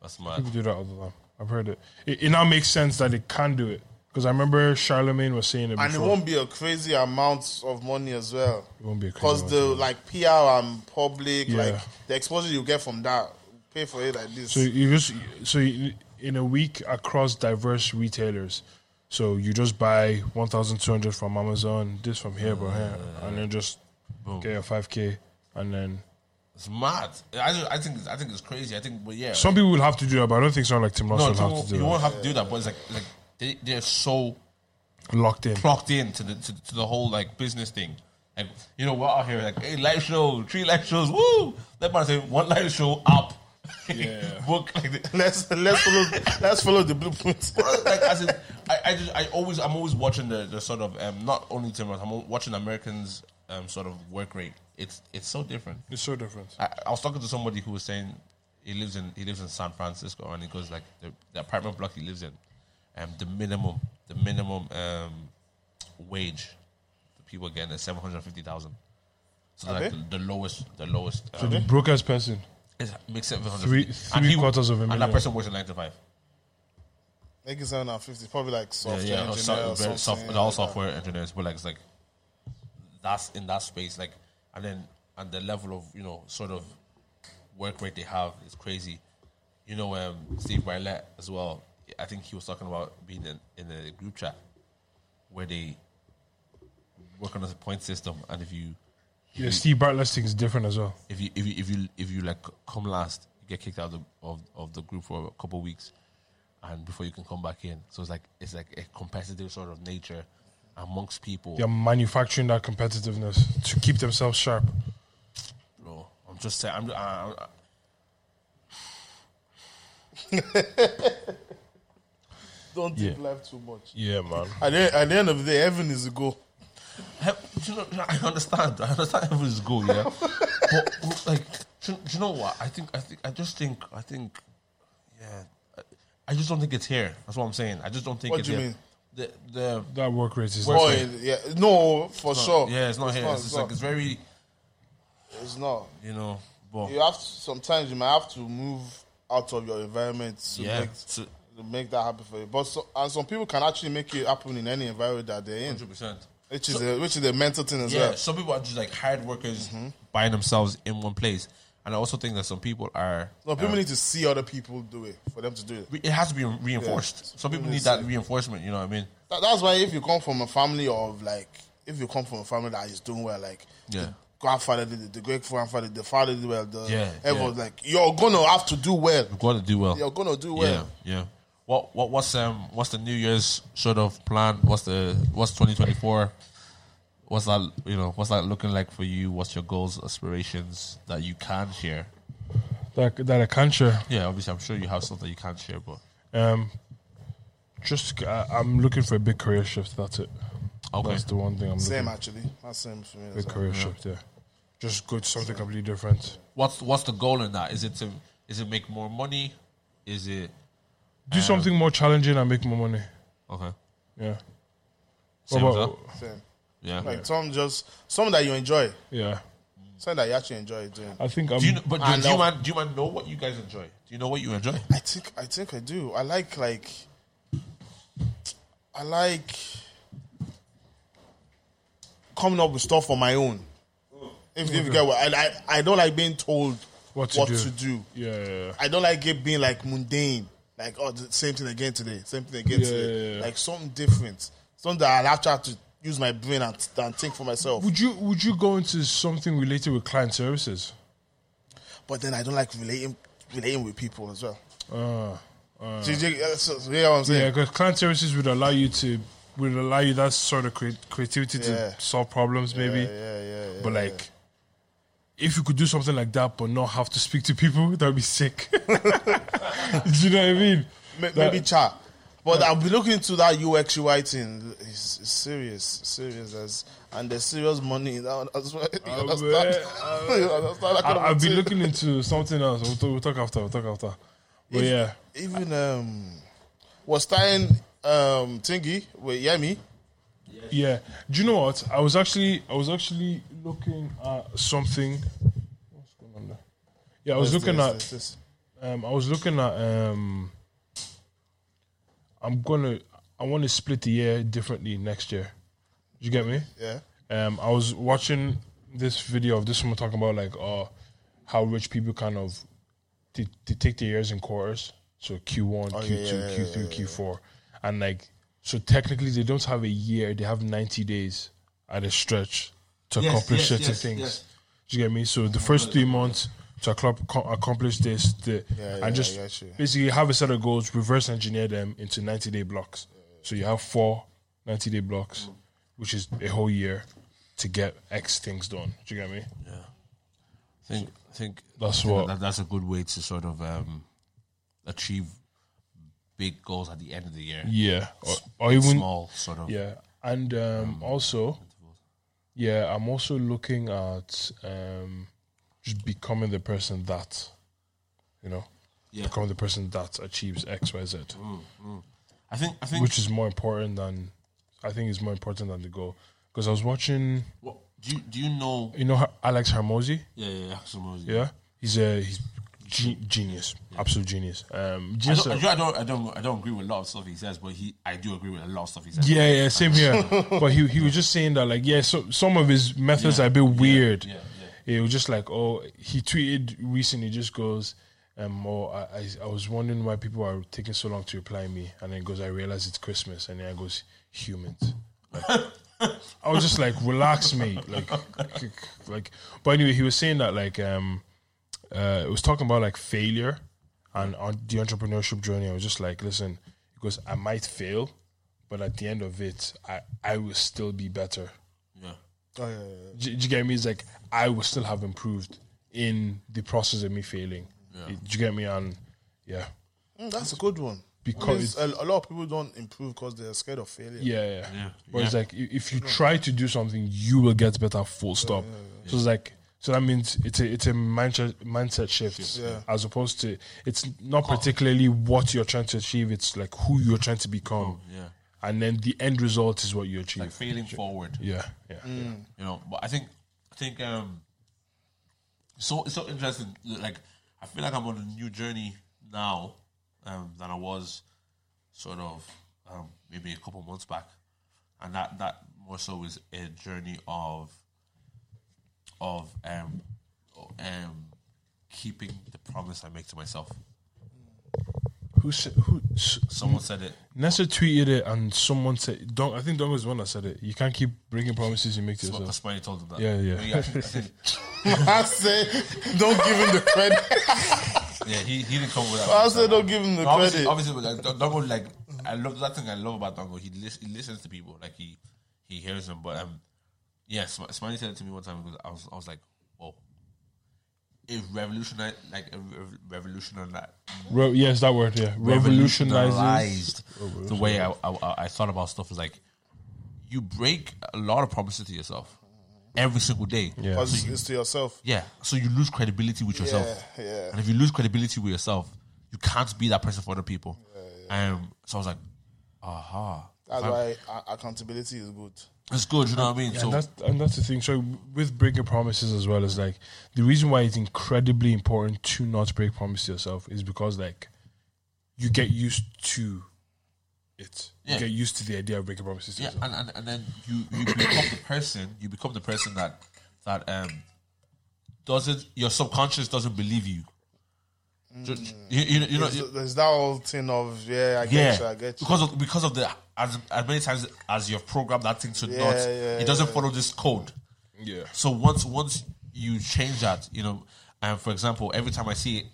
That's mad.
People do that all the time. I've heard it. It, it now makes sense that it can do it because I remember Charlemagne was saying it before.
and it won't be a crazy amount of money as well.
It won't be a crazy
because the
amount.
like PR and public,
Yeah.
like the exposure you get from that, pay for it like this.
So you just so you, in a week across diverse retailers. So you just buy one thousand two hundred from Amazon, this from here, but here, and then just get your five k, and then
It's mad. I, I think I think it's crazy. I think, but yeah,
some people will have to do that, but I don't think someone like Tim Ross
no,
will
you,
have
won't-
to do
you
that.
won't have to do that. But it's like like they, they're so
Locked in.
plugged in to the to, to the whole like business thing. Like you know, we're out here like hey, live show, three live shows, woo! That man say one live show up, (laughs)
Yeah.
book like the,
(laughs) let's let's follow let's follow the blueprint. (laughs)
like as in, I, I just I always I'm always watching the, the sort of um, not only Tim Roth, I'm al- watching Americans um, sort of work rate. It's it's so different.
It's so different.
I, I was talking to somebody who was saying he lives in he lives in San Francisco and he goes like the, the apartment block he lives in, um the minimum the minimum um wage the people are getting is seven hundred fifty thousand. So like
they?
the, the lowest the lowest
So
um,
the brokers person,
it makes seven hundred
Three- three quarters of a
and
million.
that person works at nine to five.
Make it seven and fifty. Probably like
yeah,
software
yeah, or
engineer
so-
or
very
something.
soft, all software engineers, but like it's like that's in that space, like, and then and the level of you know sort of work rate they have is crazy. You know, um, Steve Bartlett as well. I think he was talking about being in, in a group chat where they work on a point system, and if you
yeah, Steve Bartlett's thing is different as well.
if you if you if you if you like come last, you get kicked out of the, of, of the group for a couple of weeks, and before you can come back in. So it's like it's like a competitive sort of nature amongst people.
They're manufacturing that competitiveness to keep themselves sharp.
Bro, I'm just saying. I'm. I, I,
Don't take
Yeah.
life too much.
Yeah, man.
At the, at the end of the day, heaven is a goal.
He- do you know, I understand. I understand everyone's goal,
(laughs)
yeah. but, but, like, do, you- do you know what? I think. I think. I just think. I think. Yeah. I, I just don't think it's here. That's what I'm saying. I just don't think
What
it's
do you
here.
mean?
The the
That work rate is.
Boy, yeah, no, for sure.
yeah, it's not here. it's
it's,
just like it's very
it's not.
you know. But
You have to, sometimes you might have to move out of your environment to
Yeah,
make
to-
to make that happen for you. But so, and some people can actually make it happen in any environment that they're in,
Hundred percent.
which is a, which is a mental thing as
Yeah, Mm-hmm.
well.
some people are just like hard workers by themselves in one place, and I also think that some people are.
No, people need to see other people do it for them to do it.
It has to be reinforced.
Yeah.
Some people need that reinforcement. You know what I mean?
That, that's why if you come from a family of like, if you come from a family that is doing well, like
Yeah.
the grandfather did it, the great grandfather, the father did well, the
Yeah,
everyone
yeah.
like you're gonna have to do well.
We've got to do well.
You're gonna do well.
Yeah, yeah. What what what's um what's the New Year's sort of plan? What's the what's twenty twenty four? What's that you know? What's that looking like for you? What's your goals, aspirations that you can share?
That, that I can't share.
Yeah, obviously, I'm sure you have something you can't share, but
Um, Just I, I'm looking for a big career shift. That's it.
Okay.
That's the one thing I'm
Same
looking
actually. That's same for me.
for.
As
Big
well.
career shift. Yeah. Just go to something completely different.
What's what's the goal in that? Is it to is it make more money? Is it
Do something more challenging and make more money.
okay?
Yeah.
Same
What
as
about-
Same.
Yeah.
Like some just something that you enjoy,
yeah.
something that you actually enjoy doing.
I think I'm.
do you know, but
I
do, do you
know.
man do you man know what you guys enjoy? Do you know what you enjoy?
I think I think I do. I like like I like coming up with stuff on my own. If, if you get what I, I I don't like being told
What to do. yeah, yeah, yeah.
I don't like it being like mundane. Like oh, the same thing again today, same thing again
Yeah,
today.
yeah, yeah.
Like something different, something that I'll actually have to use my brain and, and think for myself.
Would you Would you go into something related with client services?
But then I don't like relating relating with people as well.
Uh,
Do you, do you- uh, so- so you hear what I'm
yeah,
saying?
because client services would allow you to would allow you that sort of crea- creativity
Yeah.
to solve problems, maybe.
Yeah, yeah, yeah. yeah.
but like, if you could do something like that, but not have to speak to people, (laughs) that'd be sick. do you know what I mean?
Ma-
That-
maybe chat. But I'll be looking into that UX UI thing. It's, it's serious, serious as, and there's serious money in that one as well. (laughs) You
Oh,
understand?
man.
(laughs) You understand? That kind
I,
of
I've been
thing.
looking into something else. We'll talk, we'll talk after. We'll talk after. But
If-
yeah,
Even um, was starting um Tingy with Yemi.
yeah. Do you know what? I was actually I was actually looking at something. What's going on there? Yeah, I was looking at. Um, I was looking at. Um, I'm gonna. I want to split the year differently next year. You get me?
yeah,
Um, I was watching this video of this woman talking about like, uh, how rich people kind of they, they take their years in quarters, so Q one, Q
Oh, yeah,
two,
yeah,
Q three, Q four, and like, so technically they don't have a year; they have ninety days at a stretch to
Yes,
accomplish
yes,
certain
yes,
things.
yes.
Do you get me? So the first three months to accom- co- accomplish this, the,
Yeah, yeah,
and
I
just
get you.
basically have a set of goals, reverse engineer them into 90 day blocks. So you have four 90 day blocks, which is a whole year to get X things done. Do you get me?
I think I think
That's
I think
what-
that, that's a good way to sort of um, achieve big goals at the end of the year.
Yeah. Or, or even,
Small sort of
yeah. And um, also, yeah, I'm also looking at um, just becoming the person that, you know,
Yeah.
becoming the person that achieves X, Y, Z.
I think I think
which is more important than I think is more important than the goal. Because I was watching,
what, do you do you know
you know, Alex Harmozy.
yeah yeah, yeah, Axel Rose,
Yeah, he's a he's ge- genius, absolute genius. Um,
I
genius
don't, I don't, I don't, I don't agree with a lot of stuff he says, but he, I do agree with a lot of stuff he says.
yeah, yeah, same here.
(laughs)
but he he was just saying that like yeah, so some of his methods are a bit weird.
yeah,
It was just like oh, he tweeted recently just goes. Um, oh, I, I I was wondering why people are taking so long to reply me, and then he goes, I realize it's Christmas, and then it goes, humans. I was just like, relax, mate. Like, (laughs) like. But anyway, he was saying that like, um, uh, it was talking about like failure and on the entrepreneurship journey. I was just like, listen, he goes, I might fail, but at the end of it, I I will still be better.
yeah,
Oh, yeah, yeah, yeah.
Do, do you get me? It's like I will still have improved in the process of me failing. Do you get me? And yeah,
Mm, that's a good one.
Because-
Because a, a lot of people don't improve because they're scared of failure.
Yeah, yeah.
Yeah.
But it's like i- if you try to do something, you will get better. Full stop. So it's like so that means it's a it's a mindset mindset shift
Yeah.
as opposed to it's not
Oh.
particularly what you're trying to achieve. It's like who you're trying to
Oh,
become.
yeah.
And then the end result is what you achieve.
Like failing forward,
yeah, yeah,
Mm.
you know. But I think, I think, um, so it's so interesting. Like, I feel like I'm on a new journey now um, than I was, sort of, um, maybe a couple months back, and that that more so is a journey of, of um, um, keeping the promise I make to myself.
Who said who? s-
Someone said it.
Nessa tweeted it, and someone said, "Don." I think Don was the one that said it. You can't keep breaking promises you make to yourself.
That's why you told them that.
Yeah, yeah.
But I think- I
(laughs)
think-
(laughs) I say, don't give him the credit.
Yeah, he, he didn't come with that.
I say, don't give him the
No, obviously,
credit.
obviously, but like, Don- Dongo, like I love that thing I love about Dongo. He, lis- he listens to people, like he he hears them. But um, yeah, Sm- Smiley said it to me one time because I was I was like, whoa, it revolutionized, like it re- revolutionized,
Re- yes, that word. Yeah, revolutionizes.
revolutionized the way I, I, I thought about stuff. Is like you break a lot of promises to yourself every single day.
Yeah.
So
Because
you-
it's to yourself.
yeah. So you lose credibility with yourself.
yeah.
And if you lose credibility with yourself, you can't be that person for other people. Um. So I was like, aha.
That's why uh, accountability is good.
It's good. You know what I mean? so
And that's, and that's the thing. So with breaking promises as well is like the reason why it's incredibly important to not break promise to yourself is because like you get used to it.
Yeah.
You get used to the idea of breaking promises to
yeah,
yourself.
and, and, and then you, you become the person you become the person that that um doesn't your subconscious doesn't believe you. Ju-
Mm.
ju- You, you, you know,
There's, there's that whole thing of yeah, I
yeah,
get you, I get you.
because of because of the as, as many times as you've programmed that thing to not,
yeah,
it doesn't follow this code.
Yeah.
So once once you change that, you know, and for example, every time I see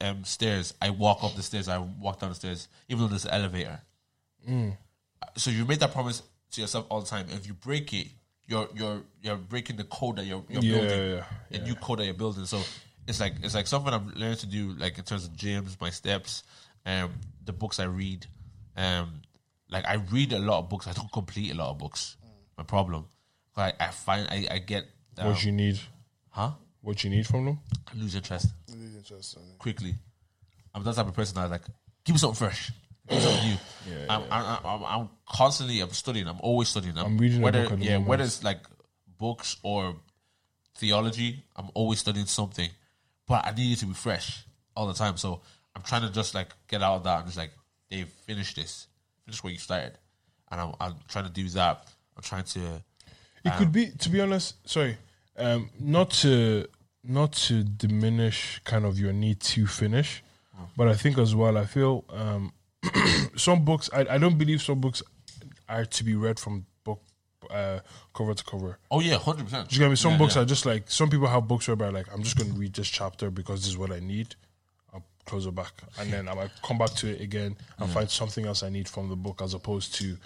um, stairs, I walk up the stairs, I walk down the stairs, even though there's an elevator.
Mm.
So you made that promise to yourself all the time. If you break it, you're you're you're breaking the code that you're, you're
Yeah,
building,
yeah,
a new code that you're building. So it's like it's like something I'm learning to do, like in terms of gyms, my steps, um, the books I read, um, like I read a lot of books. I don't (laughs) complete a lot of books. My problem, I, I find I, I get um,
Mm. What you need,
huh?
what you need from them.
I lose interest
It is interesting.
quickly. I'm that type of person that like give me something fresh, give me something new. I'm, I'm, I'm, I'm constantly I'm studying. I'm always studying. I'm,
I'm reading a
whether
book at the
yeah
moment.
whether it's like books or theology. I'm always studying something, but I need it to be fresh all the time. So I'm trying to just like get out of that and just like they finish this, finish what you started, and I'm, I'm trying to do that. I'm trying to
It could be, to be honest. Sorry, um, not to not to diminish kind of your need to finish, but I think as well, I feel um, (clears throat) some books. I, I don't believe some books are to be read from book uh, cover to cover.
oh yeah hundred percent.
Do you get me? Some books are just like some people have books whereby like I'm just going to read this chapter because this is what I need. I'll close it back, and then I might come back to it again and find something else I need from the book as opposed to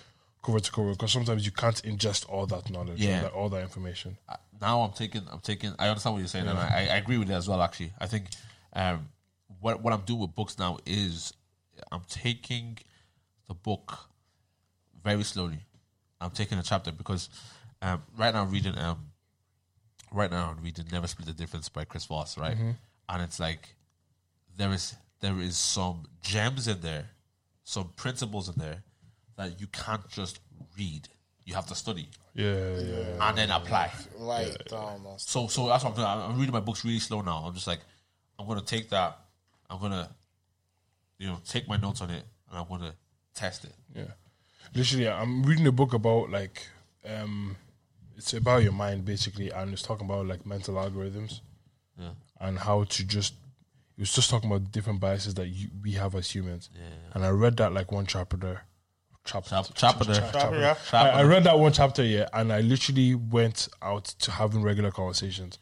cover to cover. Because sometimes you can't ingest all that knowledge, and
Yeah.
that- all that information.
I- now I'm taking I'm taking I understand what you're saying and I, I agree with it as well actually. I think um what what I'm doing with books now is I'm taking the book very slowly. I'm taking a chapter because um right now I'm reading um right now I'm reading Never Split the Difference by Chris Voss, right? And it's like there is there is some gems in there, some principles in there that you can't just read. You have to study
Yeah, yeah, yeah.
and then apply.
Like um, down or
So so that's what I'm doing. I'm I'm reading my books really slow now. I'm just like, I'm gonna take that. I'm gonna, you know, take my notes on it, and I'm gonna test it.
yeah. Literally, I'm reading a book about like, um, it's about your mind basically, and it's talking about like mental algorithms and how to just. It was just talking about different biases that you, we have as humans, and I read that like one chapter there. Chapter,
Chap- chapter.
something. Yeah.
I, I read that one chapter yeah, and I literally went out to having regular conversations,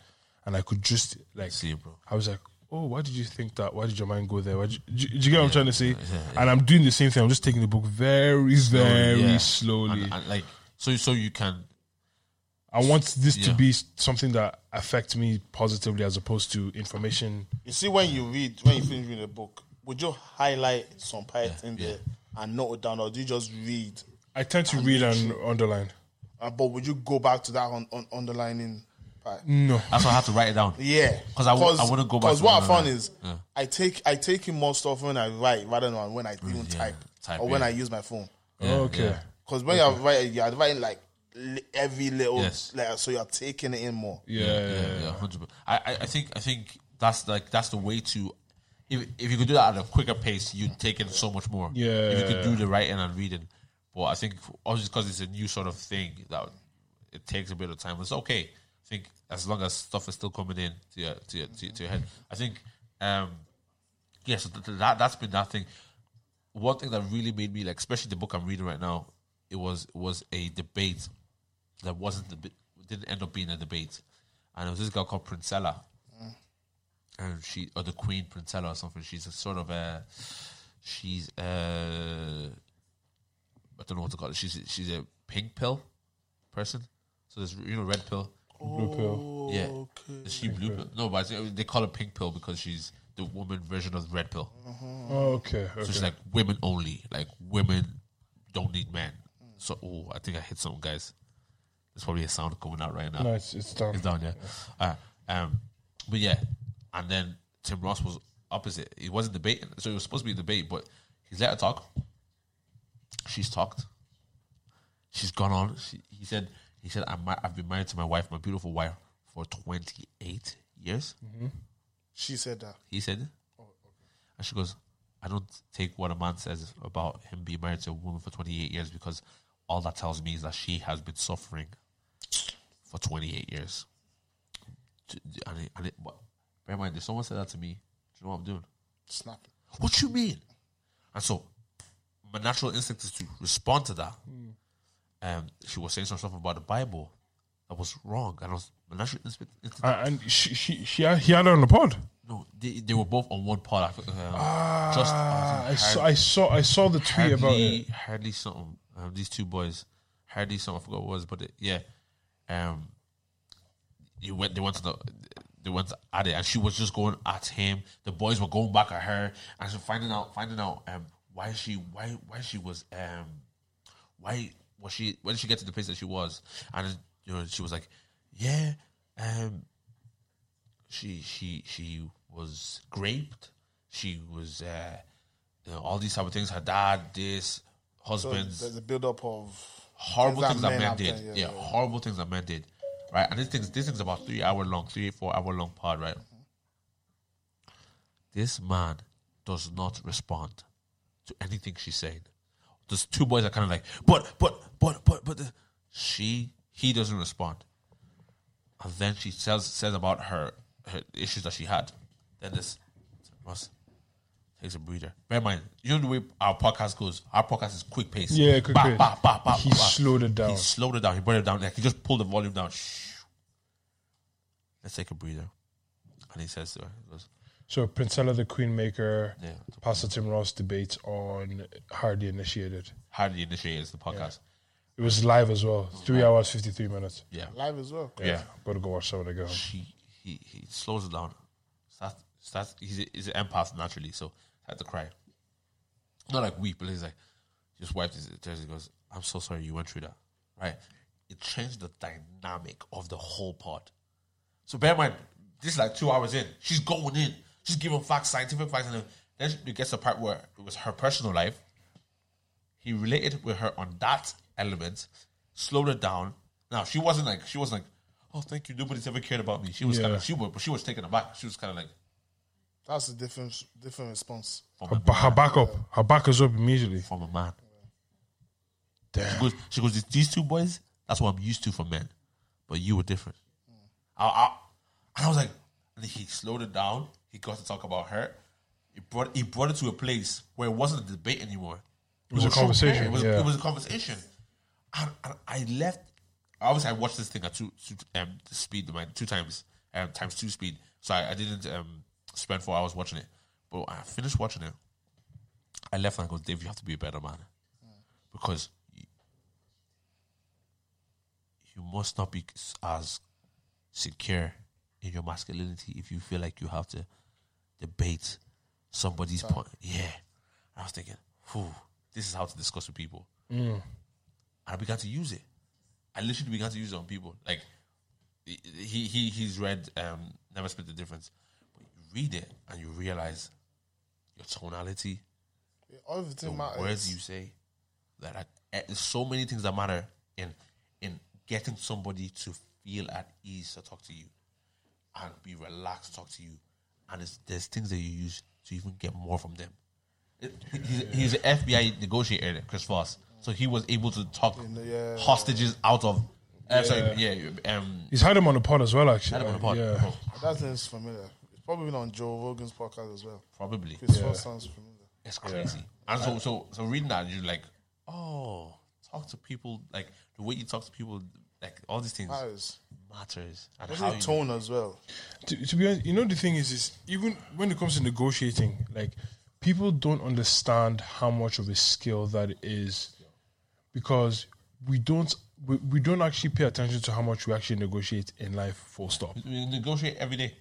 and I could just like
See, bro.
I was like, oh, why did you think that? Why did your mind go there? Why did you, do you get what I'm trying to say? And I'm doing the same thing. I'm just taking the book very, very
Yeah.
slowly.
And, and like so so you can
I want this to
Yeah.
be s- something that affects me positively as opposed to information.
You see, when you read, when you finish reading a book, would you highlight some part in there and note it down, or do you just read?
I tend to read and underline.
Uh, but would you go back to that on, on underlining part?
No.
that's why I have to write it down.
Yeah,
'Cause I w- I wouldn't go back
Because
to
what I
another
found
line.
is, I take I take in more stuff when I write rather than when I even
Mm, yeah.
type,
Type,
or when
yeah.
I use my phone.
Yeah,
okay.
yeah.
Because when you're writing, you're writing like li- every little
Yes.
letter, so you're taking it in more.
Yeah.
yeah, yeah, hundred. percent. I, I, I think, I think that's like that's the way to. If, if you could do that at a quicker pace, you'd take in so much more.
Yeah.
if you could do the writing and reading, but I think obviously because it's a new sort of thing that it takes a bit of time. It's okay. I think as long as stuff is still coming in to your to your, to your, to your head, I think. um yeah, so th- th- that that's been that thing. One thing that really made me like, especially the book I'm reading right now, it was was a debate that wasn't the bi- didn't end up being a debate, and it was this girl called Princella, and she or the Queen Princella or something. She's a sort of a she's a I don't know what to call it. She's she's a pink pill person. So there's you know red pill.
Blue pill.
Yeah. Is she blue pill? No, but I think- they call her pink pill because she's the woman version of red pill.
Oh, okay.
So she's
okay.
like women only. Like women don't need men. So oh, I think I hit something, guys. There's probably a sound coming out right now.
No, it's, it's done.
It's down there. Uh, um, but yeah, and then Tim Ross was opposite. He wasn't debating, so it was supposed to be a debate, but he's let her talk. She's talked. She's gone on. She, he said, "He said I'm, ma- I've been married to my wife, my beautiful wife, for 28 years."
She said that.
He said, and she goes, "I don't take what a man says about him being married to a woman for 28 years because all that tells me is that she has been suffering for 28 years." T- And it, and it, but bear in mind, if someone said that to me, do you know what I'm doing?
Snap.
What you mean? And so, my natural instinct is to respond to that. Um, she was saying some stuff about the Bible that was wrong, and I was my natural instinct. instinct
Uh, and she, she, she had, he had her on the pod.
no, they, they were both on one part. I, think, um, just
Ah, I,
hard-
saw, I saw I saw the tweet about
hardly,
it.
hardly something. Um, these two boys, hardly something. I forgot what it was, but it, yeah, um, you went. They went to the. They went at it, and she was just going at him. The boys were going back at her, and she finding out, finding out, um, why she, why, why she was, um, why was she? When did she get to the place that she was? And you know, she was like, yeah, um, she she she was raped. She was uh, you know, all these type of things. Her dad, this
So
husband's
there's a build up of
horrible things that men
have
did.
done,
yeah, horrible things that men did. Right, and this thing's this thing's about three hour long, three four hour long pod. Right, Mm-hmm. this man does not respond to anything she's saying. Those two boys are kind of like, but but but but but the-" she he doesn't respond, and then she tells says about her her issues that she had. Then this Ross takes a breather. Bear in mind, you know the way our podcast goes. Our podcast is quick pace.
Yeah, quick
Bah,
pace.
bah, bah, bah,
He
bah.
slowed it down.
He slowed it down. He brought it down. Like he just pulled the volume down. Shh. Let's take a breather. And he says uh, to her, he goes,
So Princella the Queen Maker,
Yeah.
Pastor Tim Ross debates on Hardy initiated.
hardly initiates the podcast.
It was live as well,
Oh,
three hours fifty three minutes.
Yeah.
live as well.
Yeah.
but go watch some of the girl.
She he, he slows it down. Starts starts he's, a, he's an empath naturally, so had to cry. Not like weep, but he's like just wiped his tears and goes, I'm so sorry you went through that. Right? It changed the dynamic of the whole pod. So bear in mind, this is like two hours in. She's going in. She's giving facts, scientific facts, and then it gets to the part where it was her personal life. He related with her on that element, slowed it down. Now she wasn't like she wasn't like, oh thank you, nobody's ever cared about me. She was kind
Yeah.
of she was she was taken aback. She was kind of like,
That's a different different response.
from
Her, ba- her back up, her back is up immediately.
from a man. She goes, she goes, these two boys, that's what I'm used to from men, but you were different. I, I, and I was like, and he slowed it down. He got to talk about her. He brought he brought it to a place where it wasn't a debate anymore. It
was a
true
conversation,
care. It was,
yeah.
it was a conversation. And, and I left. Obviously, I watched this thing at two, two um, speed, my two times, um, times two speed. So I, I didn't um, spend four hours watching it. But I finished watching it. I left and I go, Dave, you have to be a better man. Because you, you must not be s- as secure in your masculinity if you feel like you have to debate somebody's point. Yeah. I was thinking, whew, this is how to discuss with people. And I began to use it. I literally began to use it on people. Like, he, he, he- he's read um, Never Split the Difference. But you read it and you realize your tonality,
Everything
the
matters.
words you say that are, eh, there's so many things that matter in in getting somebody to feel at ease to talk to you and be relaxed to talk to you and it's, there's things that you use to even get more from them It- he- he's, he's an FBI negotiator Chris Voss so he was able to talk
Yeah.
hostages out of uh, sorry yeah um
He's had him on the pod as well, actually. Uh,
had him on the pod. Oh,
Yeah.
Bro,
That name's familiar. It's probably been on Joe Rogan's podcast as well.
probably
Chris Rock sounds familiar.
It's crazy. And so, so, so reading that, you're like, oh, talk to people like the way you talk to people, like all these things
Matters.
matters. And
What's
how
the
you,
tone as well?
To, to be honest, you know the thing is, is even when it comes to negotiating, like people don't understand how much of a skill that is, because we don't we, we don't actually pay attention to how much we actually negotiate in life. Full stop.
We negotiate every day,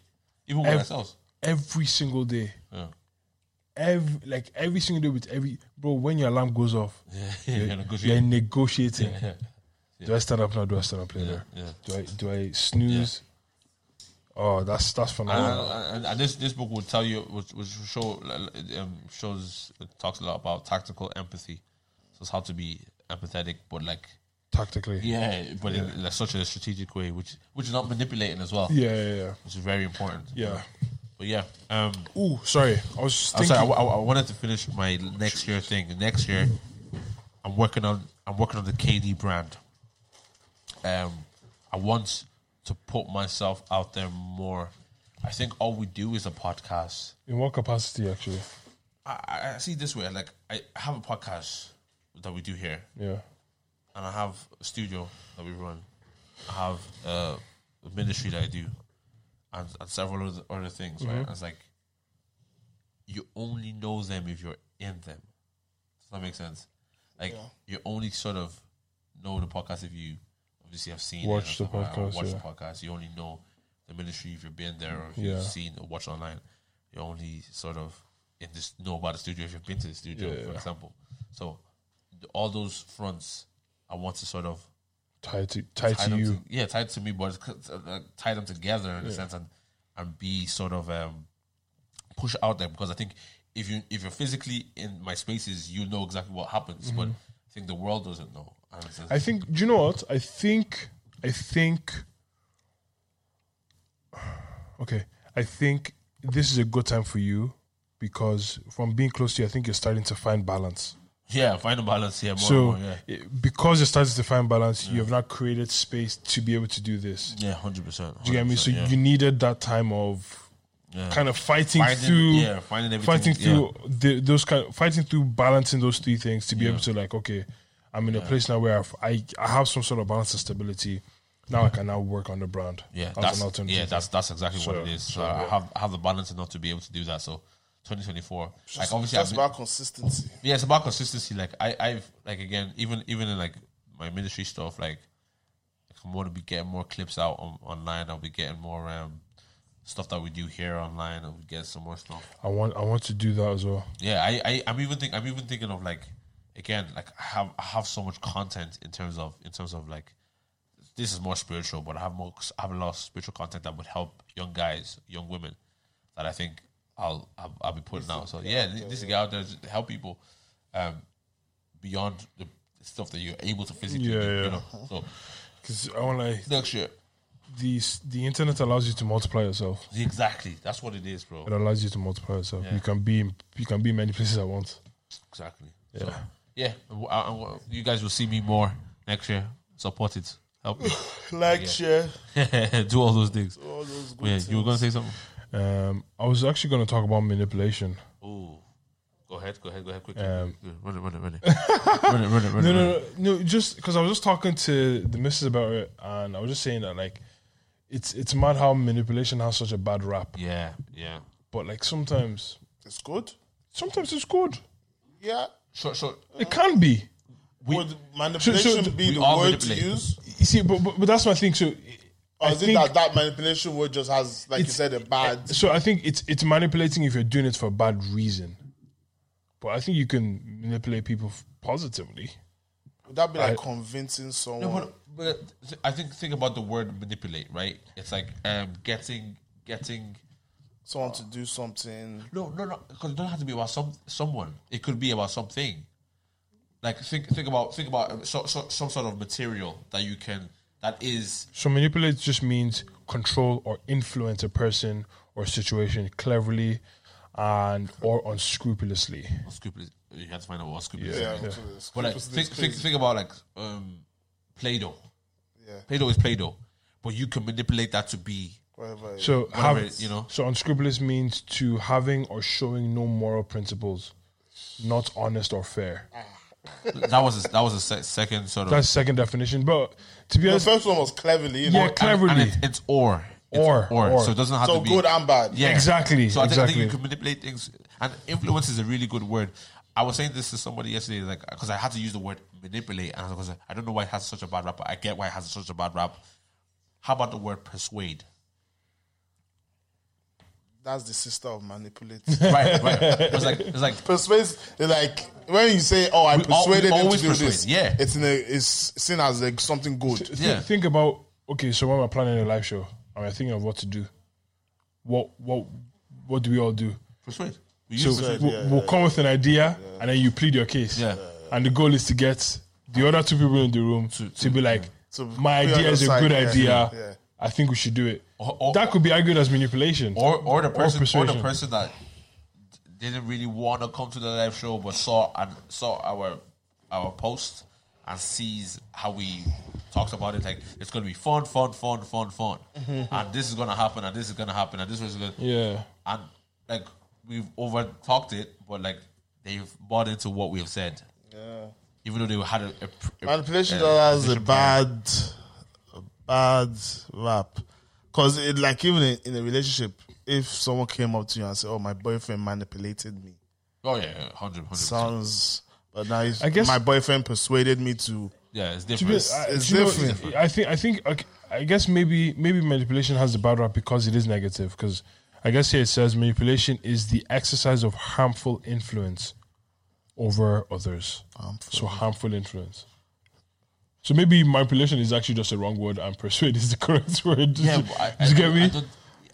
even with
Ev-
ourselves.
Every single day,
Yeah.
every like every single day with every bro. When your alarm goes off,
(laughs) You're
you're
negotiating.
negotiating. Do I stand up now? Do I stand up later?
yeah.
Do I do I snooze? Oh, that's that's phenomenal.
And, and, and this this book will tell you, which, which will show um, shows it talks a lot about tactical empathy. So it's how to be empathetic, but like
Tactically,
yeah, but in like, such a strategic way, which which is not manipulating as well,
yeah, yeah, yeah.
which is very important.
yeah.
But yeah, um,
Oh, sorry. I was just
I'm
thinking.
sorry. I, I- I wanted to finish my next year thing. Next year, I'm working on I'm working on the KD brand. Um, I want to put myself out there more. I think all we do is a podcast.
in what capacity, actually?
I- I, I see it this way. Like I I have a podcast that we do here,
Yeah.
and I have a studio that we run. I have uh, a ministry that I do, and, and several other, other things.
Mm-hmm.
Right? And it's like you only know them if you're in them. Does that make sense? Like you only sort of know the podcast if you obviously have seen it
Watch
and
the
stuff like that, or
podcast,
Watch
yeah.
the podcast. You only know the ministry if you've been there or if
Yeah.
you've seen or watched online. You only sort of in this know about the studio if you've been to the studio,
Yeah,
for
yeah.
example. So th- all those fronts, I want to sort of
Tied to tied
tie
to
them
you.
to- yeah, tied to me, but it's c- uh, tie them together in a sense and and be sort of um, push out there because I think if you if you're physically in my spaces, you know exactly what happens, but I think the world doesn't know. And it's just-
Mm-hmm. I think. Do you know what? I think. I think. Okay, I think this is a good time for you because from being close to you, I think you're starting to find balance.
yeah, find a balance here more
so,
and more. Yeah,
it- because you're starting to find balance, you have not created space to be able to do this.
yeah, hundred percent.
Do you get me? So you needed that time of
Yeah.
kind of fighting
Finding-
through,
yeah, finding everything,
fighting
yeah.
through the, those kind, fighting through balancing those three things to be able to like, okay, I'm in a place now where I've, I I have some sort of balance and stability. Now I can now work on the brand.
Mm-hmm. Yeah,
As an
that's
alternative.
yeah, that's that's exactly
Sure,
what it is. So
sure,
I
yeah.
have I have the balance enough to be able to do that. So 2024, like
It's
obviously, I've
just
been-
about consistency.
yeah, it's about consistency. Like I, I've like again, even even in like my ministry stuff, like I'm going to be getting more clips out on, online. I'll be getting more um stuff that we do here online. I'll get some more stuff.
I want I want to do that as well.
Yeah, I, I I'm even think I'm even thinking of like again like I have I have so much content in terms of in terms of like this is more spiritual, but I have more I have a lot of spiritual content that would help young guys, young women that I think I'll I'll, I'll be putting out. So yeah, this is get out there to help people um beyond the stuff that you're able to physically
Yeah,
do,
yeah.
you know. So
Because I want like
next year,
the the internet allows you to multiply yourself.
exactly, that's what it is, bro.
It allows you to multiply yourself. You can be in- you can be in many places at once.
Exactly. Yeah. So, yeah. w- I- I- you guys will see me more next year. Support it. Help me.
Lecture.
(laughs) Do all those things.
All those good
Yeah,
things.
you were gonna say something.
Um, I was actually going to talk about manipulation.
Oh, go ahead, go ahead, go ahead, quickly.
Um,
run it, run it, run it, run it, run it, run
No,
it.
no, no, no. Just because I was just talking to the missus about it, and I was just saying that like, it's it's mad how manipulation has such a bad rap.
Yeah, yeah.
But like sometimes,
It's good.
sometimes it's good.
Yeah.
Short, short.
It can be.
Would manipulation
so-
be
we
the
all
word to
manipulate.
use?
You see, but but, but that's my thing. So,
Or
I
Oh, is it
think
that that manipulation word just has, like you
It's-
said, a bad.
so. I think it's it's manipulating if you're doing it for a bad reason. But I think you can manipulate people f- positively.
Would that be like
I-
convincing someone?
No, but, but th- I think think about the word manipulate, right? It's like um, getting, getting.
someone to do something.
No, no, no. Because it don't have to be about some someone. It could be about something. Like think think about think about um, so, so, some sort of material that you can that is
So manipulate just means control or influence a person or situation cleverly and or unscrupulously.
unscrupulous. You have to find out what unscrupulous
Yeah,
is.
yeah.
But like, think, think, think about like um, Play-Doh.
Yeah.
Play-Doh is Play-Doh, but you can manipulate that to be
whatever. it is.
So
whatever
have,
it- you know.
So unscrupulous means to having or showing no moral principles, not honest or fair.
That was a, that was a se- second sort of.
That's second definition. But to be
The
honest,
first one was cleverly, you know.
Yeah, cleverly.
And, and it's, it's or. It's
Or, or.
So it doesn't have
so
to be
good and bad.
Yeah,
Exactly,
So I think, I think
exactly.
you can manipulate things, and influence is a really good word. I was saying this to somebody yesterday, like, because I had to use the word manipulate, and I was like, I don't know why it has such a bad rap, but I get why it has such a bad rap. How about the word persuade?
That's the sister of manipulate.
Right, right. It's like, it's like,
persuade, like when you say, "Oh, I
We al- we
persuaded him to
always
do this,"
persuade, yeah.
it's in a, it's seen as like something good.
Th-
Yeah.
Think about okay. So when we're planning a live show, and we're thinking of what to do, what what what do we all do?
persuade. We
So
use persuade.
we'll, we'll come with an idea, and then you plead your case.
Yeah.
And the goal is to get the other two people in the room to, be like,
To
my
be on
idea
your
is a
side,
good
yeah,
idea.
yeah.
I think we should do it.
Or- or-
that could be argued as manipulation.
Or, or the person, or, the
persuasion.
person that didn't really want to come to the live show, but saw and saw our our post and sees how we talked about it. Like it's going to be fun, fun, fun, fun, fun, and this is going to happen, and this is going to happen, and this is going. to
Mm-hmm. yeah.
and like we've over talked it, but like they've bought into what we've said,
Yeah.
even though they had a, a, a
Manipulation
a-
does has a
manipulation plan.
bad, a bad rap. Cause it like even in, in a relationship, if someone came up to you and said, "Oh, my boyfriend manipulated me,"
Oh yeah, hundred, hundred.
sounds. But now he's,
I guess-
my boyfriend persuaded me to.
Yeah, it's
To be-
different.
I-
it's
do you know,
different.
I think. I think. okay, I guess maybe maybe manipulation has the bad rap because it is negative. Because I guess here it says manipulation is the exercise of harmful influence over others. So harmful influence. So maybe manipulation is actually just a wrong word, and persuade is the (laughs) correct word.
yeah,
Do
but I,
you
I-
get
I
me?
don't-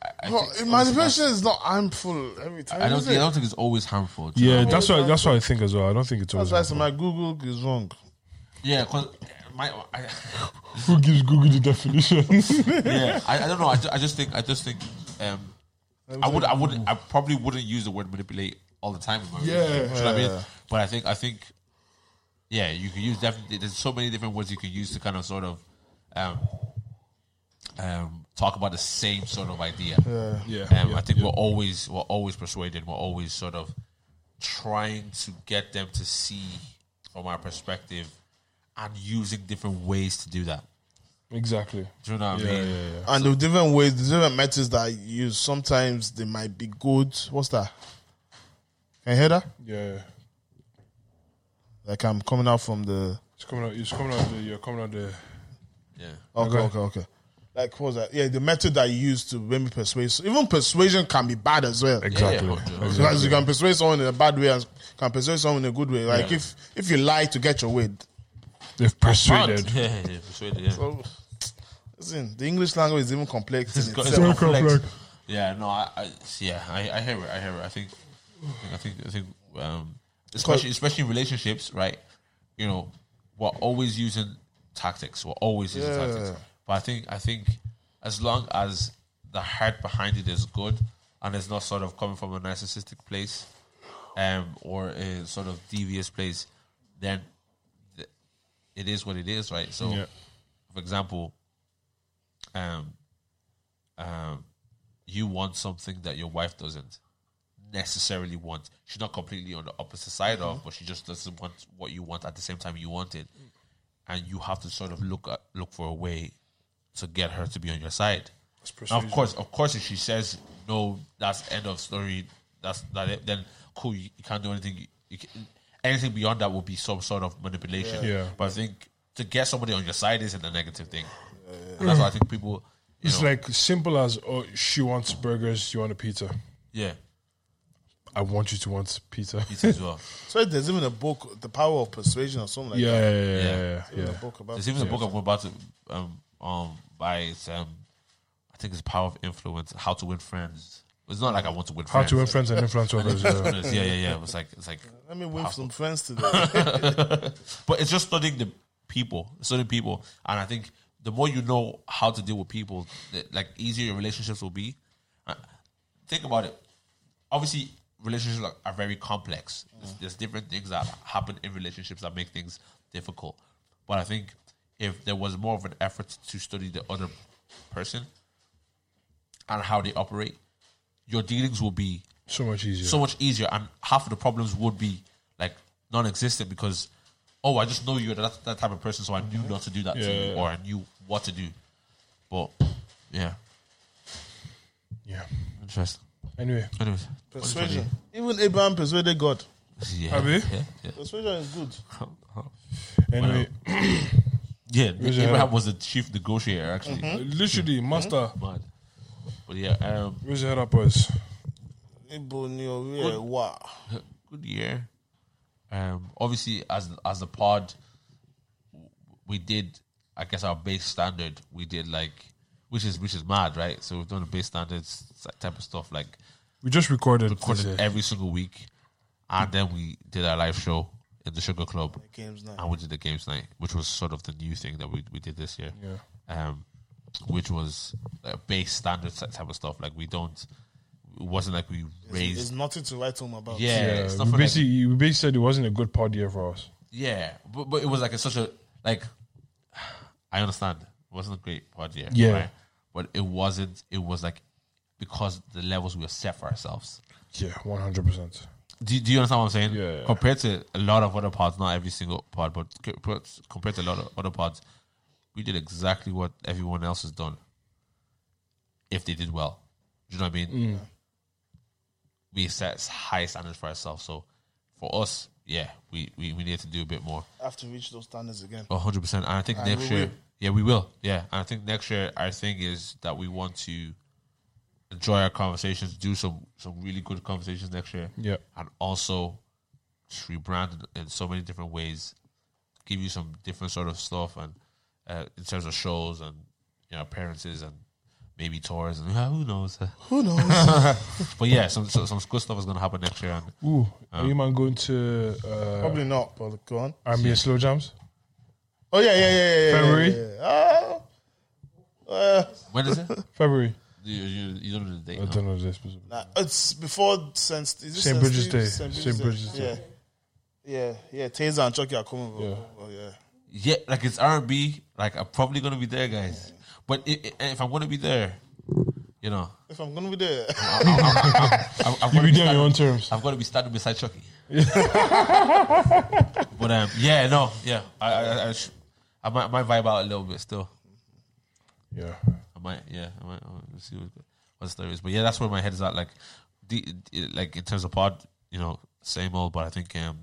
I- I
Well,
think-
manipulation is not harmful every time.
I don't
is
think.
it?
I don't think it's always harmful. do you
yeah,
know?
that's what that's what I think as well. I don't think it's always.
That's why I said my Google is wrong.
yeah, 'cause my, I,
Who gives Google the
(laughs)
definition?
yeah, I, I don't know. I just, I just think, I just think, um, I would, I would, I probably wouldn't use the word manipulate all the time. In my
Yeah.
relationship, you know what I mean?
Yeah.
But I think, I think, yeah, you can use definitely. There's so many different words you can use to kind of sort of, um, um, talk about the same sort of idea.
yeah,
Um,
yeah,
I think we're always we're always persuaded. We're always sort of trying to get them to see from our perspective and using different ways to do that.
exactly.
Do you know what
Yeah,
I
yeah,
mean?
yeah.
And the different ways, the different methods that I use, sometimes they might be good. What's that? Can you hear that?
yeah.
Like I'm coming out from the.
It's coming out. It's coming out. The, you're coming out the.
Yeah.
Okay,
Okay.
okay, okay. Like what was that? Yeah, the method that you use to make me persuade. Even persuasion can be bad as well.
Exactly.
yeah.
Exactly.
Because you can persuade someone in a bad way and can persuade someone in a good way. Like if if you lie to get your way.
They've persuaded.
(laughs) Yeah, yeah, yeah, persuaded. Yeah.
So, listen, the English language is even complex. in
got-
itself.
it's got-
complex.
yeah, no, I, I yeah, I, I hear it. I hear it. I think, I think, I think, um, especially especially in relationships, right? You know, we're always using tactics. We're always using
Yeah.
tactics. But I think, I think, as long as the heart behind it is good and it's not sort of coming from a narcissistic place, um, or a sort of devious place, then th- it is what it is, right? So,
Yeah.
for example, um, um, you want something that your wife doesn't necessarily want. She's not completely on the opposite side of, but she just doesn't want what you want at the same time you want it, and you have to sort of look at, look for a way to get her to be on your side. Now, of course, of course, if she says no, that's end of story. That's that. It, then cool, you, you can't do anything. You, you can, anything beyond that would be some sort of manipulation.
Yeah. Yeah.
But I think to get somebody on your side isn't a negative thing. And that's why I think people. You
Mm. It's
know,
like simple as oh, she wants burgers, you want a pizza.
yeah,
I want you to want pizza.
it as
(laughs)
well.
So there's even a book, The Power of Persuasion or something like
Yeah, yeah,
that.
yeah, yeah, yeah,
There's
yeah.
a book about
There's even a book I'm about to um um by it's um I think it's Power of Influence, How to Win Friends. It's not like I want to win
How
friends.
to win friends and influence others. uh, (laughs) yeah.
friends. Yeah, yeah, yeah. It's like it's like
Let me win some friends today.
but it's just studying the people, studying people, and I think the more you know how to deal with people, the, like easier your relationships will be. Uh, think about it. Obviously, relationships are, are very complex. There's, there's different things that happen in relationships that make things difficult. But I think if there was more of an effort to study the other person and how they operate, your dealings will be
So much easier.
so much easier, and half of the problems would be like non-existent because, oh, I just know you're that, that type of person, so I knew not to do that to
Yeah.
you, or I knew what to do. But yeah,
yeah.
interesting.
Anyway,
Anyways,
Persuasion. Even Abraham persuaded God.
Yeah,
Have you?
Yeah, yeah.
The situation is good.
Anyway,
yeah
your hand
Abraham was the chief negotiator, actually.
Mm-hmm. literally,
Hmm?
master.
Mad. But yeah, um,
Where's your head up, boys?
Ibo ni ori e wa.
good year. Um, obviously, as as a pod, we did, I guess, our base standard. We did like, which is which is mad, right? So we've done a base standards type of stuff, like
We just recorded. uh,
recorded
today.
every single week, and then we did our live show in the Sugar Club,
Games night.
and we did the games night, which was sort of the new thing that we we did this year.
Yeah.
um, which was uh, base standards that type of stuff. Like we don't, it wasn't like we raised.
There's nothing to write home about.
yeah,
Yeah,
it's
we
nothing like-
basically we basically said it wasn't a good pod year for us.
yeah, but, but it was like a, such a like. (sighs) I understand. It wasn't a great pod year.
Yeah.
but it wasn't. It was like because the levels we have set for ourselves.
Yeah, one hundred percent.
Do, do you understand what I'm saying?
Yeah, yeah.
Compared to a lot of other pods, not every single pod, but c- but compared to a lot of other pods, we did exactly what everyone else has done. If they did well, do you know what I mean?
Mm.
We set s- high standards for ourselves. So for us, yeah, we we, we need to do a bit more.
I have to reach those standards again.
A hundred percent. And I think
And
next
we
year,
will.
yeah, we will. Yeah, and I think next year our thing is that we want to enjoy our conversations, do some some really good conversations next year
Yeah,
and also just rebrand in- in so many different ways, give you some different sort of stuff, and uh, in terms of shows and you know appearances and maybe tours and (laughs) who knows.
Who knows?
(laughs) but yeah, some some, some good stuff is gonna happen next year. And
Ooh,
Ah.
are you man going to uh,
Probably not, but go on.
RB slow jams?
Oh, yeah, yeah, yeah, yeah. yeah,
February?
Yeah, yeah. Oh, uh,
when
(laughs)
is it?
February.
you, you, you don't know the date.
I
no?
don't know this specific.
nah, it's before Saint, is it
Saint Bridget's Day. Saint Bridget's
Yeah.
Day.
Yeah, yeah. Taser and Chucky are coming. Bro.
Yeah.
Oh, yeah.
Yeah, like it's R and B. Like I'm probably gonna be there, guys. But i i if I'm gonna be there, you know, (laughs)
If I'm going to be there, (laughs)
I'm, I'm
You'll
gonna
be
be
doing your
standing-
own terms.
I'm gonna be standing beside
(laughs)
Chucky. but um, yeah, no, yeah, I, I, I, sh- I might, might vibe out a little bit still.
Yeah,
I might, yeah, I might, I might let's see what, what the story is. But yeah, that's where my head is at. Like, the, it- like in terms of pod, you know, same old. But I think, um,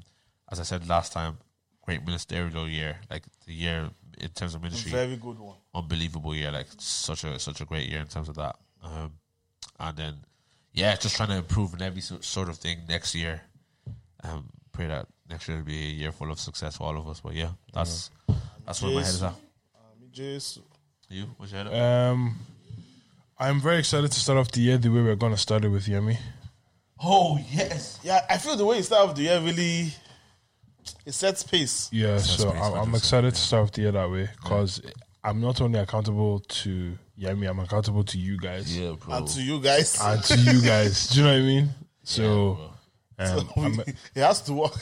as I said last time, great ministerial year, like the year in terms of ministry
very good one.
unbelievable year, like such a such a great year in terms of that. Um, and then, yeah, just trying to improve in every so- sort of thing next year. Um, pray that next year will be a year full of success for all of us. But yeah, that's that's where my head is at.
Jace,
You, what's your head at?
um, I'm very excited to start off the year the way we're gonna start it with Yemi.
Oh yes,
yeah, I feel the way you start off the year really it sets pace.
Yeah, so
pretty
I'm, I'm
special,
excited to start off the year that way because I'm not only accountable to Yemi, I'm accountable to you guys
yeah, bro.
And to you guys,
and to you guys. Do you know what I mean? So,
(laughs)
um, I'm,
it has to work.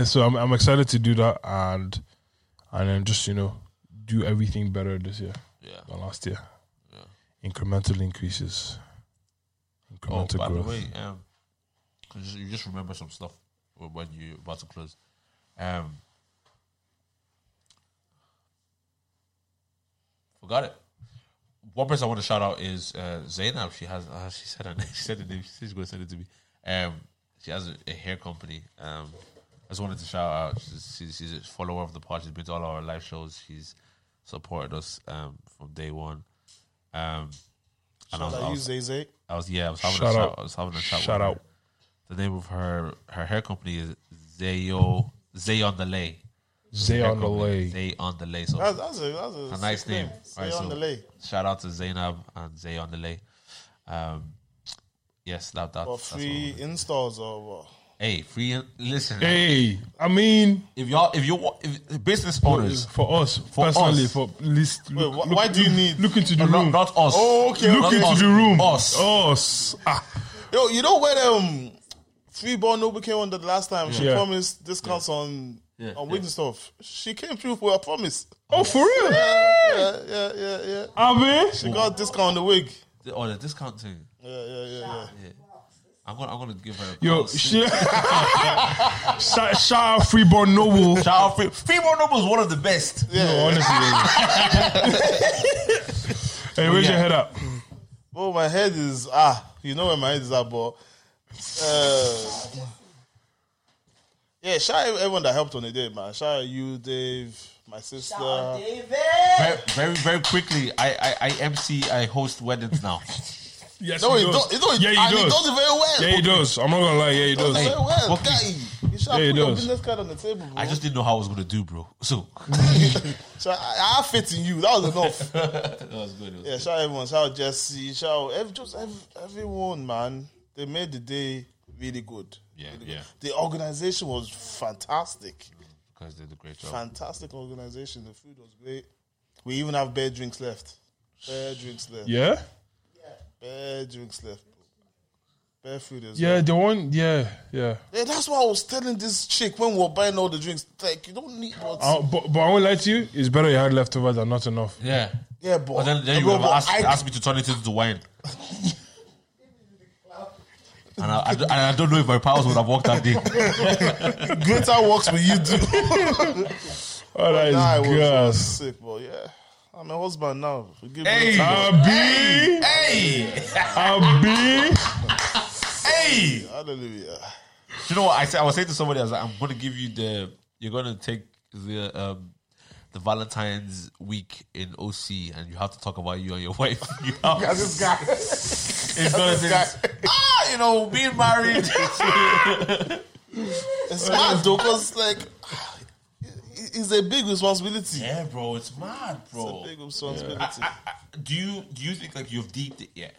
(laughs) so I'm, I'm excited to do that and and then just you know do everything better this year
yeah.
than last year. Incremental increases.
Oh,
Incremental
by
growth.
the way, um, 'cause you just- you just remember some stuff when you about to close. Um, forgot it. One person I want to shout out is uh, Zainab. She has uh, she said her (laughs) name. She said the name. She's going to send it to me. Um, she has a, a hair company. Um, I just wanted to shout out. She's, she's, she's a follower of the pod. She's been to all our live shows. She's supported us um, from day one. Um, and I was- I
Like you,
was-
Zay Zay.
I was yeah, I was having
Shout
a
out.
chat. I was having a chat.
Shout
with
out.
Her. The name of her her hair company is Zayo Zay on the Lay.
Zay on the lay.
Zay on the Lay. So
That's, that's a that's a,
a nice
sick
name.
Zay
Alright,
on
so
the lay.
Shout out to Zainab and Zay on the Lay. Um, yes, that that.
Or
That's what I
free
wanted.
installs oh, or what?
hey, free. Listen,
Hey, I mean,
if y'all if you wa- if business
Oh,
owners,
for us personally,
us.
for least.
Wait, wh- why do you need?
Look into the
no,
room.
not, not us.
Oh, okay,
Not
Look
okay.
into
us,
the room.
Us.
Us. Ah,
Yo, you know where um free born Nobu came on the last time. She
Yeah.
promised discounts on on wigs and stuff. She came through for a promise.
Oh, for real?
Yeah, yeah, yeah, yeah.
I mean,
She got discount on the wig.
The- Oh, the discount thing.
Yeah, yeah, yeah, yeah.
I'm gonna I'm gonna give her. A
yo,
call.
(laughs) shit. shout, shout out Freeborn Noble.
Shout out free. Freeborn Noble is one of the best.
No, honestly. (laughs) hey, where's your
Yeah.
head up?
ah. Well, my head is ah, you know where my head is at, but uh, Yeah, shout out everyone that helped on the day, man. Shout out you, Dave, my sister.
Very, very, very quickly. I, I, I MC. I host weddings now.
Yes,
No,
he
he
does.
don't- he don't-
yeah,
Oh, and
he
he
does.
does it very well.
Yeah, he does. I'm not gonna lie. Yeah, he does.
Very well,
fuck me.
Daddy. You should have
Yeah, he
put your
does.
business card on the table, bro.
I just didn't know how I was gonna do, bro. So
so I, I have faith in you. That was enough.
that was good.
Yeah, shout out everyone. Shout out Jesse. Shout out ev- just ev- everyone, man. They made the day really good.
Yeah,
Really
yeah.
The organization was fantastic.
Because they did a great job.
Fantastic organization. The food was great. We even have beer drinks left. Bear drinks left.
Yeah,
Bear drinks left. Bear food as
yeah,
well.
the one. Yeah, yeah.
Yeah, that's why I was telling this chick when we were buying all the drinks, like, you don't need but
Uh, but but I won't lie to you. It's better you had leftovers than not enough.
Yeah.
(laughs) yeah, but,
But then, then you
bro,
would have
but
asked,
I-
asked me to turn it into wine. and, I, I, don't- and I don't know if my powers would have worked that day.
greater works will you (laughs) do.
Oh, that is
nah, it was, it was
gas.
sick, but yeah. I'm a husband now. Forgive
Hey!
me.
Abi,
Um, hey!
Abi.
Hey!
Hallelujah.
Do you know what I said? I was saying to somebody, I was like, I'm going to give you the, you're going to take the, um, the Valentine's week in OC, and you have to talk about you and your (laughs) wife. You have,
This guy.
(laughs) it's gonna say, ah, you know, being
(laughs)
married.
It's mad though, cause like (sighs) it- it's a big responsibility.
yeah, bro, it's mad, bro.
It's a big responsibility.
do you do you think like you've deeped it yet?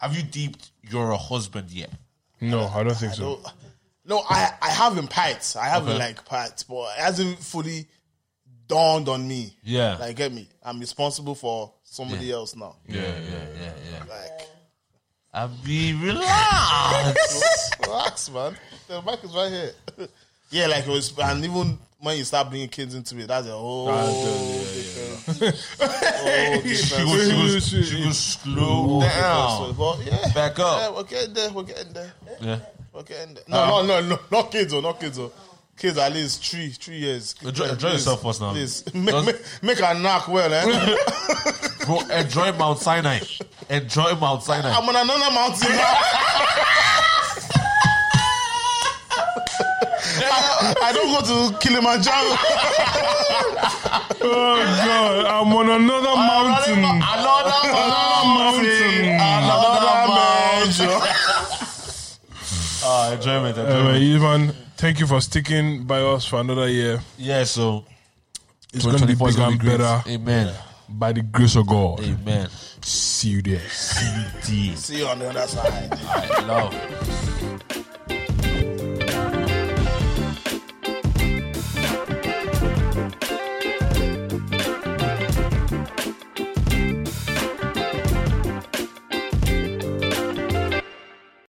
Have you deeped you're a husband yet?
No, I don't think so.
No, no, I I haven't parts. I haven't
Okay.
like parts, but it hasn't fully dawned on me.
Yeah.
like get me. I'm responsible for somebody else now.
Yeah, yeah, yeah, yeah.
Like
I be relaxed.
relax, man. The mic is right here. (laughs) yeah, like it was, and even when you start bringing kids into it, that's a whole. different- whole different
goes, (laughs) she goes,
Yeah.
(laughs) she goes slow
So,
down.
but yeah,
Back up.
Yeah, we're getting there. We're getting there.
Yeah.
We're getting there. No, no, no, no, not kids, oh, not kids, oh. Kids at least three, three years.
Enjoy-
Yeah,
enjoy
please,
yourself first now.
Please, make, make, make her knock well, (laughs) eh?
Bro, enjoy Mount Sinai. Enjoy Mount Sinai.
I'm on another mountain now. (laughs) I, I don't go to Kilimanjaro.
Oh God, I'm on another mountain. Another mountain.
Another mountain.
Ah, enjoyment,
Anyway,
enjoyment.
Ivan, thank you for sticking by us for another year.
Yeah, so
It's going to be
2024 is
bigger
gonna
and
be great.
better
Amen.
by the grace of God.
Amen.
See you there.
D.
See you on the other side.
Love.